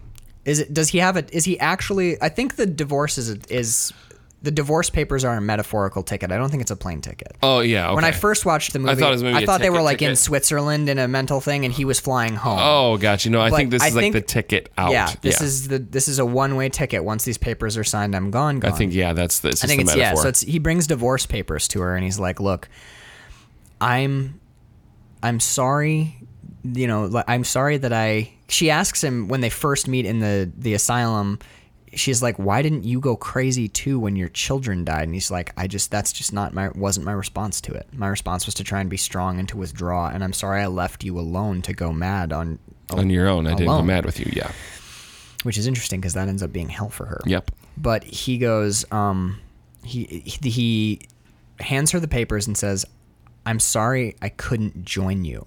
Is it? Does he have it? Is he actually? I think the divorce is is the divorce papers are a metaphorical ticket. I don't think it's a plane ticket.
Oh yeah.
When I
okay.
first watched the movie,
thought it was maybe a
thought they were
ticket,
like in
ticket.
Switzerland in a mental thing, and he was flying home.
Oh, gotcha. No, I
But
think this
I
is like
think-
the ticket out.
yeah. This is the this is a one way ticket. Once these papers are signed, I'm gone.
I
gone.
think yeah. That's the. It's
I
just
think
the
it's
metaphor.
yeah. So it's he brings divorce papers to her, and he's like, "Look, I'm, I'm sorry, you know, li- I'm sorry that I." She asks him when they first meet in the the asylum. She's like, "Why didn't you go crazy too when your children died?" And he's like, "I just that's just not my wasn't my response to it. My response was to try and be strong and to withdraw. And I'm sorry I left you alone to go mad on."
on your own. I didn't go
alone.
mad with you. Yeah.
Which is interesting because that ends up being hell for her.
Yep.
but he goes um he he- he hands her the papers and says i'm sorry i couldn't join you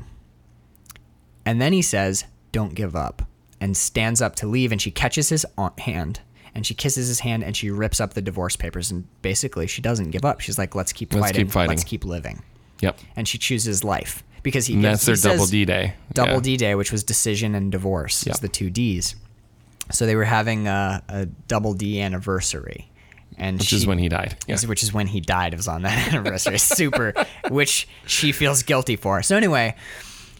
and then he says don't give up and stands up to leave and she catches his au- hand and she kisses his hand and she rips up the divorce papers and basically she doesn't give up she's like let's keep
Let's
fighting
keep fighting."
let's keep living
Yep.
and she chooses life because he
And
gives-
that's their
he
double
says-
D day.
Double
Yeah.
D Day, which was decision and divorce.
Yeah.
It's the two D's. So they were having a, a double D anniversary, and
which is when he died. Yeah.
which is when he died. It was on that anniversary. Super, which she feels guilty for. So anyway,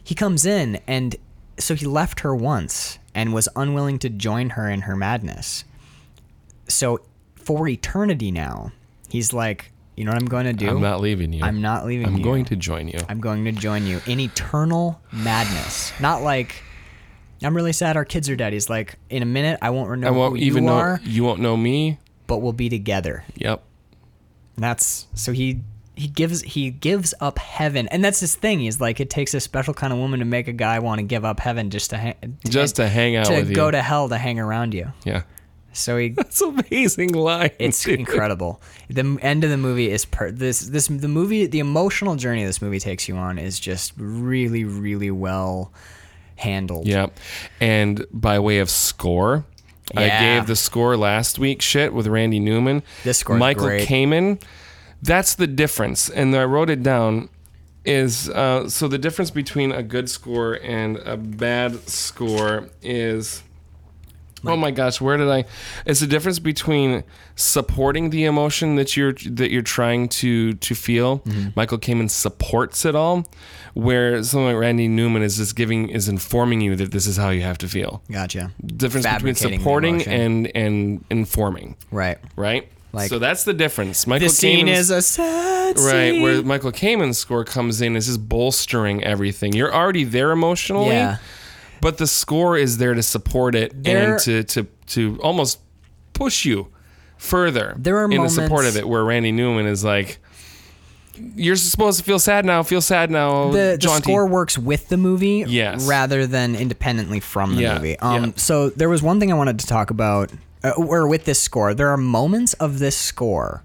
he comes in, and so he left her once and was unwilling to join her in her madness. So for eternity now, he's like, you know what I'm going to do?
I'm not leaving you.
I'm not leaving.
I'm
you.
going to join you.
I'm going to join you in eternal madness. Not like I'm really sad our kids are dead. He's like, in a minute, I won't know
I won't
who
even
you
know.
are,
You won't know me.
but we'll be together.
Yep.
And that's so he he gives he gives up heaven, and that's his thing. He's like, it takes a special kind of woman to make a guy want to give up heaven just to hang,
Just to hang out
to
with
go
you.
to hell to hang around you.
yeah.
So he
It's amazing line.
It's
dude.
incredible. The end of the movie is per- this this the movie the emotional journey this movie takes you on is just really really well handled.
Yeah. And by way of score, I
Yeah.
gave the score last week shit with Randy Newman.
This score's
Michael
great.
Kamen. That's the difference. And I wrote it down is uh, so the difference between a good score and a bad score is Oh my gosh, where did I? It's the difference between supporting the emotion that you're that you're trying to to feel.
Mm-hmm.
Michael Kamen supports it all, where someone like Randy Newman is just giving is informing you that this is how you have to feel.
Gotcha.
Difference between
Fabricating the
supporting
emotion.
and and informing,
Right.
right?
Like-
so that's the difference. Michael
This scene
Kamen's-
is a sad
Right,
scene.
where Michael Kamen's score comes in is just bolstering everything. You're already there emotionally,
Yeah.
but the score is there to support it
There-
and to, to to almost push you further.
There are
in the support of
moments-
it where Randy Newman is like, "You're supposed to feel sad now. Feel sad now."
the, the
jaunty."
score works with the movie
Yes.
rather than independently from the
Yeah,
movie. Um,
yeah.
So there was one thing I wanted to talk about, uh, or with this score, there are moments of this score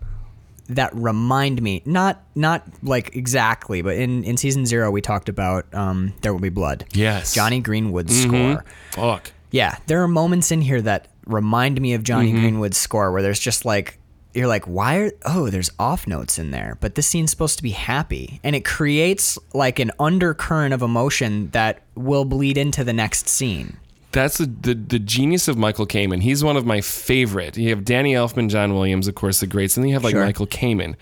that remind me not not like exactly, but in in season zero we talked about um, there will be blood.
Yes. Mm-hmm.
Johnny Greenwood's score.
Fuck.
Yeah, there are moments in here that remind me of Johnny
Mm-hmm.
Greenwood's score where there's just like you're like why are oh there's off notes in there but this scene's supposed to be happy and it creates like an undercurrent of emotion that will bleed into the next scene
that's the, the the genius of Michael Kamen. He's one of my favorite. You have Danny Elfman, John Williams, of course, the greats, and then you have like
Sure.
Michael Kamen.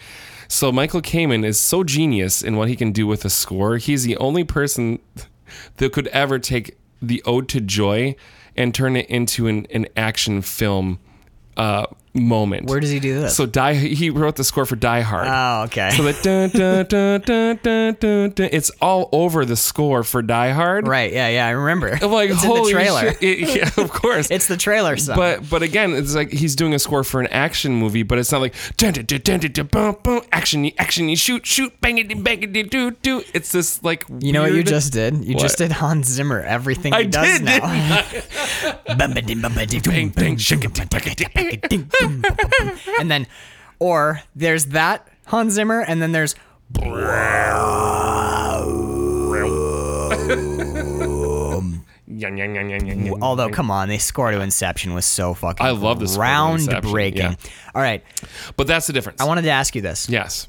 So Michael Kamen is so genius in what he can do with a score. He's the only person that could ever take the Ode to Joy and turn it into an, an action film uh, moment.
Where does he do this?
So die. He wrote the score for Die Hard.
oh, okay.
So that dun, dun, dun, dun, dun, dun, dun, it's all over the score for Die Hard.
right. Yeah. Yeah. I remember.
I'm like
it's
holy
in the trailer.
shit. It- yeah, of course.
It's the trailer song.
but but again, it's like he's doing a score for an action movie, but it's not like dun, dun, dun, dun, dun, dun, bum, bum, action action shoot shoot bang it bang it do do. It's this like
you know what you
weird-
just did? You just
What?
did Hans Zimmer. Everything he
I
does
did. didn't
now.
I?
Bum-ba-ding, bum-ba-ding,
Bang
bum-bum,
bang shake it bang, it, bang, it.
ding, dum, bum, bum. and then, or there's that Hans Zimmer, and then there's
Yum, yum, yum, yum, yum, yum.
although come on, they score to Inception was so fucking
Mm, I love the score to Inception,
groundbreaking.
yeah.
All right,
But that's the difference.
I wanted to ask you this:
yes.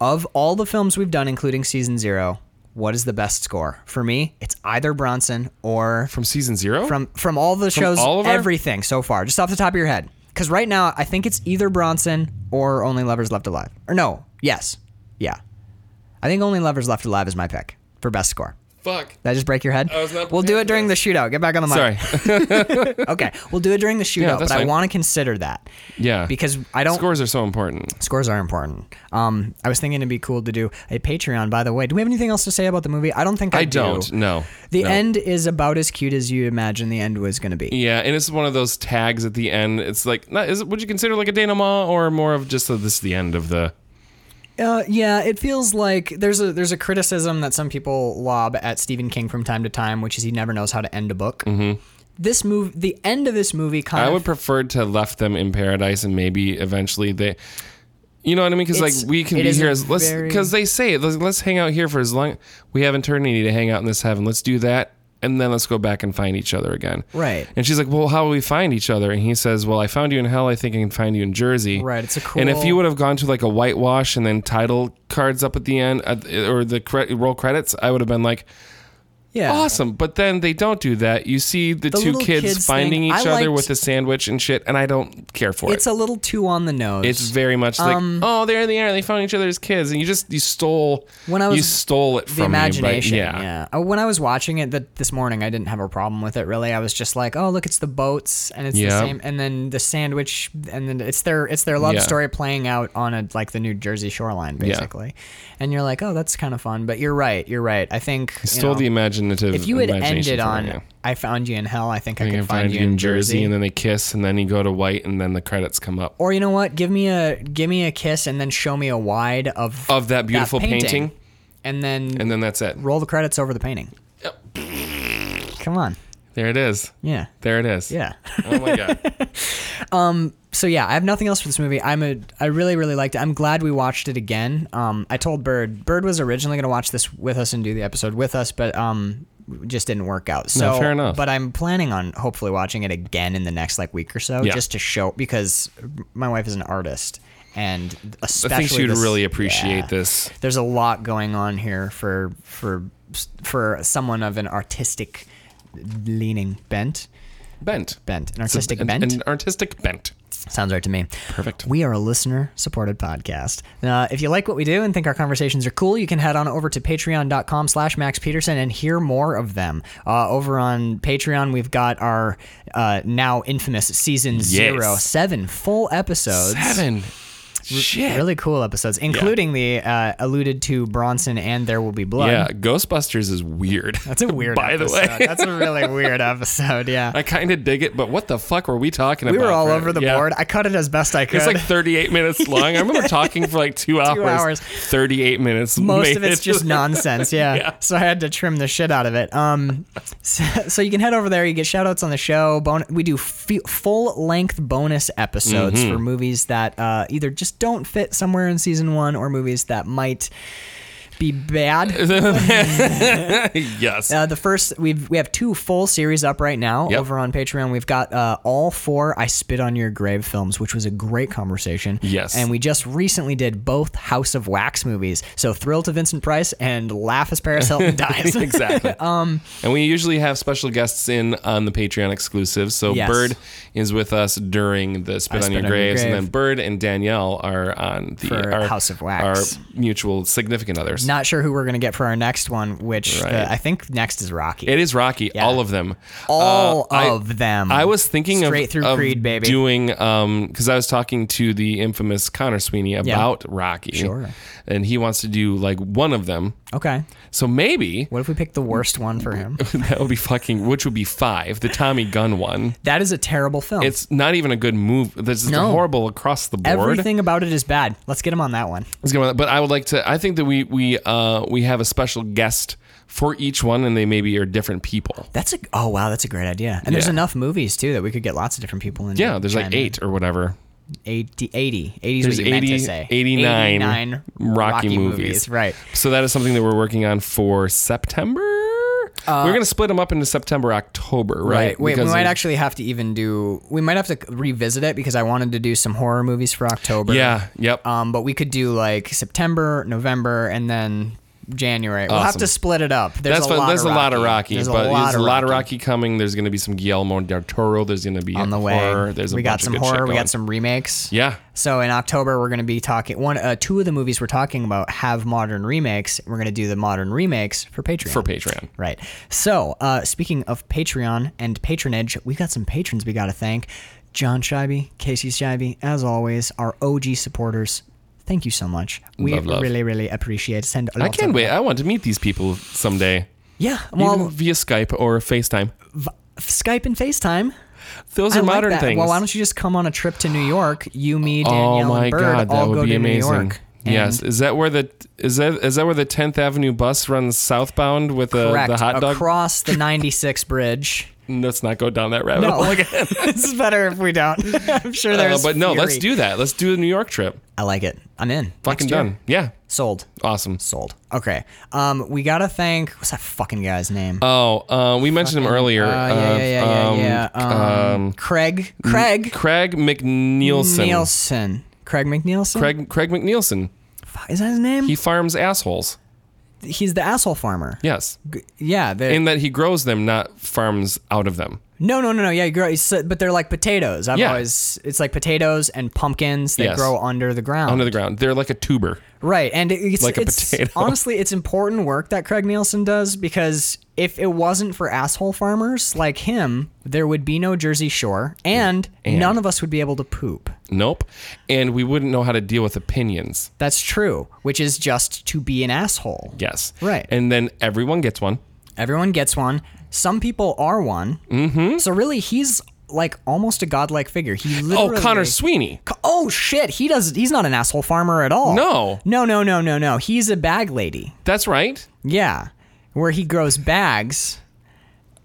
of all the films we've done, including season zero, what is the best score for me? It's either Bronson or
From season 0?
from from all the shows,
all of our-
everything so far, just off the top of your head. Because right now, I think it's either Bronson or Only Lovers Left Alive. Or no, yes, yeah, I think Only Lovers Left Alive is my pick for best score.
fuck.
Did I just break your head?
I was not
we'll do
prepared
it
for
during the
this.
shootout. Get back on the mic.
Sorry.
Okay, we'll do it during the shootout, but
that's
I
fine. Uh,
want to consider that.
Yeah.
Because I don't
scores are so important.
scores are important. Um, I was thinking it'd be cool to do a Patreon. By the way, do we have anything else to say about the movie? I don't think I,
I don't. No.
The
No.
end is about as cute as you imagine the end was going to be.
Yeah, and it's one of those tags at the end. It's like, not, is it, would you consider like a denouement or more of just a, this is the end of the?
Uh, yeah, it feels like there's a there's a criticism that some people lob at Stephen King from time to time, which is he never knows how to end a book. Mm-hmm. This movie, the end of this movie, kind
I
of
would prefer to left them in paradise and maybe eventually they. You know what I mean? Because
It's-
like we can
it
be
is
here
a
as let's
very-
because they say it. Let's, let's hang out here for as long. We have eternity to hang out in this heaven. Let's do that, and then let's go back and find each other again.
Right.
And she's like, "Well, how will we find each other?" And he says, "Well, I found you in hell. I think I can find you in Jersey."
Right, it's a
And if
cool-
you would have gone to like a whitewash and then title cards up at the end uh, or the cre- roll credits, I would have been like,
yeah.
awesome. But then they don't do that. You see the, two
little
kids,
kids
finding
thing,
each
I
other
liked-
with a sandwich and shit, and I don't care for
It's um,
it.
a little too on the nose.
it's very much like, oh, they're in the air. They found each other as kids, and you just you stole
When I was-
you stole it from
the imagination.
Me,
yeah.
but, yeah.
Uh, When I was watching it that this morning, I didn't have a problem with it really. I was just like, oh, look, it's the boats and it's
Yeah.
the same, and then the sandwich, and then it's their it's their love
Yeah.
story playing out on a like the New Jersey shoreline basically. And you're like, oh, that's kind of fun. But you're right. You're right. I think you
Stole
know,
the imaginative.
if you had
imagination
ended
from
on
me, yeah.
I found you in hell, I think I,
I
could
can find you in Jersey, and then they kiss, and then you go to white, and then the credits come up
or you know what? Give me a give me a kiss and then show me a wide of
of that beautiful painting,
and then
and then that's it.
roll the credits over the painting. Come on.
There it is.
Yeah.
There it is.
Yeah.
Oh my god.
So yeah, I have nothing else for this movie. I'm a I really really liked it. I'm glad we watched it again. Um I told Bird Bird was originally going to watch this with us and do the episode with us, but um just didn't work out. So
No, fair enough.
but I'm planning on hopefully watching it again in the next like week or so
Yeah.
just to show because my wife is an artist and
I
especially
think she would
this-
really appreciate
yeah.
this.
There's a lot going on here for for for someone of an artistic leaning bent
Bent.
bent an
It's a-
artistic
an-
bent
An artistic bent.
Sounds right to me.
Perfect.
We are a listener supported podcast. Uh, if you like what we do and think our conversations are cool, you can head on over to patreon.com slash Max Peterson and hear more of them. Uh, over on Patreon, we've got our uh, now infamous season zero, seven full episodes.
Seven. Shit.
Really cool episodes, including the uh, alluded to Bronson and There Will Be Blood.
Yeah, Ghostbusters is weird.
That's a weird
By the
episode.
way.
That's a really weird episode. Yeah.
I kind of dig it, but what the fuck were we talking
we
about?
were all
for-
over the
yeah.
board. I cut it as best I could.
It's like 38 minutes long. I remember talking for like two hours.
hours.
38 minutes.
most
made
of it's
it.
just nonsense yeah. so i had to trim the shit out of it um so, so you can head over there you get shout outs on the show bon- we do f- full length bonus episodes
Mm-hmm.
for movies that uh, either just don't fit somewhere in season one or movies that might be bad.
yes.
Uh, the first we've we have two full series up right now
Yep.
over on Patreon. We've got uh, all four I Spit on Your Grave films, which was a great conversation.
Yes.
and we just recently did both House of Wax movies. So Thrill to Vincent Price and Laugh as Paris Hilton Dies.
exactly.
Um,
and we usually have special guests in on the Patreon exclusive. So
Yes.
Bird is with us during the Spit, on,
Spit
your
on Your
Graves, and
Grave.
then Bird and Danielle are on the
For
our,
House of Wax.
our mutual significant others.
Not sure who we're gonna get for our next one, which
Right.
uh, I think next is Rocky.
it is Rocky, all of them.
all
Uh, I-
of them.
I was thinking of-
Straight
of,
through Creed, baby.
doing because I was talking to the infamous Connor Sweeney about Rocky,
Sure.
and he wants to do like one of them.
okay.
So maybe
What if we pick the worst one for him?
that would be fucking, which would be five, the Tommy Gun one.
that is a terrible film.
It's not even a good move. This is
No.
horrible across the board.
Everything about it is bad. Let's get him on that one.
It's gonna- but I would like to. I think that we we uh, we have a special guest for each one, and they maybe are different people.
That's a oh wow, that's a great idea. And there's
Yeah.
enough movies too that we could get lots of different people in.
Yeah, there's like
chime in.
eight or whatever.
80, 80. 80 is
There's
what you meant to
80
say.
89 Rocky movies.
Right.
So that is something that we're working on for September. we're gonna split them up into September, October, right?
Uh, Wait, we
Because
might
of-
actually have to even do. We might have to revisit it because I wanted to do some horror movies for October.
Yeah. Yep.
Um, but we could do like September, November, and then January. We'll have
Awesome.
to split it up. There's
That's
a lot.
fun. There's
of
a lot of
Rocky.
Rocky,
There's
but
a lot,
there's
of
a lot of
Rocky
Rocky coming. There's going to be some Guillermo del Toro. There's going to be
on the way.
horror. There's a
we got
bunch of
some
good shit
horror. We
going.
got some remakes.
Yeah.
So in October, we're going to be talking one, uh, two of the movies we're talking about have modern remakes. We're going to do the modern remakes for Patreon.
for Patreon.
right. So uh, speaking of Patreon and patronage, we got some patrons we got to thank. John Scheibe, Casey Scheibe, as always, our OG supporters. Thank you so much. We
Love, love.
really, really appreciate. it. Send.
I
lots
can't
of-
wait. I want to meet these people someday,
Yeah.
even
Well,
via Skype or FaceTime.
Skype and FaceTime.
Those
I
are
like
modern
that.
things.
Well, why don't you just come on a trip to New York? You, me,
oh
Danielle,
my
and Bird
god, that
all go
would be
to
amazing.
New York. and
yes, is that where the is that is that where the 10th Avenue bus runs southbound with the,
Correct.
the hot dog?
Across the 96 bridge.
Let's not go down that rabbit
No.
hole again.
it's better if we don't. I'm sure
Uh,
there's.
but no, let's
fury.
do that. Let's do a New York trip.
I like it. I'm in.
Fucking
Next year.
done. Yeah,
Sold.
awesome.
Sold. Okay. Um, we gotta thank. What's that fucking guy's name?
Oh, uh, we mentioned him earlier.
Uh, yeah,
uh,
yeah, yeah,
um,
yeah, yeah. Um, Craig. Craig.
Craig McNeilson.
Nielsen. Craig McNielsen.
Craig Craig McNeilson.
Fuck, Is that his name?
He farms assholes.
He's the asshole farmer.
Yes,
G- Yeah. the-
in that he grows them, not farms out of them.
No, no, no, no. Yeah, you grow, so- but they're like potatoes. I've
Yeah.
always it's like potatoes and pumpkins. They
Yes.
grow under the ground.
Under the ground, they're like a tuber.
Right, and it- it's,
Like a
it's-
potato.
honestly it's important work that Craig Nielsen does because if it wasn't for asshole farmers like him, there would be no Jersey Shore, and, none of us would be able to poop.
Nope, and we wouldn't know how to deal with opinions.
That's true, which is just to be an asshole.
Yes.
Right.
And then everyone gets one.
Everyone gets one. Some people are one. Mm-hmm. So really, he's like almost a godlike figure. He
Oh,
literally
Connor Sweeney.
Oh shit, he does he's not an asshole farmer at all.
No.
No, no, no, no, no. He's a bag lady.
That's right.
Yeah. Where he grows bags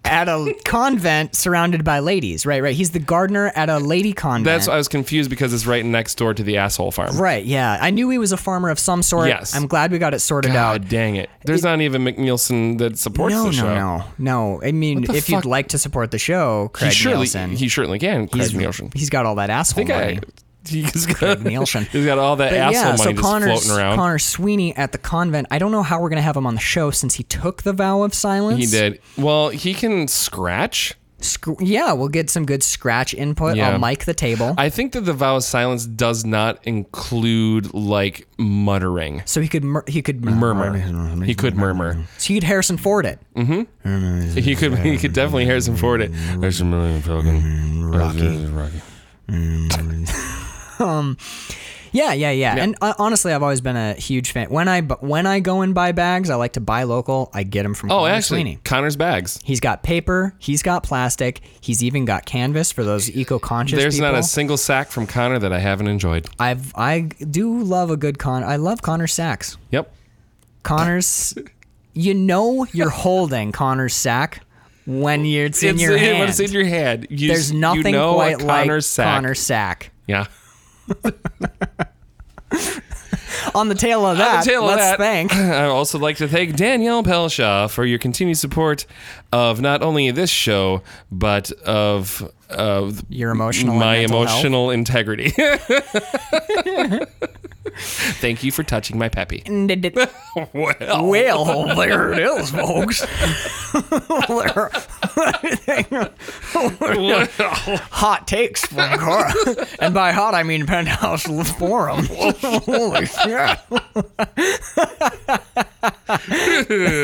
at a convent surrounded by ladies. Right, right. He's the gardener at a lady convent.
That's I was confused because it's right next door to the asshole farm.
Right, yeah. I knew he was a farmer of some sort.
Yes.
I'm glad we got it sorted out.
God dang it. There's not even McNielsen that supports
No,
the
no,
show.
no. No. I mean,
the
if
fuck?
you'd like to support the show,
He
Craig
surely
Nielsen.
he certainly can. Craig Nielsen.
he's got all that asshole money.
guy. He's got,
Nielsen.
he's got all that
But
asshole
yeah,
money
so
just
Connor's,
floating around.
Connor Sweeney at the convent. I don't know how we're gonna have him on the show since he took the vow of silence.
he did. Well, he can scratch.
Sc- yeah, we'll get some good scratch input.
Yeah.
I'll mic the table,
I think that the vow of silence does not include like muttering.
so he could mur- he could
Uh-huh. Murmur. He could murmur.
So he could Harrison Ford it.
Mm. He could. He could definitely Harrison Ford it.
Mm-hmm.
There's a million Falcon.
Mm,
Rocky. Rocky.
Yeah, yeah, yeah. And uh, honestly, I've always been a huge fan. When I bu- when I go and buy bags, I like to buy local. I get them from
Oh,
Conor
actually,
Sweeney.
Connor's bags.
He's got paper. He's got plastic. He's even got canvas for those eco-conscious
There's
people.
not a single sack from Connor that I haven't enjoyed.
I've I do love a good con. I love Connor sacks.
Yep.
Connor's, you know, you're holding Connor's sack when you're it's in
It's-
your
it-
hand.
when it's in your hand. You,
There's
you
nothing
know a
quite like
Connor's sack.
Connor's sack.
Yeah.
on the tail of
On
that,
the tail
let's
of that,
thank.
I also like to thank Danielle Pelshaw for your continued support of not only this show but of of
Your emotional and
my
mental health.
emotional integrity. Thank you for touching my peppy. Well,
Well, there it is, folks. hot takes from Cora. and by hot, I mean Penthouse Forum. Holy shit.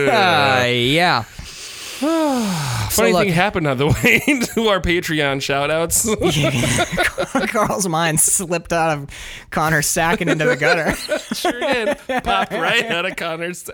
Uh, yeah.
funny
look-
thing happened on the way to our Patreon shoutouts.
Carl's mind slipped out of Connor's sack and into the gutter.
sure did. Popped right out of Connor's.